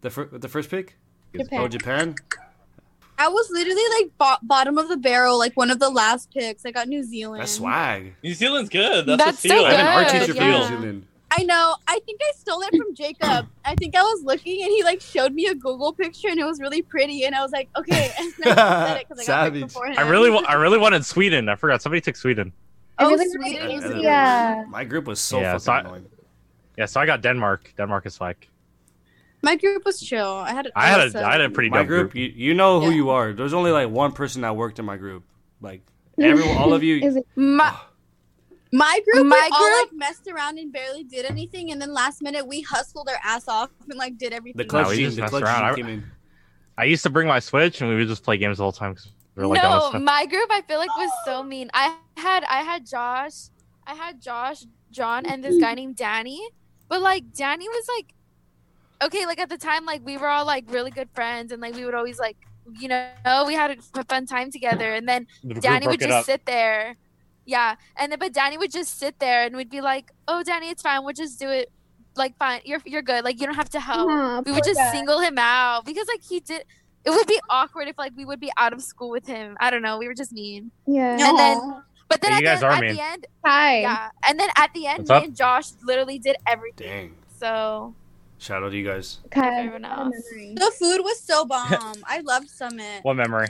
The fir- the first pick?
Japan.
Oh, Japan.
I was literally like bo- bottom of the barrel, like one of the last picks. I got New Zealand.
That's swag.
New Zealand's good.
That's That's the so feel.
I have an art
Good,
teacher from
yeah.
New Zealand.
I know. I think I stole it from Jacob. I think I was looking and he like showed me a Google picture and it was really pretty and I was like, okay. (laughs) And I said it 'cause I got picked
Savage.
before him.
I really, wa- I really wanted Sweden. I forgot somebody took Sweden.
Oh,
Everybody-
Sweden was
Yeah.
really-
yeah
My group was so
Yeah,
fucking
so I-
annoying.
Yeah, so I got Denmark. Denmark is like
My group was chill. I had.
I had
also-
a, I had a pretty
My
dumb
group,
group.
you, you know who
Yeah.
you are. There's only like one person that worked in my group. Like
(laughs)
everyone, all of you.
Is it-
My,
My group,
My
my all
group-
like messed around and barely did anything, and then last minute we hustled our ass off and like did everything.
The clutch
No, we
gene,
just
the
messed
clutch
around.
gene came
I-
in.
I used to bring my Switch and we would just play games the whole time because we were like "Oh, on
no,
this stuff.
my group I feel like was so mean. I had I had Josh, I had Josh, John, and this guy named Danny. But like Danny was like, okay, like at the time, like we were all like really good friends, and like we would always like, you know, we had a fun time together. And then
The group
Danny would
broke it
just
up.
sit there. Yeah. And then but Danny would just sit there and we'd be like, Oh Danny, it's fine, we'll just do it like fine. You're you're good. Like you don't have to help.
Oh
Aw,
we would
poor
just
guy.
single him out because like he did it would be awkward if like we would be out of school with him. I don't know. We were just mean.
yeah
No.
And then but then
Yeah,
at,
you guys
the,
are
at
mean.
the end
hi
yeah. And then at the end
What's
me
up?
and Josh literally did everything.
Dang.
So
Shout out to you guys.
Kyle,
Everyone
what a
else.
memory.
The food
(laughs)
was so bomb. I loved Summit.
What memory?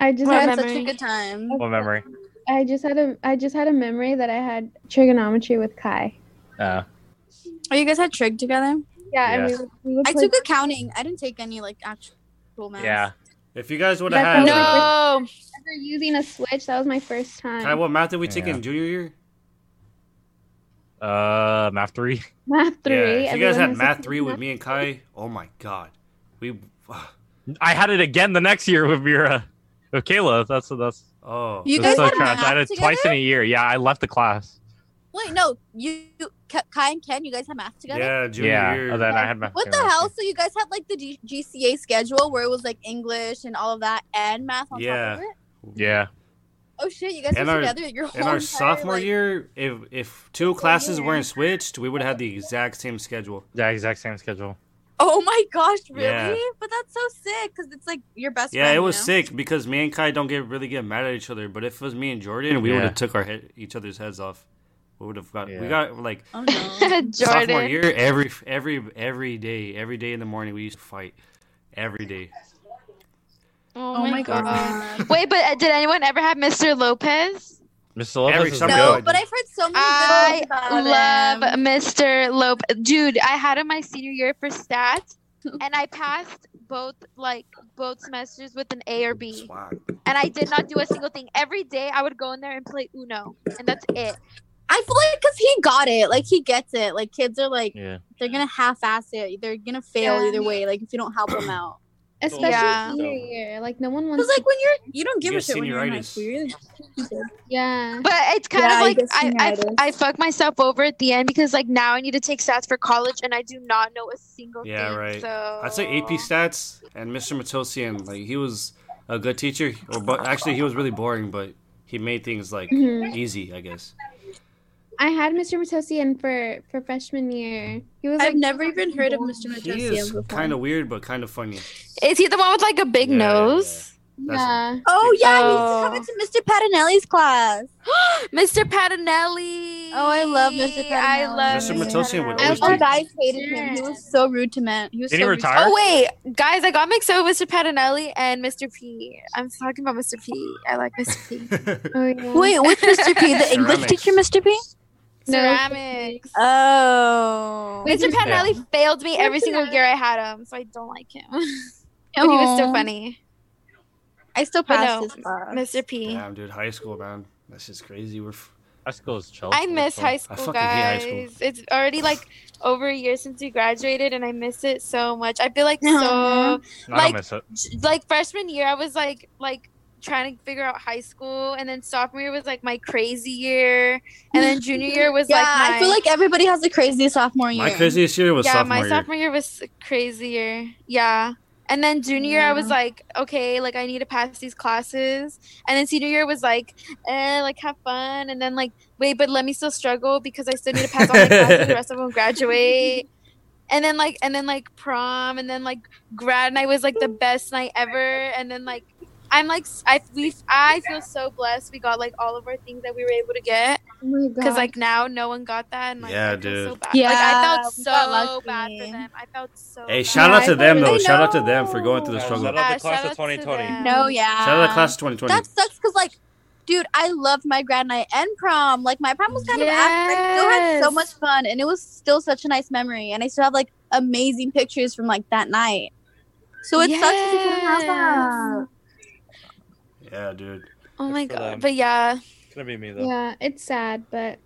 I just
I
What
had
had such a
memory?
good time.
What memory?
I just had a I just had a memory that I had trigonometry with Kai.
Uh,
Oh, you guys had trig together?
Yeah, and we
Yes.
would, we would
I
play-
took accounting. I didn't take any like actual math.
yeah.
If you guys would
That's
have had,
another
like,
No
remember using a switch. That was my first time.
Kai, what math did we take
Yeah.
in junior year?
Uh, math three.
math three.
Yeah, if you
everyone
guys
has
had
a
math
math
three with me and Kai, oh my god, we. (sighs)
I had it again the next year with Mira, with Kayla. That's that's.
Oh,
You
it was
guys
so
had
trash. I had it
math
twice in a year. Yeah, I left the class.
Wait, no, you, you Ka- Kai and Ken, you guys had math together.
yeah, junior
yeah,
year.
and then I had math.
What the hell? So you guys had like the G- GCA schedule where it was like English and all of that and math on
Yeah.
top of it.
Yeah.
Oh shit, you guys
And
were
our-
together your whole
in our
entire,
sophomore
like-
year, if if two classes
year.
weren't switched, we would have had the exact same schedule.
Yeah, exact same schedule.
Oh my gosh, really?
Yeah.
But that's so sick because it's like your best.
Yeah,
friend,
it
you
was
know?
sick because me and Kai don't get really get mad at each other. But if it was me and Jordan, we
Yeah.
would have took our head, each other's heads off. We would have got we
Yeah.
got like
(laughs) Oh no.
(laughs) Jordan.
sophomore year every every every day every day in the morning we used to fight every day.
Oh,
oh my
God.
god.
Wait, but uh, did anyone ever have Mr. Lopez?
Mr. Lopez
Every
is
summer-
no,
good.
but I've heard so many. good
I
things about
love
him.
Mr. Lope. Dude, I had him my senior year for stats and I passed both like both semesters with an A or B.
Swag.
(laughs) And I did not do a single thing. Every day I would go in there and play Uno. And that's it.
I feel like because he got it, like he gets it. Like kids are like
Yeah.
they're gonna half-ass it. They're gonna fail
Yeah.
either way. Like if you don't help them out,
especially
Yeah.
senior year. Like no one wants.
because like when you're you don't give
You
a
get
shit when you're in high
senioritis.
school. You're
to, yeah.
(laughs)
But it's kind
Yeah,
of
I
like
guess
I,
you
I,
noticed.
I fuck myself over at the end because like now I need to take stats for college and I do not know a single
Yeah,
thing.
right.
So
I'd say AP stats and Mr. Matosian. Like he was a good teacher, or but actually he was really boring, but he made things like
Mhm.
easy, I guess.
I had Mr. Matosian for for freshman year. He was
(laughs)
like
I've never even heard of Mr.
He is kind
Matosian before.
of weird, but kind of funny. (laughs)
Is he the one with like a big
Yeah, yeah,
nose?
That's-
yeah.
Oh
Oh.
yeah, he used to come into Mr. Patinelli's class.
Mr. Patinelli.
Oh, I love Mr.
I
Patinelli.
love
Mr. Matosian would
I
always
was
teach.
guys hated him. He was so rude to men. He was
Did
so
he
rude to-
retire?
Oh wait, guys, I got mixed up with Mr. Patinelli and Mr. P. I'm talking about Mr. P. I like Mr. P.
Oh, yeah.
Wait, which Mr. P? The English
Ceramics.
teacher, Mr. P?
No.
Ceramics.
Oh.
Mr. Patinelli failed me every
Mr.
single year I had him, so I don't like him. (laughs) but he was still funny.
I still
But
passed
no,
his class.
Mr. P. I
Damn, dude, high school, man. That's just crazy. We're f-
High school is chill.
miss high
I
school,
fucking hate high
guys.
school.
It's already like over a year since we graduated, and I miss it so much. I feel like
Aw.
so
I
like-
don't miss it.
like freshman year I was like like trying to figure out high school and then sophomore year was like my crazy year and then junior year was
yeah,
like my
I feel like everybody has a crazy sophomore year.
my craziest year was
Oh, yeah
sophomore
my
year.
sophomore year was crazier yeah and then junior year I was like okay like I need to pass these classes and then senior year was like eh, like have fun and then like wait but let me still struggle because I still need to pass
(laughs)
all my classes the rest of them graduate and then like and then like prom and then like grad night was like the best night ever and then like I'm like s- I we I feel so blessed we got like all of our things that we were able to get
Oh my god.
because like now no one got that and like
Yeah,
I feel so
dude.
bad.
Yeah,
like, I felt
we got
so bad for
lucky.
them. I felt so.
Hey,
bad.
shout out to them
I
though.
really
Shout out to them for going through the
Yeah,
struggle.
shout
Oh, Shout out,
out to
Yeah,
class
shout
of
out to
2020.
them.
No, yeah.
to the class of 2020.
That sucks because, like, dude, I loved my grad night and prom. Like, my prom was kind of after. I still had so
Yes.
much fun, and it was still such a nice memory. And I still have, like, amazing pictures from, like, that night. So it sucks if you couldn't have that.
yeah, dude.
Oh my
Good for them.
god. But yeah,
It's gonna be me though.
yeah, it's sad, but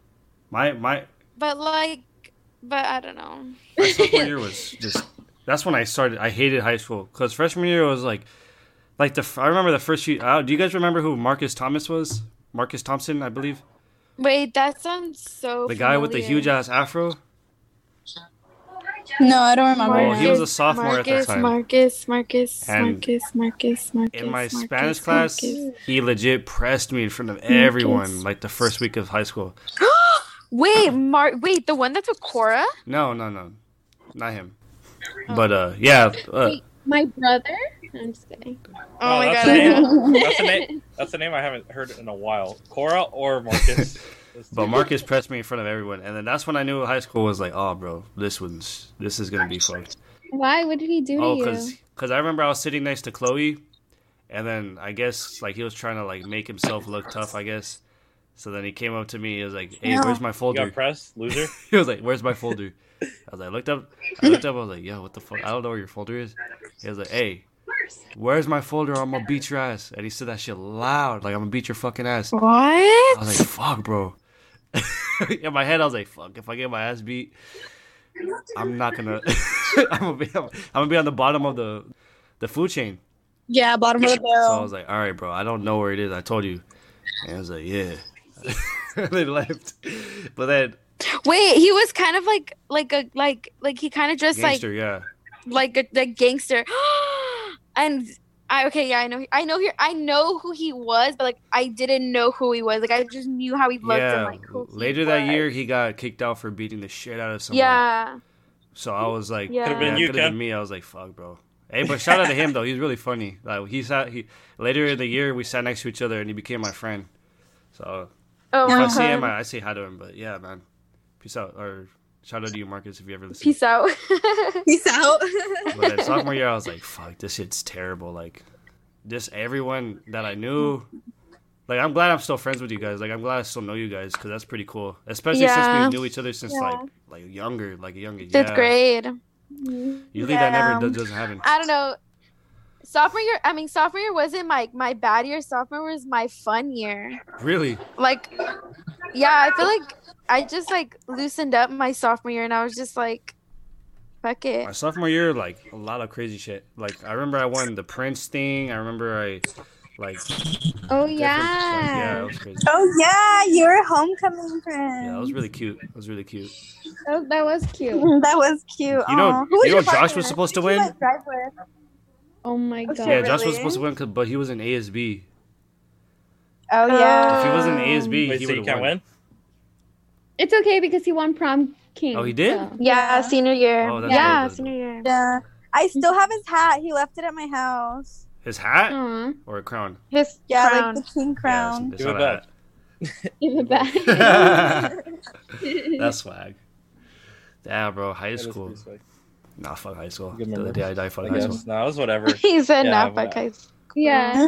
My my
but like, but I don't know.
my
(laughs)
sophomore year was just that's when I started. I hated high school because freshman year was like, like the I remember the first few. Uh, do you guys remember who Marcus Thomas was? Marcus Thompson, I believe,
Wait, that sounds so.
the guy with the huge ass afro.
No, I don't remember.
Well, Oh,
(laughs)
he was a
Marcus,
sophomore
Marcus,
at that time.
Marcus, Marcus,
And
Marcus, Marcus, Marcus.
In my
Marcus,
Spanish class,
Marcus.
he legit pressed me in front of everyone like the first week of high school.
Wait, Mar. Wait, the one that's with Cora.
No, no, no, not him.
Oh.
But uh, yeah,
(laughs)
uh,
my brother. I'm just kidding.
Oh, my
that's
god.
the
I
name.
(laughs)
don't-
That's
(laughs)
a name. That's a name I haven't heard in a while. Cora or (laughs) Marcus.
but Marcus pressed me in front of everyone, and then that's when I knew high school was like, oh, bro, this one's this is gonna be fucked.
Why? What did he do
Oh,
to you?
because I remember I was sitting next to Chloe, and then I guess like he was trying to like make himself look tough, I guess. So then he came up to me. He was like, "Hey, where's my
You
folder?" (laughs)
got pressed, (laughs) loser.
he was like, "Where's my folder?" I was like, I looked up. I looked up. I was like, "Yo, what the fuck? I don't know where your folder is." He was like, "Hey, where's my folder? I'm gonna beat your ass." And he said that shit loud, like I'm gonna beat your fucking ass. I
What?
was Oh, like, fuck, bro. (laughs) In my head, I was like, fuck, if I get my ass beat, I'm not gonna. (laughs) I'm, gonna be, I'm gonna be on the bottom of the the food chain.
Yeah, bottom of the
So I
barrel.
was like, all right, bro, I don't know where it is. I told you. And I was like, yeah. (laughs) they left. But then,
Wait, he was kind of like, like a, like, like he kind of dressed like
gangster, yeah.
like a like gangster. (gasps) and I okay, yeah, I know I know here I know who he was, but like I didn't know who he was. Like I just knew how he looked and
Yeah.
like who he
Later that
was.
year, he got kicked out for beating the shit out of someone.
Yeah.
So I was like,
Yeah. Could've
yeah,
been
it
you,
could've been
Kev.
me. I was like, fuck, bro. Hey, but shout out to him though. He's really funny. Like he sat he later in the year we sat next to each other and he became my friend. So
Oh
if
my
I see him,
God.
I, I say hi to him. But yeah, man, peace out or shout out to you, Marcus, if you ever listen.
Peace out.
(laughs) Peace out.
But then sophomore year, I was like, fuck, this shit's terrible. Like, just everyone that I knew. Like, I'm glad I'm still friends with you guys. Like, I'm glad I still know you guys because that's pretty cool. Especially
Yeah.
since we knew each other since
Yeah.
like like younger, like a younger.
Fifth
yeah.
grade.
Usually
Yeah.
that never does, doesn't happen.
I don't know. Sophomore year, I mean, sophomore year wasn't my my bad year. Sophomore was my fun year.
Really.
Like, yeah, I feel like I just like loosened up my sophomore year, and I was just like, fuck it.
My sophomore year, like a lot of crazy shit. Like I remember I won the Prince thing. I remember I like
Oh
different- like, yeah,
yeah.
that was crazy.
Oh yeah, you're a homecoming friend.
Yeah, that was really cute. That was really cute.
Oh, That, that was cute.
Mm, (laughs) that was cute.
You know-
Aw.
you
was
know
your
Josh was
partner?
supposed to
Who did you,
win?
like, drive with?
Oh my
Oh,
god.
yeah,
really?
Josh was supposed to win, 'cause- but he was in ASB.
Oh yeah.
If he was in ASB,
Wait,
he
so you
would
can't
have won.
win?
It's okay because he won prom king.
Oh, he did?
so.
Yeah, senior year.
Oh, that's
yeah,
dope, that's
senior year.
Yeah. I still have his hat. He left it at my house.
His hat
Aw,
or a crown.
His
Yeah,
crown.
like the king
Yeah, it's-
Mm. crown.
it's
Give it
not a
back.
(laughs)
(laughs)
(laughs) give it (laughs) back.
hat.
Oh
That's swag. Yeah, bro. High
That is
school.
pretty sick.
Nah, fuck high school.
Good
The other
memories.
day I died
I
fuck high school.
guess. No, it was
(laughs)
whatever.
he said
Yeah,
not
but-
fuck high school.
yeah.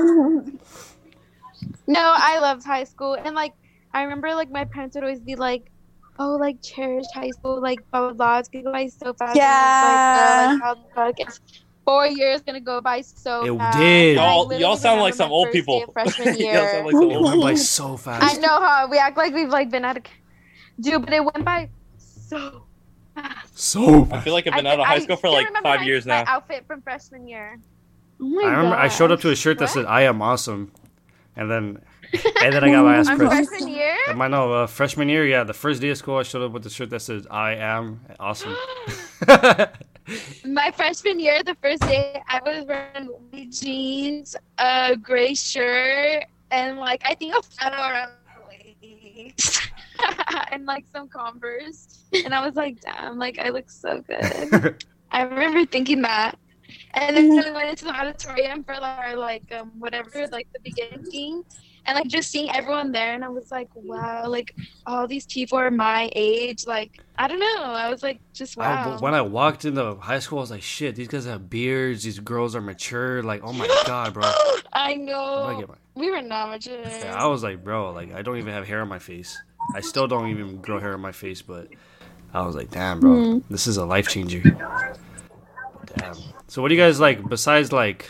No, I loved high school, and like I remember, like my parents would always be like, "Oh, like cherish high school, like blah blah blah. It's gonna go by so fast." And I was like, "Bro, like, how the fuck is four years gonna go by so
It
fast?
did.
And I
Y'all-
literally
y'all sound like
remember
some
my
old
first day
people.
of Freshman
(laughs) Y'all
year.
sound like some
It
old
went by so
I
fast.
know how we act like we've like been out of (laughs) dude, but it went by so fast.
So
(laughs) I
fast.
feel like I've been
I-
out of high
I
school for
still
like
remember
five
my-
years
my
now.
outfit from freshman year.
Oh my
I remember I showed up to a shirt that
What?
said "I am awesome," and then and then I got my ass
(laughs) I'm
pressed.
(laughs)
freshman year. (gasps)
Am I know uh, freshman year? Yeah, the first day of school, I showed up with a shirt that says "I am awesome." (laughs)
My freshman year, the first day, I was wearing white jeans, a gray shirt, and like I think a flannel around the waist, (laughs) and like some Converse. And I was like, damn, like I look so good. I remember thinking that. And then we went into the auditorium for like, our, like um, whatever, like the beginning thing, and like just seeing everyone there, and I was like, wow, like all these people are my age. Like I don't know, I was like, just
I-
wow.
when I walked into high school, I was like, "Shit, these guys have beards. These girls are mature." Like,
(gasps)
oh my god, bro.
(gasps) I
I'm gonna
know.
get my-
We were not mature.
Yeah, I was like, bro, like I don't even have hair on my face. I still don't even grow hair on my face, but I was like, damn, bro,
Mm-hmm.
this is a life changer. Damn. So, what do you guys like besides like,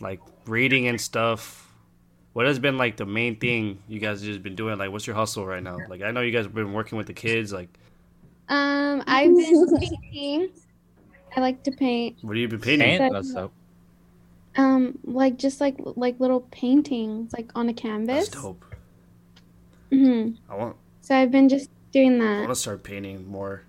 like reading and stuff? What has been like the main thing you guys just been doing? Like, what's your hustle right now? Like, I know you guys have been working with the kids. Like,
Um, I've been painting. I like to paint.
what have you been painting?
That's
(laughs)
dope.
Um, like just like like little paintings, like on a
That's
canvas.
dope.
hmm
I want,
So I've been just doing
I
that.
want to start painting more.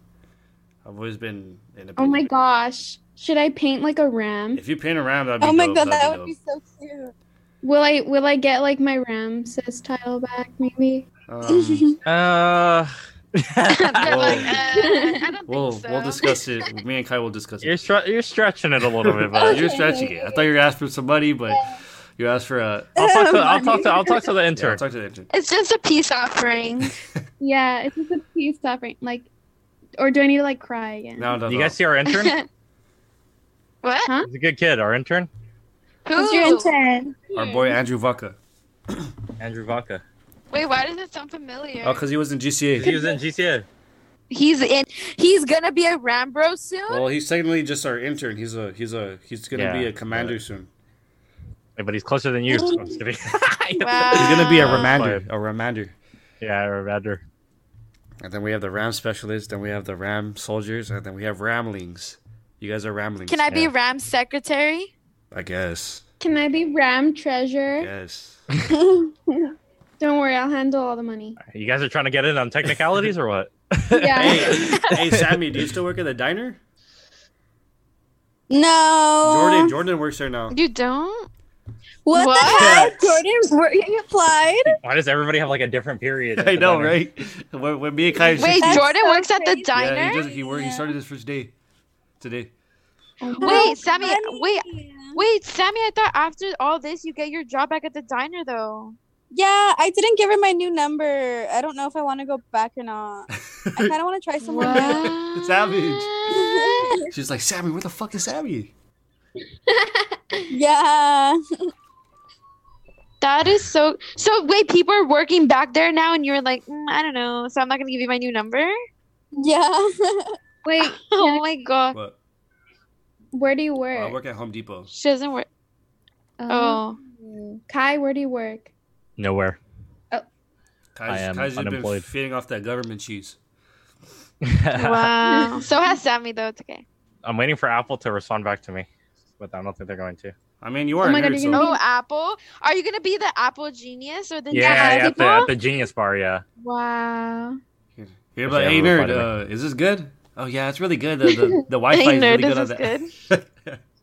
I've always been in a
Oh my gosh, should I paint like a ram?
If you paint a ram, that'd be
Oh my
dope,
god,
that'd
that would
dope.
be so cute.
Will I will I get like my ram says tile back maybe?
(laughs)
Um,
Uh, (laughs)
They're like,
Whoa.
uh, I don't
we'll
think so.
we'll discuss it. Me and Kai will discuss
(laughs) you're
it.
stre- you're stretching it a little
(laughs)
bit,
Uh,
but
you're stretching it. I thought you were asking for some money, but you asked for a.
I'll talk to I'll talk to I'll talk to
(laughs)
Yeah,
the
I'll
intern.
talk to the intern.
It's just a peace offering.
Yeah, it's just a piece suffering. Like, or do I need to like cry again?
No, no,
You
no.
guys see
(laughs)
our intern?
what?
He's a good kid. Our intern,
Who's
Who?
your intern?
Our boy Andrew Vaca.
Andrew Vaca.
Wait, why does it sound familiar?
Oh, because he was in
He
GCA.
was in (laughs) GCA.
He's in. He's gonna be a Rambro soon.
Well, he's technically just our intern. He's a he's a he's gonna be
Yeah,
a commander soon.
Hey, But he's closer than you. I'm just kidding. (laughs)
(laughs) Wow.
He's gonna be a reminder,
Fine.
a reminder.
yeah, or rather.
And then we have the Ram specialist. Then we have the Ram soldiers, and then we have Ramlings. You guys are Ramlings.
Can I be
Yeah.
Ram's secretary?
I guess.
Can I be ram treasure?
Yes.
Don't worry, I'll handle all the money.
You guys are trying to get in on technicalities or
(laughs)
what?
(laughs)
Yeah.
hey, hey, Sammy, do you still work at the diner?
(laughs) No.
Jordan, Jordan works there now.
You don't.
What,
What?
the heck? (laughs) Jordan, were you applied?
Why does everybody have like a different period?
(laughs)
at
I
the
know,
diner?
right? When, when me and Kai
Wait,
That's
Jordan
so
works at the
crazy.
diner.
Yeah, he, just, he, worked, he
Yeah.
started his first day today.
Wait, Sammy.
funny.
Wait, wait, Sammy. I thought after all this, you get your job back at the diner, (laughs) though.
Yeah, I didn't give her my new number. I don't know if I want to go back or not. I kind of want to try something new.
Savage.
Mm.
She's like, Sammy, where the fuck is Sammy?
(laughs) Yeah.
That is so. So wait, people are working back there now, and you're like, mm, I don't know. So I'm not gonna give you my new number.
Yeah.
Wait,
(laughs) Oh my god,
What?
where do you
Well,
work?
I work at Home Depot.
she doesn't work. Oh,
Um, Kai, where do you work?
(laughs)
Nowhere.
Kai's,
I am
Kai's been
unemployed.
feeding off that government cheese.
Wow. (laughs) so has Sammy though. It's okay.
(laughs) I'm waiting for Apple to respond back to me, but I don't think they're going to.
I mean, you are.
Oh
a
my God,
nerd,
you're gonna
so-
Oh, Apple. Are you gonna be the Apple genius or the
Yeah, yeah,
Nerd
at the,
people?
at the Genius Bar, yeah.
Wow.
You're
If
like,
they
hey
ever
nerd,
reply
uh, is this good? Oh yeah, it's really good. The
(laughs)
the, the Wi-Fi is really
nerd,
good on
this
that.
is
(laughs)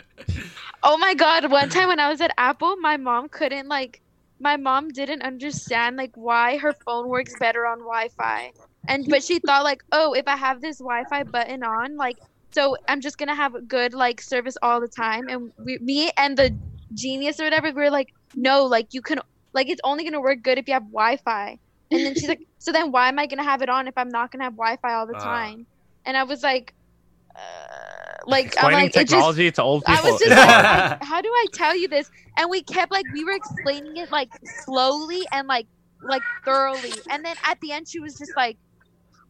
Oh my god, one time when I was at Apple, my mom couldn't like my mom didn't understand like why her phone works better on Wi-Fi. And but she thought like, "Oh, if I have this Wi-Fi button on, like so I'm just going to have good like service all the time." And we, me and the genius or whatever, we were like, "No, like you can like it's only going to work good if you have Wi-Fi." And then she's
(laughs)
like, "So then why am I going to have it on if I'm not going to have Wi-Fi all the
Ah.
time?" And I was like uh, like
Explaining
I'm like it just
technology to old
I
people.
(laughs)
was
is
just-
hard.
how do I tell you this? And we kept like we were explaining it like slowly and like like thoroughly. And then at the end she was just like,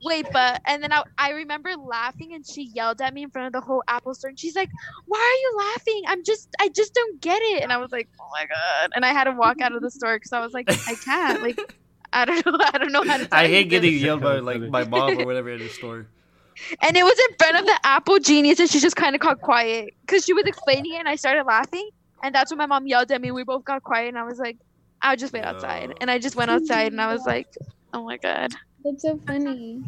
Wait, but and then I, I remember laughing and she yelled at me in front of the whole Apple store and she's like, Why are you laughing? I'm just I just don't get it. And I was like, Oh my god. And I had to walk out of the store because I was like, I can't. Like I don't know. (laughs) I don't
(laughs)
know how to tell
I
you
hate
this.
getting yelled by like my mom or whatever in the store.
And it was in front of the Apple Genius, and she just kind of got quiet because she was explaining it, and I started laughing. And that's when my mom yelled at me. We both got quiet, and I was like, I'll just wait outside.
No.
And I just went outside, and I was like, oh my God.
That's so funny.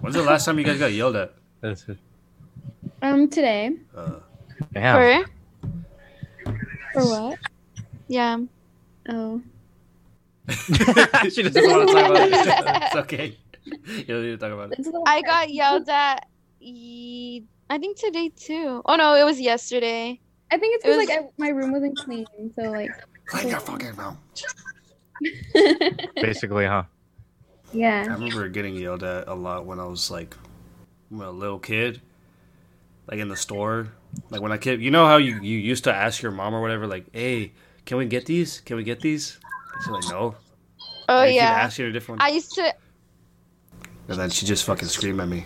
When's the last time you guys got yelled at?
This is-
Um, today
Uh,
(laughs)
Damn.
For-
for what?
yeah.
Oh,
(laughs) she just doesn't want to talk about
(laughs)
it. it's okay. You don't need to talk about it.
it's a little
I got yelled at, ye- I think today too. Oh no, it was yesterday.
I think it's
It
because
was-
like I, my room wasn't clean,
(laughs)
so like
Clean your fucking mouth.
Basically, huh?
I
yeah.
remember getting yelled at a lot when I was like when a little kid, like in the store. Like when I kid, you know how you, you used to ask your mom or whatever, like, "Hey, can we get these? Can we get these?" And she's like, "No."
Oh
and She'd
yeah.
ask you a different one,
I used to,
and then she just fucking screamed at me.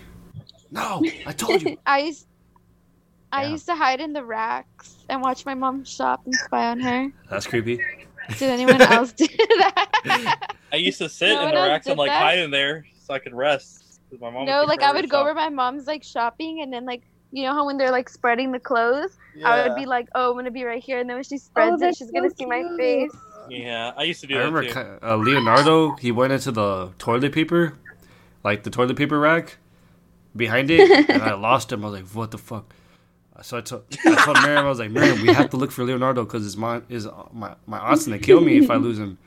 No, I told
(laughs)
you.
I used, I
Yeah.
used to hide in the racks and watch my mom shop and spy on her.
That's creepy.
Did anyone else do (laughs) that?
I used to sit
No
in
one
the
else
racks and
did
like
that?
hide in there so I could rest. 'cause My mom
No,
would
like
take
I
forever to
would go
shop.
where my mom's like shopping, and then like you know how when they're like spreading the clothes, I would be like, oh, I'm gonna be right here, and then when she spreads it,
that's
she's
so
gonna see my
cute. (laughs)
face.
Yeah, I used to do
I
that
remember
too.
ki- uh, Leonardo. He went into the toilet paper, like the toilet paper rack, behind it, and I lost him. I was like, "What the fuck?" So I told, I told Miriam, I was like, "Miriam, we have to look for Leonardo because his mom is my my aunt's gonna kill me if I lose him."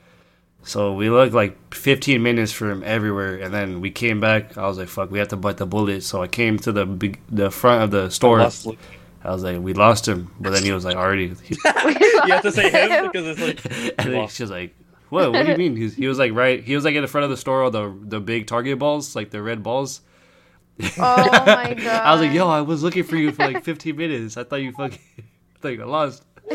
So we looked like 15 minutes for him everywhere, and then we came back. I was like, "Fuck, we have to bite the bullet." So I came to the big, the front of the store.
Lost Luke.
I was like, "We lost him," but then he was like, "Already."
you have to say
(laughs)
him because it's like
(laughs) and then
Lost.
she's like, "What? What do you mean?" He's, he was like, "Right." He was like in the front of the store, the the big Target balls, like the red balls.
(laughs) Oh my
(laughs)
god!
I was like, "Yo, I was looking for you for like
(laughs)
15 minutes. I thought you fucking, (laughs) I thought you got lost. (laughs)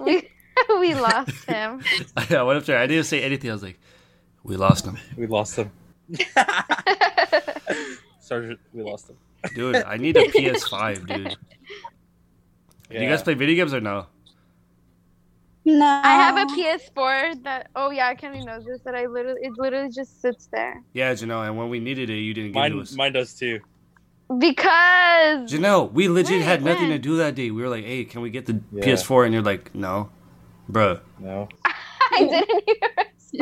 we, (laughs) we lost him.
I went up there. I didn't say anything. I was like, "We lost him,
we lost (laughs) him. Sergeant, we lost him.
dude. I need
(laughs)
a PS5, dude.
Yeah.
Do you guys play video games or no?
No,
I have a PS4 that. Oh yeah, I kind of know this. That I literally, it literally just sits there
Yeah, Janelle. And when we needed it, you didn't give it
mine,
to us.
mine does too.
because
Janelle, we legit
Wait,
had nothing to
when?
do that day. We were like, "Hey, can we get the
Yeah.
PS4?" And you're like, "No, bruh."
No.
(laughs) I didn't
(laughs)
even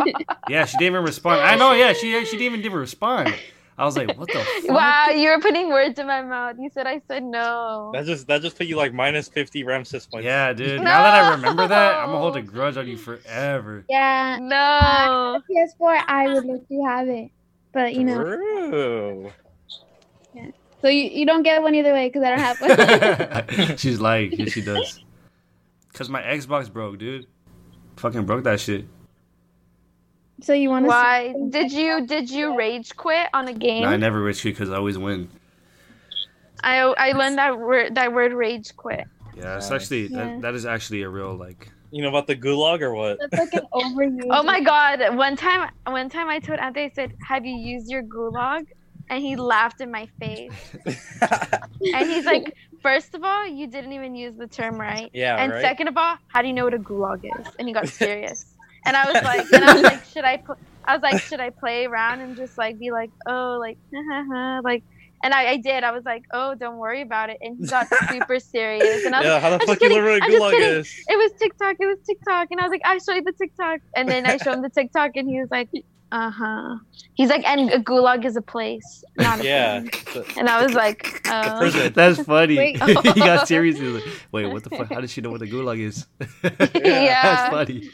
respond.
Yeah, she didn't even respond. I know. Yeah, she she didn't even didn't respond. I was like, what the
(laughs)
fuck?
wow, you were putting words in my mouth. You said I said no.
That just that just put you like minus fifty Ramses points.
Yeah, dude. Now that I remember that, I'm gonna hold a
No.
grudge on you
(laughs)
forever. (laughs)
Yeah,
no.
PS4, I would let you have it, but you know,
Ooh.
so you, you don't get one either way because I don't have
(laughs)
one.
She's like, yeah, she does. Cause my Xbox broke, dude. Fucking broke that shit.
so you want to?
Why did you did you rage quit on a game?
No, I never rich you because I always win.
I I learned that word that word rage quit.
Yeah, it's
Nice.
actually
Yeah.
That, that is actually a real like.
You know about the gulag or what?
That's like an overuse.
Oh my god! One time, one time I told Ante, I said, "Have you used your gulag?" And he laughed in my face. and
(laughs)
he's like, first of all, you didn't even use the term right."
(laughs) Yeah,
and
right. (laughs)
second of all, how do you know what a gulag is?" And he got serious. And I was like, and I was like, should I? Pl-? I was like, should I play around and just like be like, oh, like, (laughs) like. And I, I did. I was like, "Oh, don't worry about it." And he got super serious. And I was
Yeah, how the
I'm just
fuck you
kidding.
live in a
I'm just
gulag
kidding.
is?
it was TikTok. It was TikTok. And I was like, I show you the TikTok. And then I showed him the TikTok and he was like, uh huh. He's like, and a gulag is a place, not a
Yeah,
thing."
the,
And I was like,
the
oh. (laughs)
prison.
(laughs) That's funny.
Wait.
he got serious. He was like, Wait, what the fuck? How does she know what the gulag is? (laughs) That's
yeah.
funny.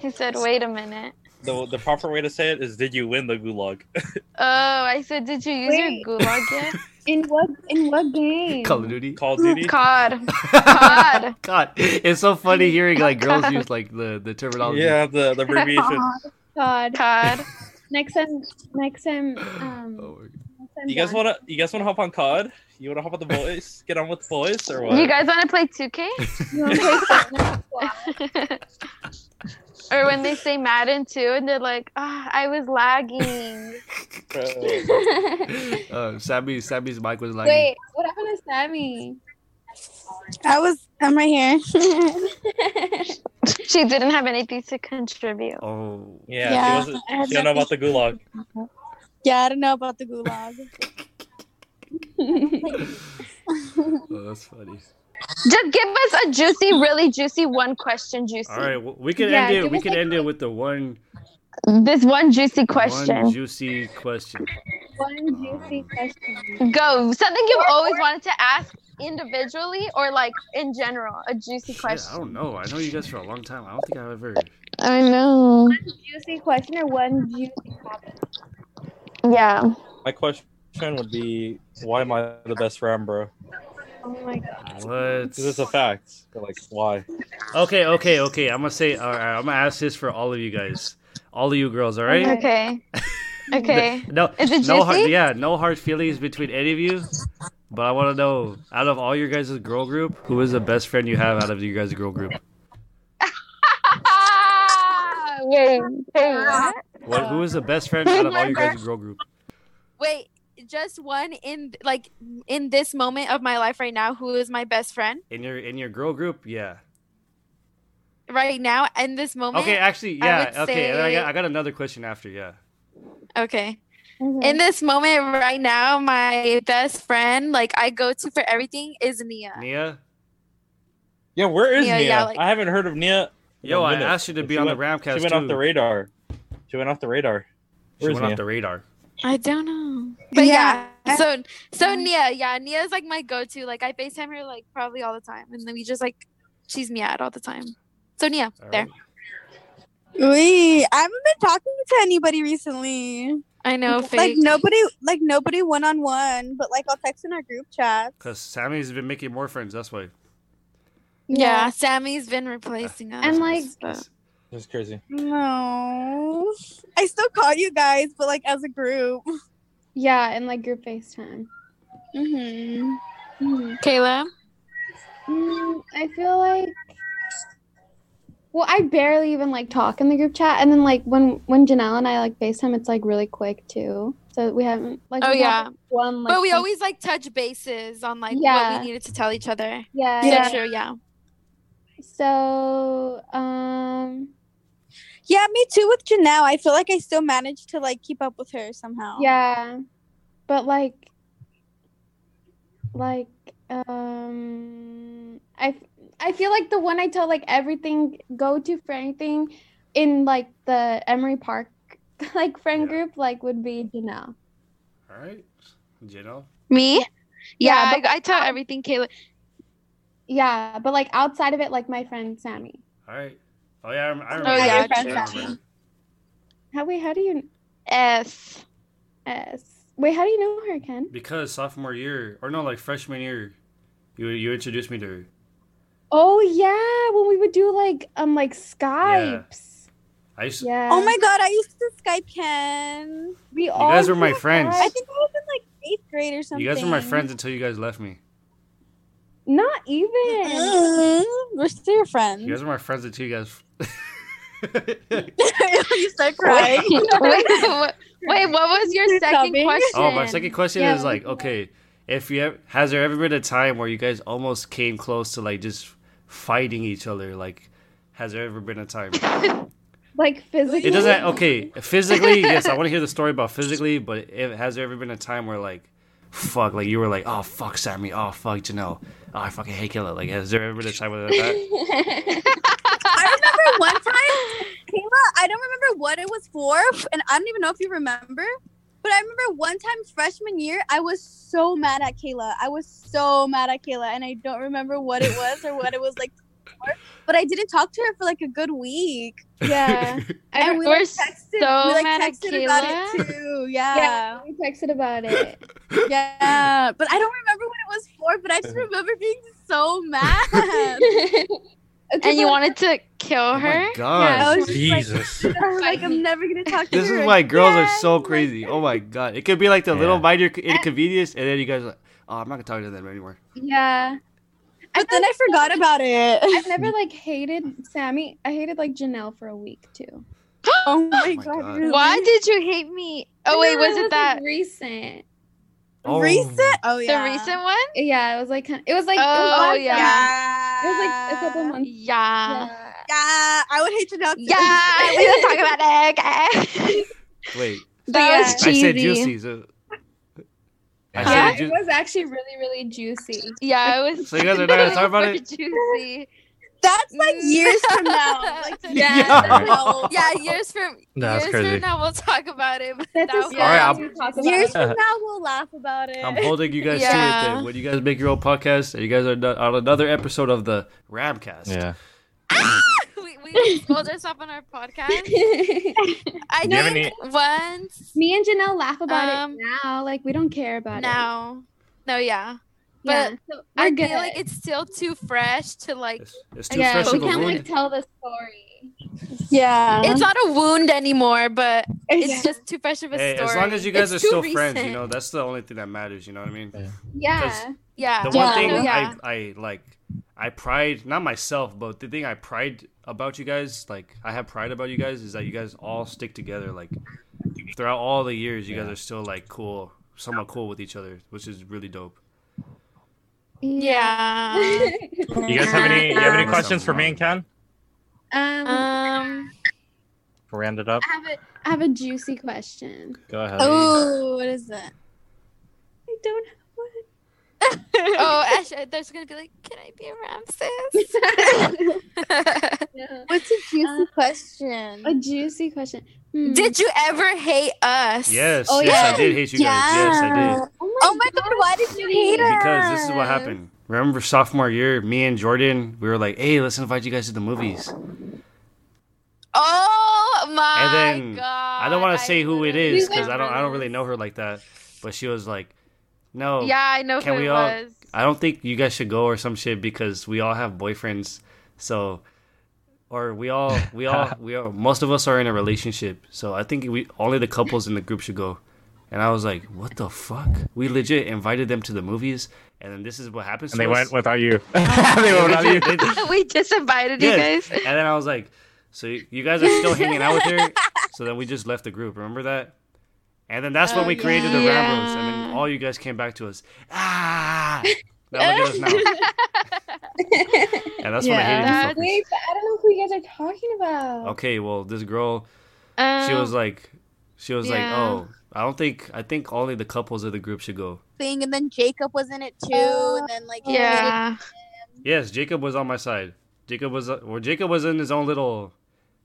He said, wait a minute.
The, the proper way to say it is, did you win the gulag?
Oh, I said, did you use
Wait.
your gulag
(laughs)
yet?
In what in what game?
Call of Duty.
Call of Duty.
COD.
(laughs) God. It's so funny hearing like girls use like the, the terminology.
Yeah, the
(laughs)
the abbreviation.
God.
COD.
Next time, next time, um,
Oh my God.
next time
You guys
John-
wanna you guys wanna hop on COD? You wanna hop on the boys? Get on with the boys or what?
You guys want to play 2K?
you
(laughs)
wanna play Fortnite?
or when they say Madden 2 and they're like, ah, I was lagging.
Bro.
Uh, Sammy, Sammy's mic was like,
Wait, what happened to Sammy?
(laughs)
I was. I'm right here. (laughs)
she didn't have anything to contribute.
oh,
Yeah,
Yeah,
she wasn't.
I had
She don't know about the gulag.
yeah, I don't know about the gulag.
oh, that's funny.
Just give us a juicy, really juicy one question, juicy.
All right, well, we can
Yeah,
end it.
give
We
us,
can
like,
end it with the one,
This one juicy
one
question.
juicy question.
One juicy question.
Go. Something you've always wanted to ask individually or like in general, a juicy
Shit, I
question.
don't know. I know you guys for a long time. I don't think I've ever.
I know.
Juicy question or one juicy topic?
Yeah.
My question would be, why am I the best RAM, bro?
Oh my god.
What?
This is a fact. But like, why?
Okay, okay, okay. I'm gonna say. All right, I'm gonna ask this for all of you guys, all of you girls. All right. (laughs)
Okay. Okay.
No,
Is it
no hard.
juicy?
Yeah, no hard feelings between any of you. But I want to know, out of all your guys' girl group, who is the best friend you have out of your guys' girl group?
Ah, wait. Wait. what?
What? Who is the best friend out of all your guys' girl group?
Wait, just one in like in this moment of my life right now. Who is my best friend
In your in your girl group, yeah.
right now in this moment?
Okay, actually,
I
yeah.
would
Okay, and I got,
say-
I got another question after. Yeah.
Okay. In this moment right now, my best friend, like I go to for everything, is Nia.
Nia.
Yeah, where is
Yeah,
Nia?
yeah, like-
I haven't heard of Nia. in
Yo,
a
I
minute.
asked you to be
She
on
went-
the Ramcast
She went
too.
off the radar. She went off the radar.
She
Where's
went off
Nia?
the radar.
I don't know. But yeah.
Yeah.
So so
Mm-hmm.
Nia, yeah, Nia's like my go to. Like I FaceTime her like probably all the time. And then we just like she's Mia all the time. So Nia,
All
there.
right.
Wee. I I'm haven't been talking to anybody recently.
I know. Fake.
Like nobody like nobody one on one, but like I'll text in our group chat.
Cause Sammy's been making more friends. That's why.
Yeah, Sammy's been replacing us.
And like,
but-
This is crazy.
No. I still call you guys, but like as a group.
yeah, and like group FaceTime.
Mm-hmm.
Mhm.
Kayla?
Mm, I feel like well, I barely even like talk in the group chat, and then like when when Janelle and I like FaceTime, it's like really quick too. So we haven't like
Oh
we
yeah.
haven't one like
but we
con-
always like touch bases on like
Yeah.
what we needed to tell each other.
yeah
Yeah. So true, yeah.
So um
Yeah, me too with Janelle. I feel like I still managed to like keep up with her somehow.
yeah, but like like um I f- I feel like the one I tell like everything go to for anything in like the Emory Park (laughs) like friend
Yeah.
group like would be Janelle.
All right. Janelle.
Me? Yeah,
Yeah,
I, I
um,
tell everything Kayla.
Yeah, but like outside of it, like my friend Sammy.
All right. Oh yeah, I rem- I remember.
Oh yeah,
I
true.
remember.
How wait, how do you
S.
S wait, how do you know her, Ken?
Because sophomore year, or no, like freshman year, you you introduced me to her.
Oh yeah, when we would do like um like Skypes.
I used. to
Yeah.
Oh my god, I used to Skype Ken.
we
You guys were my friends.
I think I was in like eighth grade or something.
You guys were my friends until you guys left me.
Not
(laughs)
even. (laughs)
Mm, We're still your friends.
You guys were my friends until you guys.
(laughs) you start crying.
(laughs) wait, what- wait, what was your
You're
second
sobbing?
question?
oh, my second question
Yeah.
is like, okay, if you have, has there ever been a time where you guys almost came close to like just fighting each other, like has there ever been a time?
Like physically.
It doesn't. (laughs) Okay, physically, yes, I want to hear the story about physically, but it, has there ever been a time where like, fuck, like you were like, oh fuck, Sammy, oh fuck, Janelle, oh I fucking hate Kayla. Like, has there ever been a time where that?
I
(laughs)
remember one time, Kayla, I don't remember what it was for, and I don't even know if you remember, but I remember one time freshman year, I was so mad at Kayla. I was so mad at Kayla, and I don't remember what it was or what it was like. for, But I didn't talk to her for like a good week.
(laughs)
Yeah.
And
We're
we like texted,
so
we, like,
mad at
texted about
Kayla.
it too.
Yeah. We texted
(laughs)
about it.
Yeah, but I don't remember what it was for, but
(laughs)
I just remember being so mad.
(laughs) and you wanted to
(laughs)
kill
Oh
her.
my god.
I was just like,
Jesus.
I was like, I'm never gonna talk to
(laughs) This
her.
is why girls are
again.
so
Like,
crazy. Oh my god. It could be like the
Yeah.
little minor inconvenience, and then you guys are like, oh, I'm not gonna talk to them anymore.
Yeah.
But then I forgot about it.
I've
Hmm.
never like hated Sammy. I hated like Janelle for a week too.
(laughs) Oh my
my
god.
God.
really?
Why did you hate me? Oh wait,
No,
was
like,
it that
recent?
Oh.
Recent? Oh
the
yeah.
recent one?
Yeah, it was like kind it was like it was
Oh,
last
yeah.
Yeah.
summer. It was like a couple months.
Yeah.
Yeah.
Um, Yeah, I would hate to know.
Yeah, we don't talk about it.
(laughs)
Okay.
Wait,
That
yeah.
was
I
cheesy.
said juicy. So (laughs) I
Huh?
said
It
ju-
was actually really, really juicy.
Yeah, it was.
So you guys are not gonna talk about
super
it?
Juicy.
That's like years from now. Like
Yeah.
years
Yeah.
from now.
(laughs) Yeah, years from
(laughs)
That's
years
crazy.
from now we'll talk about it. But
That's
that
a
was,
Alright, I'm-
we talk about.
Years from now we'll laugh about it.
I'm holding you guys to it.
Yeah.
Then when you guys make your own podcast, and you guys are no- on another episode of the Ramcast.
Yeah.
(laughs) we, we exposed ourselves on our
(laughs)
podcast. I
Do you have
think once
Me and Janelle laugh about
Um,
it now. Like we don't care about it.
now. No, yeah.
Yeah,
But
so
I
we're good.
feel like it's still too fresh to like
It's, it's too
Yeah,
fresh
we
of a
can't like
wound.
tell the story.
Yeah.
(laughs) it's not a wound anymore, but it's
Uh-huh. (laughs) Yeah.
just too fresh of a
Hey,
story.
as long as you guys
It's
are
too
still friends, you
recent.
know that's the only thing that matters. You know what I mean?
Yeah.
Yeah.
The
Yeah.
one thing
No, yeah.
I, I like, I pride not myself, but the thing I pride about you guys, like I have pride about you guys, is that you guys all stick together. Like throughout all the years, you guys
Yeah.
are still like cool, somewhat cool with each other, which is really dope.
(laughs)
yeah.
You guys have any? You have any
Yeah.
questions for me and Ken?
(laughs) Um,
um.
We'll round it up.
I have a I have a juicy question.
Go ahead.
Oh, what is that?
I (laughs) don't have
Oh, Ash, there's gonna be like, can I be
(laughs)
around sis?
What's a juicy question?
a juicy question. Hmm.
(laughs) Did you ever hate us?
Yes,
Oh,
yes,
yeah.
I did hate you guys. Yes, I did.
Oh my god, why did you hate us?
Because this is what happened. Remember sophomore year, me and Jordan, we were like, "Hey, let's invite you guys to the movies."
Oh my
And then,
god.
I don't want to say who it is
We
because I don't. I don't
remember
really
this.
know her like that. But she was like, "No,
Yeah, I know
Can
who
we
it
all- (laughs)
was.
I don't think you guys should go or some shit because we all have boyfriends. So, or we all, we all, we all, most of us are in a relationship. So I think we only the couples in the group should go. And I was like, what the fuck? We legit invited them to the movies, and then this is what happens.
And
to
they
us.
went without
(laughs)
you. (laughs) they went without you.
Legit, (laughs) they-
we just invited
Yes.
(laughs) you guys.
and then I was like, so you you guys are still hanging out with her? So then we just left the group. Remember that? And then that's when we created the
yeah.
Ramblers, and then all you guys came back to us. Ah! Now look at us now. and that's
Yeah.
when I hated you
Wait, but I don't know who you guys are talking about.
fuckers. Okay, well, this girl,
Um,
she was like, she was like,
yeah.
oh, I don't think, I think only the couples of the group should go.
thing, and then Jacob was in it too, and then like he hated-
yeah.
Yes, Jacob was on my side. Jacob was uh, well. Jacob was in his own little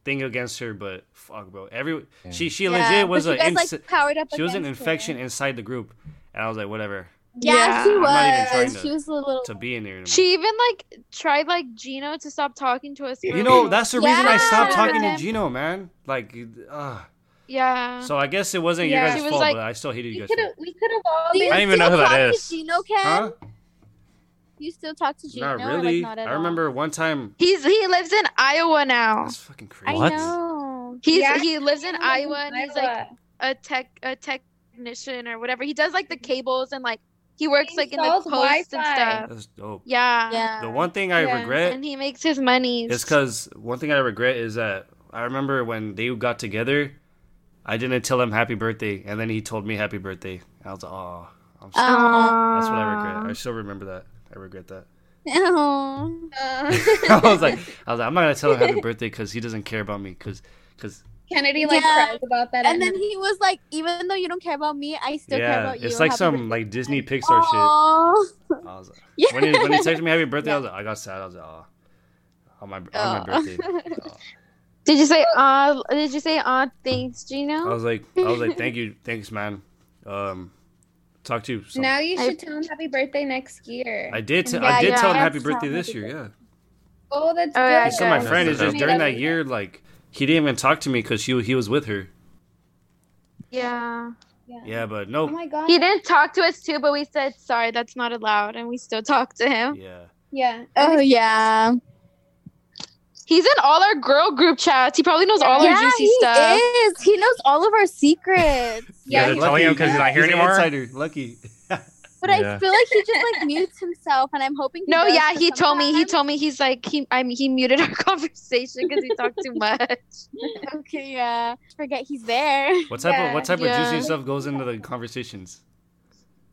thing against her, but fuck, bro. Every
Yeah.
she she
Yeah,
legit was
but
a
you guys,
ins-
like, powered up
she was an
against her.
infection inside the group, and I was like, whatever,
Yeah,
Yeah.
she
I'm
was.
not even trying to-
she was a little.
to be in here. Anymore.
She even like tried like Gino to stop talking to us. for
you
a
know
little-
that's the reason I stopped
Yeah.
talking to Gino, man. Like, uh,
yeah.
so I guess it wasn't your
Yeah.
guys'
She was
fault,
like-
but I still hated you
We
guys.
could have
for it.
we could have all
Do you
been
I don't even know
still
who that
talk
is.
To Gino, Ken?
Huh?
Do you still talk to Gino?
Not
or, like,
really.
not at
I
all?
remember one time.
He's he lives in Iowa now.
That's fucking crazy.
What?
know.
He's
Yeah.
he lives in Iowa and he's like a
Iowa.
tech a technician or whatever. He does like the cables and like he works
He
like in the
sells
posts and
Wi-Fi.
stuff.
That's dope.
Yeah.
Yeah. (laughs)
The one thing I
Yeah.
regret
And he makes his money.
It's because one thing I regret is that I remember when they got together, I didn't tell him happy birthday, and then he told me happy birthday. I was like, oh, I'm so-
Um,
that's what I regret. I still remember that. I regret that.
Ew.
(laughs) I was like, I was like, I'm not gonna tell him
(laughs)
happy birthday because he doesn't care about me. Because, because
Kennedy like
Yeah.
cries about that.
And
at
then he was like, even though you don't care about me, I still care
yeah,
about you.
it's like
Happy
some
birthday."
like Disney Pixar
Aw.
shit. I was like,
Yeah.
when he when he texted me happy birthday, I was like, I got sad. I was like, oh, on my on
Oh."
my
Aw.
(laughs)
birthday. Aw.
Did you say uh did you say uh thanks, Gino?
I was like, I was like, thank you, thanks, man. Um, talk to you.
night.
Some,
now you
I-
should tell him happy birday next year.
I did. T-
Yeah,
I did
yeah,
tell him
I
happy
have to tell
birthday
him
this
happy
year. Yeah.
oh, that's
Oh, yeah,
good.
He's still my
Yeah.
friend. It's just
Yeah.
during that year, like he didn't even talk to me because she he was with her.
yeah.
Yeah, but
Oh
no.
my god.
He didn't talk to us too, but we said sorry, that's not allowed, and we still talked to him.
Yeah.
Yeah.
(laughs) Oh yeah.
He's in all our girl group chats. He probably knows all our juicy
he
stuff.
is. He knows all of
(laughs)
our secrets.
Yeah, they're
he-
telling him 'cause he's not here
an
anymore?
Insider, lucky.
But
Yeah.
I feel like he just like mutes himself, and I'm hoping. He
(laughs) No,
does,
yeah,
but
he told me. He
sometimes-
told me he's like he. I mean, he muted our (laughs) conversation because we talked too much.
(laughs) Okay, yeah. Forget he's there.
What type of
Yeah.
what type of
Yeah.
juicy stuff goes into the conversations?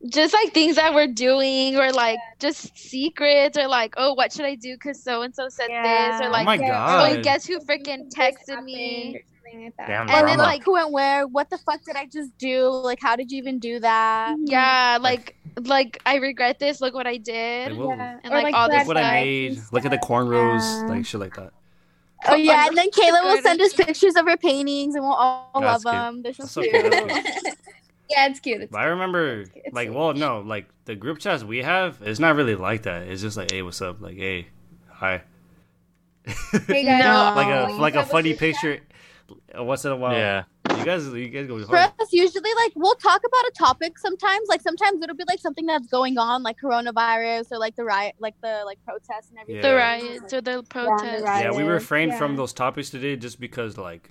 Just like things that we're doing, or like just secrets, or like, oh, what should I do? Because so and so said this,
Yeah.
or
oh
like,
my
yeah,
god!
oh, guess who freaking texted
Happened
me?
or something like that.
Damn
And then
drama.
like,
who went where? What the fuck did I just do? Like, how did you even do that?
Mm, yeah, like, like I regret this. Look what I did.
Like, what-
Yeah.
And,
Or,
like, all
Look
this
what I
stuff.
made. Look at the cornrows, like shit like that.
Oh yeah, and then Kayla will
Good.
send us pictures of her paintings, and we'll all
That's
love
cute.
them. They're so
That's okay,
cute.
that's
(laughs) Yeah, it's cute. It's
But I remember,
It's- it's-
like, well, no, like the group chats we have, it's not really like that. It's just like, hey, what's up? Like, hey, hi. (laughs)
Hey guys.
No.
like a
Oh.
like a funny picture once in a while.
Yeah.
You guys, you guys go
(laughs) For
hard.
us, usually, like we'll talk about a topic sometimes. Like sometimes it'll be like something that's going on, like coronavirus or like the riot, like the like protests and everything.
Yeah.
The riots or the protests.
riot.
Yeah, we refrained from
Yeah.
those topics today just because, like,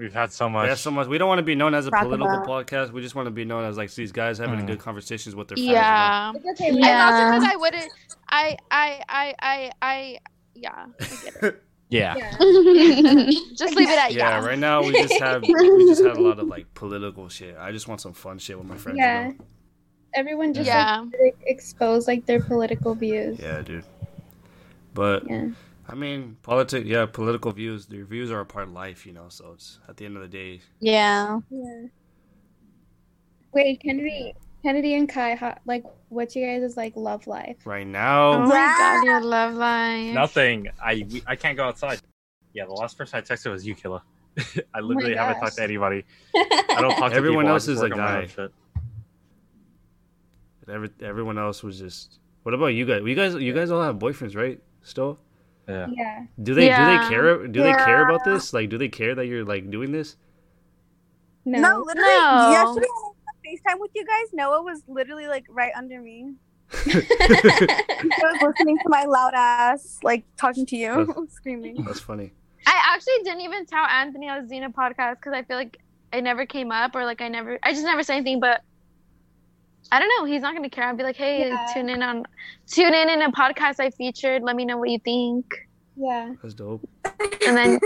We've had so much.
yeah, so much. We don't want to be known as a
Rock
political
about.
podcast. We just want to be known as like these guys having
Mm.
good conversations with their friends. you know?
Yeah.
It's okay.
Yeah.
And also because I wouldn't. I I I I I yeah.
yeah.
Just leave it at
yeah,
yeah.
right
(laughs)
now we just have we just have a lot of like political shit. I just want some fun shit with my friends.
Yeah.
You know?
Everyone just like,
Yeah.
really expose like their political views.
Yeah, dude. But
Yeah.
I mean, politics. Yeah, political views. Their views are a part of life, you know. So it's at the end of the day.
(laughs) Yeah.
Yeah. Wait, Kennedy, Kennedy and Kai, how, like, what's you guys is like love life?
Right now,
Oh
Yeah.
my god, your love life.
Nothing. I we, I can't go outside. Yeah, the last person I texted was you, Killa. (laughs) I literally haven't
gosh.
talked to anybody. I don't talk to
Everyone
people, I
else
just
is a
work on my own
guy.
shit.
every, everyone else was just. What about you guys? You guys, you guys all have boyfriends, right? Still,
Yeah.
Yeah.
do they do
Yeah.
they care? Do they care about this? Like, do they care that you're like doing this?
No.
literally.
No.
Yesterday, when I FaceTime with you guys, Noah was literally like right under me. (laughs) He was listening to my loud ass, like talking to you, screaming.
That's funny.
I actually didn't even tell Anthony I was doing a podcast because I feel like I never came up or like I never, I just never say anything. But I don't know, he's not gonna care. I'd be like, hey,
Yeah.
tune in on, tune in in a podcast I featured. Let me know what you think,
Yeah.
That's dope.
(laughs)
and then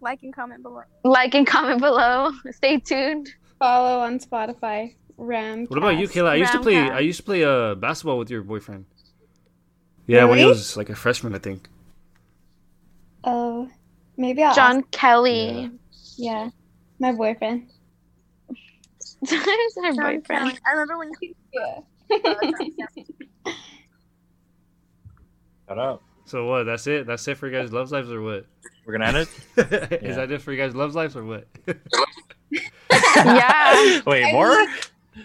like and comment below.
like and comment below. Stay tuned.
Follow on Spotify. Ram.
What about you, Kayla? I used to play.
Roundcast.
I used to play uh basketball with your boyfriend. Yeah, when he
Really?
was like a freshman, I think.
Oh, maybe I'll.
John
ask-
Kelly.
Yeah. My boyfriend.
Sometimes (laughs) her boyfriend.
I remember when you.
Yeah.
Shut up.
So what? That's it. That's it for you guys' love lives or what?
We're gonna end it.
Is that it for you guys' love lives or what? (laughs)
yeah.
Wait,
I
more?
mean, (laughs)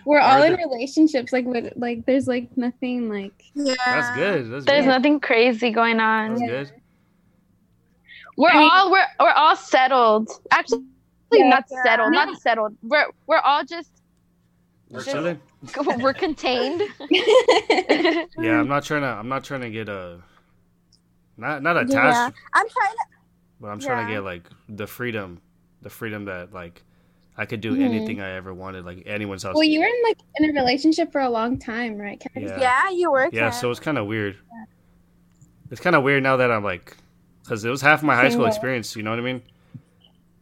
We're
Are
all in
there-
relationships. Like, what, like, there's like nothing like. (laughs)
Yeah.
That's good. That's
There's
good.
nothing crazy going on.
That's good.
We're
I mean-
all we're we're all settled. Actually,
Yeah.
not settled. Not settled. We're we're all just
We're
Just-
chilling.
we're contained.
Yeah, I'm not trying to. I'm not trying to get a. Not not attached,
I'm trying to.
but I'm trying to
Yeah.
get like the freedom, the freedom that like I could do
Mhm.
anything I ever wanted, like anyone's house.
Well, you were in like in a relationship for a long time, right? Kennedy?
Yeah.
Yeah, you work.
yeah, so it's kind of weird. It's kind of weird now that I'm like, because it was half my high school
Single.
experience. You know what I mean?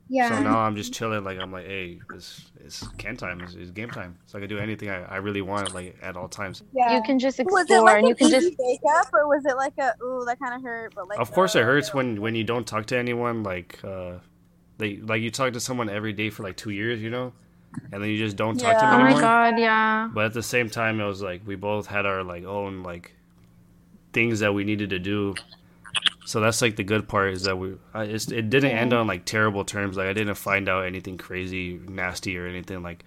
Yeah.
So now I'm just chilling. Like I'm like, hey, it's it's can time. It's, it's game time. So I can do anything I, I really want. Like at all times.
(laughs) yeah.
You can just
Was
explore
it like
and you
an
can
easy
just
wake up, or was it like a ooh that kind of hurt? But like
of course, it hurts when when you don't talk to anyone. Like uh, they like you talk to someone every day for like two years, you know, and then you just don't talk to
Yeah.
them
Oh my
anymore.
god, yeah.
But at the same time, it was like we both had our like own like things that we needed to do. So that's like the good part is that we I, it's, it didn't end on like terrible terms. Like I didn't find out anything crazy, nasty, or anything. Like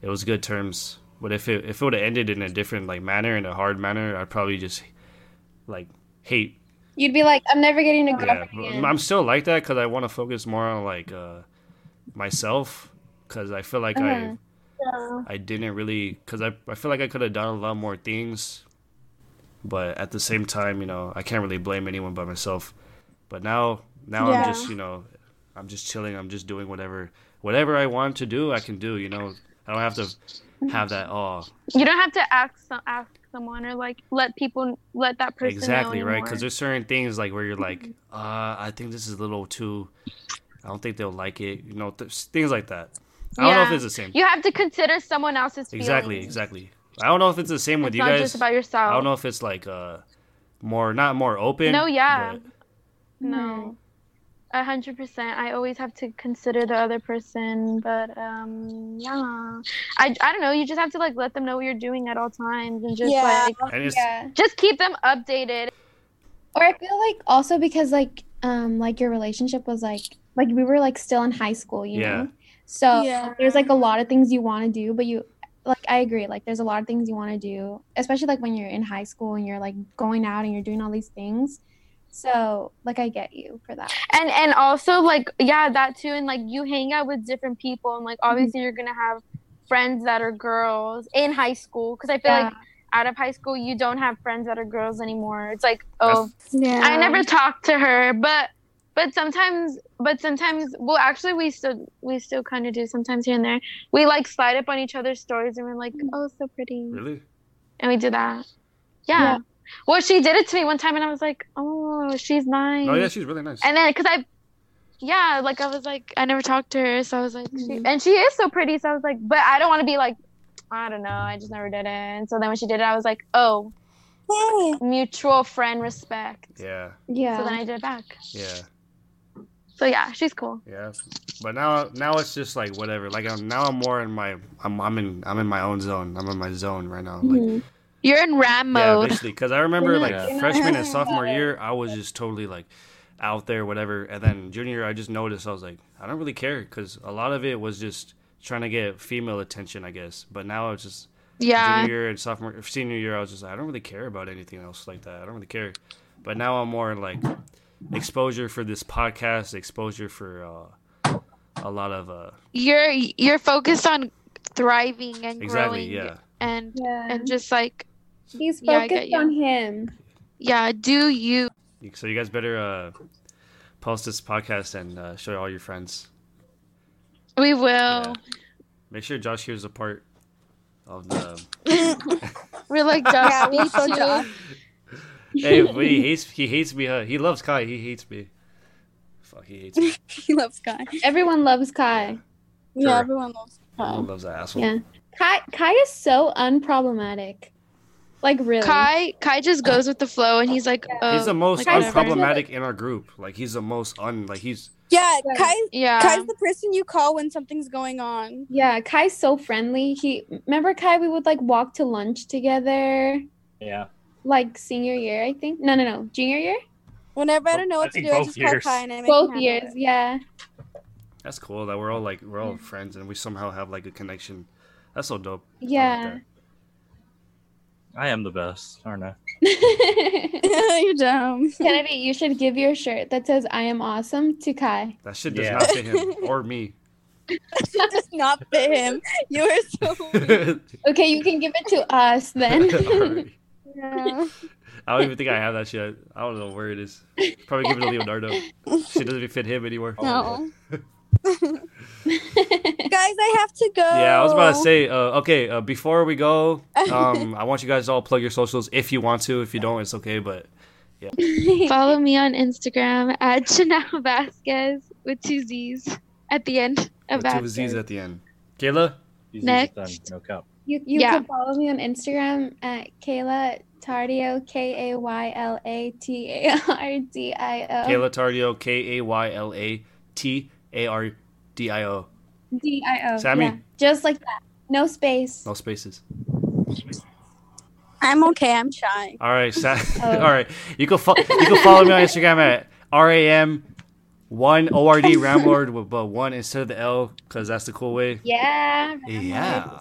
it was good terms. But if it if it would have ended in a different like manner, in a hard manner, I'd probably just like hate
You'd be like, I'm never getting a
yeah,
girlfriend.
but
again.
I'm still like that because I want to focus more on like uh, myself because I feel like I I didn't really because I I feel like I could have done a lot more things, but at the same time, you know, I can't really blame anyone but myself. But now now I'm just you know I'm just chilling. I'm just doing whatever whatever I want to do. I can do. You know, I don't have to have that. Oh,
You don't have to ask some, ask someone or like let people let that person
exactly
know
right
anymore. Mm-hmm.
because there's certain things like where you're like uh i think this is a little too i don't think they'll like it you know th- things like that i don't know if
Yeah.
it's the same
you have to consider someone else's feelings.
exactly exactly i don't know if it's the same with
It's
you
not
guys
just about
i don't
yourself.
know if it's like uh more not more open
No, yeah.
but-
No. A hundred percent. I always have to consider the other person, but um, yeah. I, I don't know. You just have to like let them know what you're doing at all times, and just
Yeah.
like
and it's
yeah.
just keep them updated.
Or I feel like also because like um like your relationship was like like we were like still in high school, you
Yeah.
know. So
Yeah.
there's like a lot of things you want to do, but you like I agree, like there's a lot of things you want to do, especially like when you're in high school and you're like going out and you're doing all these things. So like I get you for that.
and and also like yeah that too and like you hang out with different people and like obviously you're gonna have friends that are girls in high school because i feel like out of high school you don't have friends that are girls anymore it's like oh
Yeah.
i never talked to her but but sometimes but sometimes well actually we still we still kind of do sometimes here and there we like slide up on each other's stories and we're like oh so pretty
really
and we do that yeah.
Yeah.
well she did it to me one time and i was like oh she's nice
oh yeah she's really nice
and then, cause I, yeah, like I was like, I never talked to her, so I was like, she, and she is so pretty, so I was like, but I don't want to be like, I don't know, I just never did it. And so then when she did it, I was like, oh,
Hey.
mutual friend respect.
yeah
So then
Yeah.
I did it back.
yeah
So yeah, she's cool.
yeah but now now it's just like whatever like i'm now i'm more in my i'm, I'm in i'm in my own zone i'm in my zone right now like
Mm-hmm.
You're in RAM
Yeah,
mode.
basically, because I remember like
Yeah.
freshman
(laughs)
and sophomore year, I was just totally like out there, whatever. And then junior, year, I just noticed I was like, I don't really care because a lot of it was just trying to get female attention, I guess. But now it's just
Yeah,
junior year and sophomore, senior year, I was just like, I don't really care about anything else like that. I don't really care. But now I'm more in, like exposure for this podcast, exposure for uh, a lot of uh,
you're you're focused on thriving and
exactly,
growing
yeah,
and
Yeah.
and just like
He's
Yeah, I get
focused
you.
on him.
yeah, do you?
So you guys better uh, post this podcast and uh, show all your friends.
We will.
Yeah. Make sure Josh hears the part of the. (laughs)
We're like Josh.
Yeah, we
beat
so
you.
Josh.
hey, but he hates he hates me. Huh? He loves Kai. He hates me. Fuck, he hates me.
(laughs) He loves Kai.
Everyone loves Kai.
Yeah,
Sure.
everyone loves
He
Kai.
loves that asshole.
Yeah. Kai Kai is so unproblematic. Like really.
Kai Kai just goes with the flow and he's like, oh,
He's the most
like, whatever.
unproblematic in our group. Like he's the most un. Like he's
Yeah, Kai.
Yeah.
Kai's the person you call when something's going on.
Yeah, Kai's so friendly. He remember Kai we would like walk to lunch together
Yeah.
like senior year, I think. No, no, no. Junior year?
Whenever I don't know
I
what to
think
do, I
both
just
years.
call Kai and I make
Both
him handle
years.
it.
Yeah.
that's cool. That we're all like we're all friends and we somehow have like a connection. That's so dope. I like
Yeah.
I am the best, aren't I?
(laughs) You're (laughs)
(laughs)
dumb.
Kennedy, you should give your shirt that says I am awesome to Kai.
That, that shit does
Yeah.
not fit him or me.
It does not fit him. You are
(laughs)
so weird.
Okay, you can give it to us then.
(laughs) Alright. I don't even think I have that shit. I don't know where it is. Probably give it to Leonardo. Shit doesn't even fit him anymore.
No. Guys, I have to go.
Yeah, I was about to say. Uh, okay, uh, before we go, um, I want you guys to all plug your socials if you want to. If you don't, it's okay. But
(laughs)
(laughs)
Follow me on Instagram at Chanel Vasquez with two Z's.
at the end of
With two
that.
Z's at the end. Kayla?
These things done,
Next.
no cup.
You you
Yeah.
can follow me on Instagram at Kayla Tardio K A Y L A T A R D I O
Kayla Tardio, K A Y L A T A R D I O.
D I O.
Sammy?
Yeah. Just like that. No space.
No spaces.
I'm okay. I'm shy. (laughs)
All right, Sa- (laughs)
Oh.
all right. You can fo- you can follow me on Instagram at r a m one o r d ramlord with but one instead of the L because that's the cool way.
Yeah.
Yeah.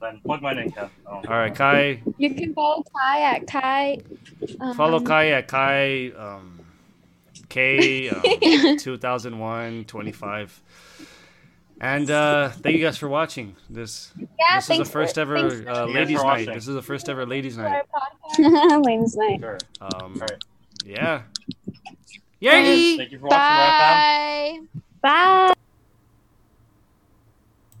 Then plug mine in, Kev. Oh.
All right, Kai.
You can follow Kai at Kai. um,
Follow Kai at Kai um, K um, 2001 25. And uh, thank you guys for watching. This
Yeah,
this is the
thanks
first
for-
ever
thanks for
uh,
for
ladies' night.
watching.
This is the first ever ladies' night.
our podcast.
Lane's night.
Sure.
Um,
All right.
yeah.
Thank you for watching, Rap Fam.
Bye.
Bye.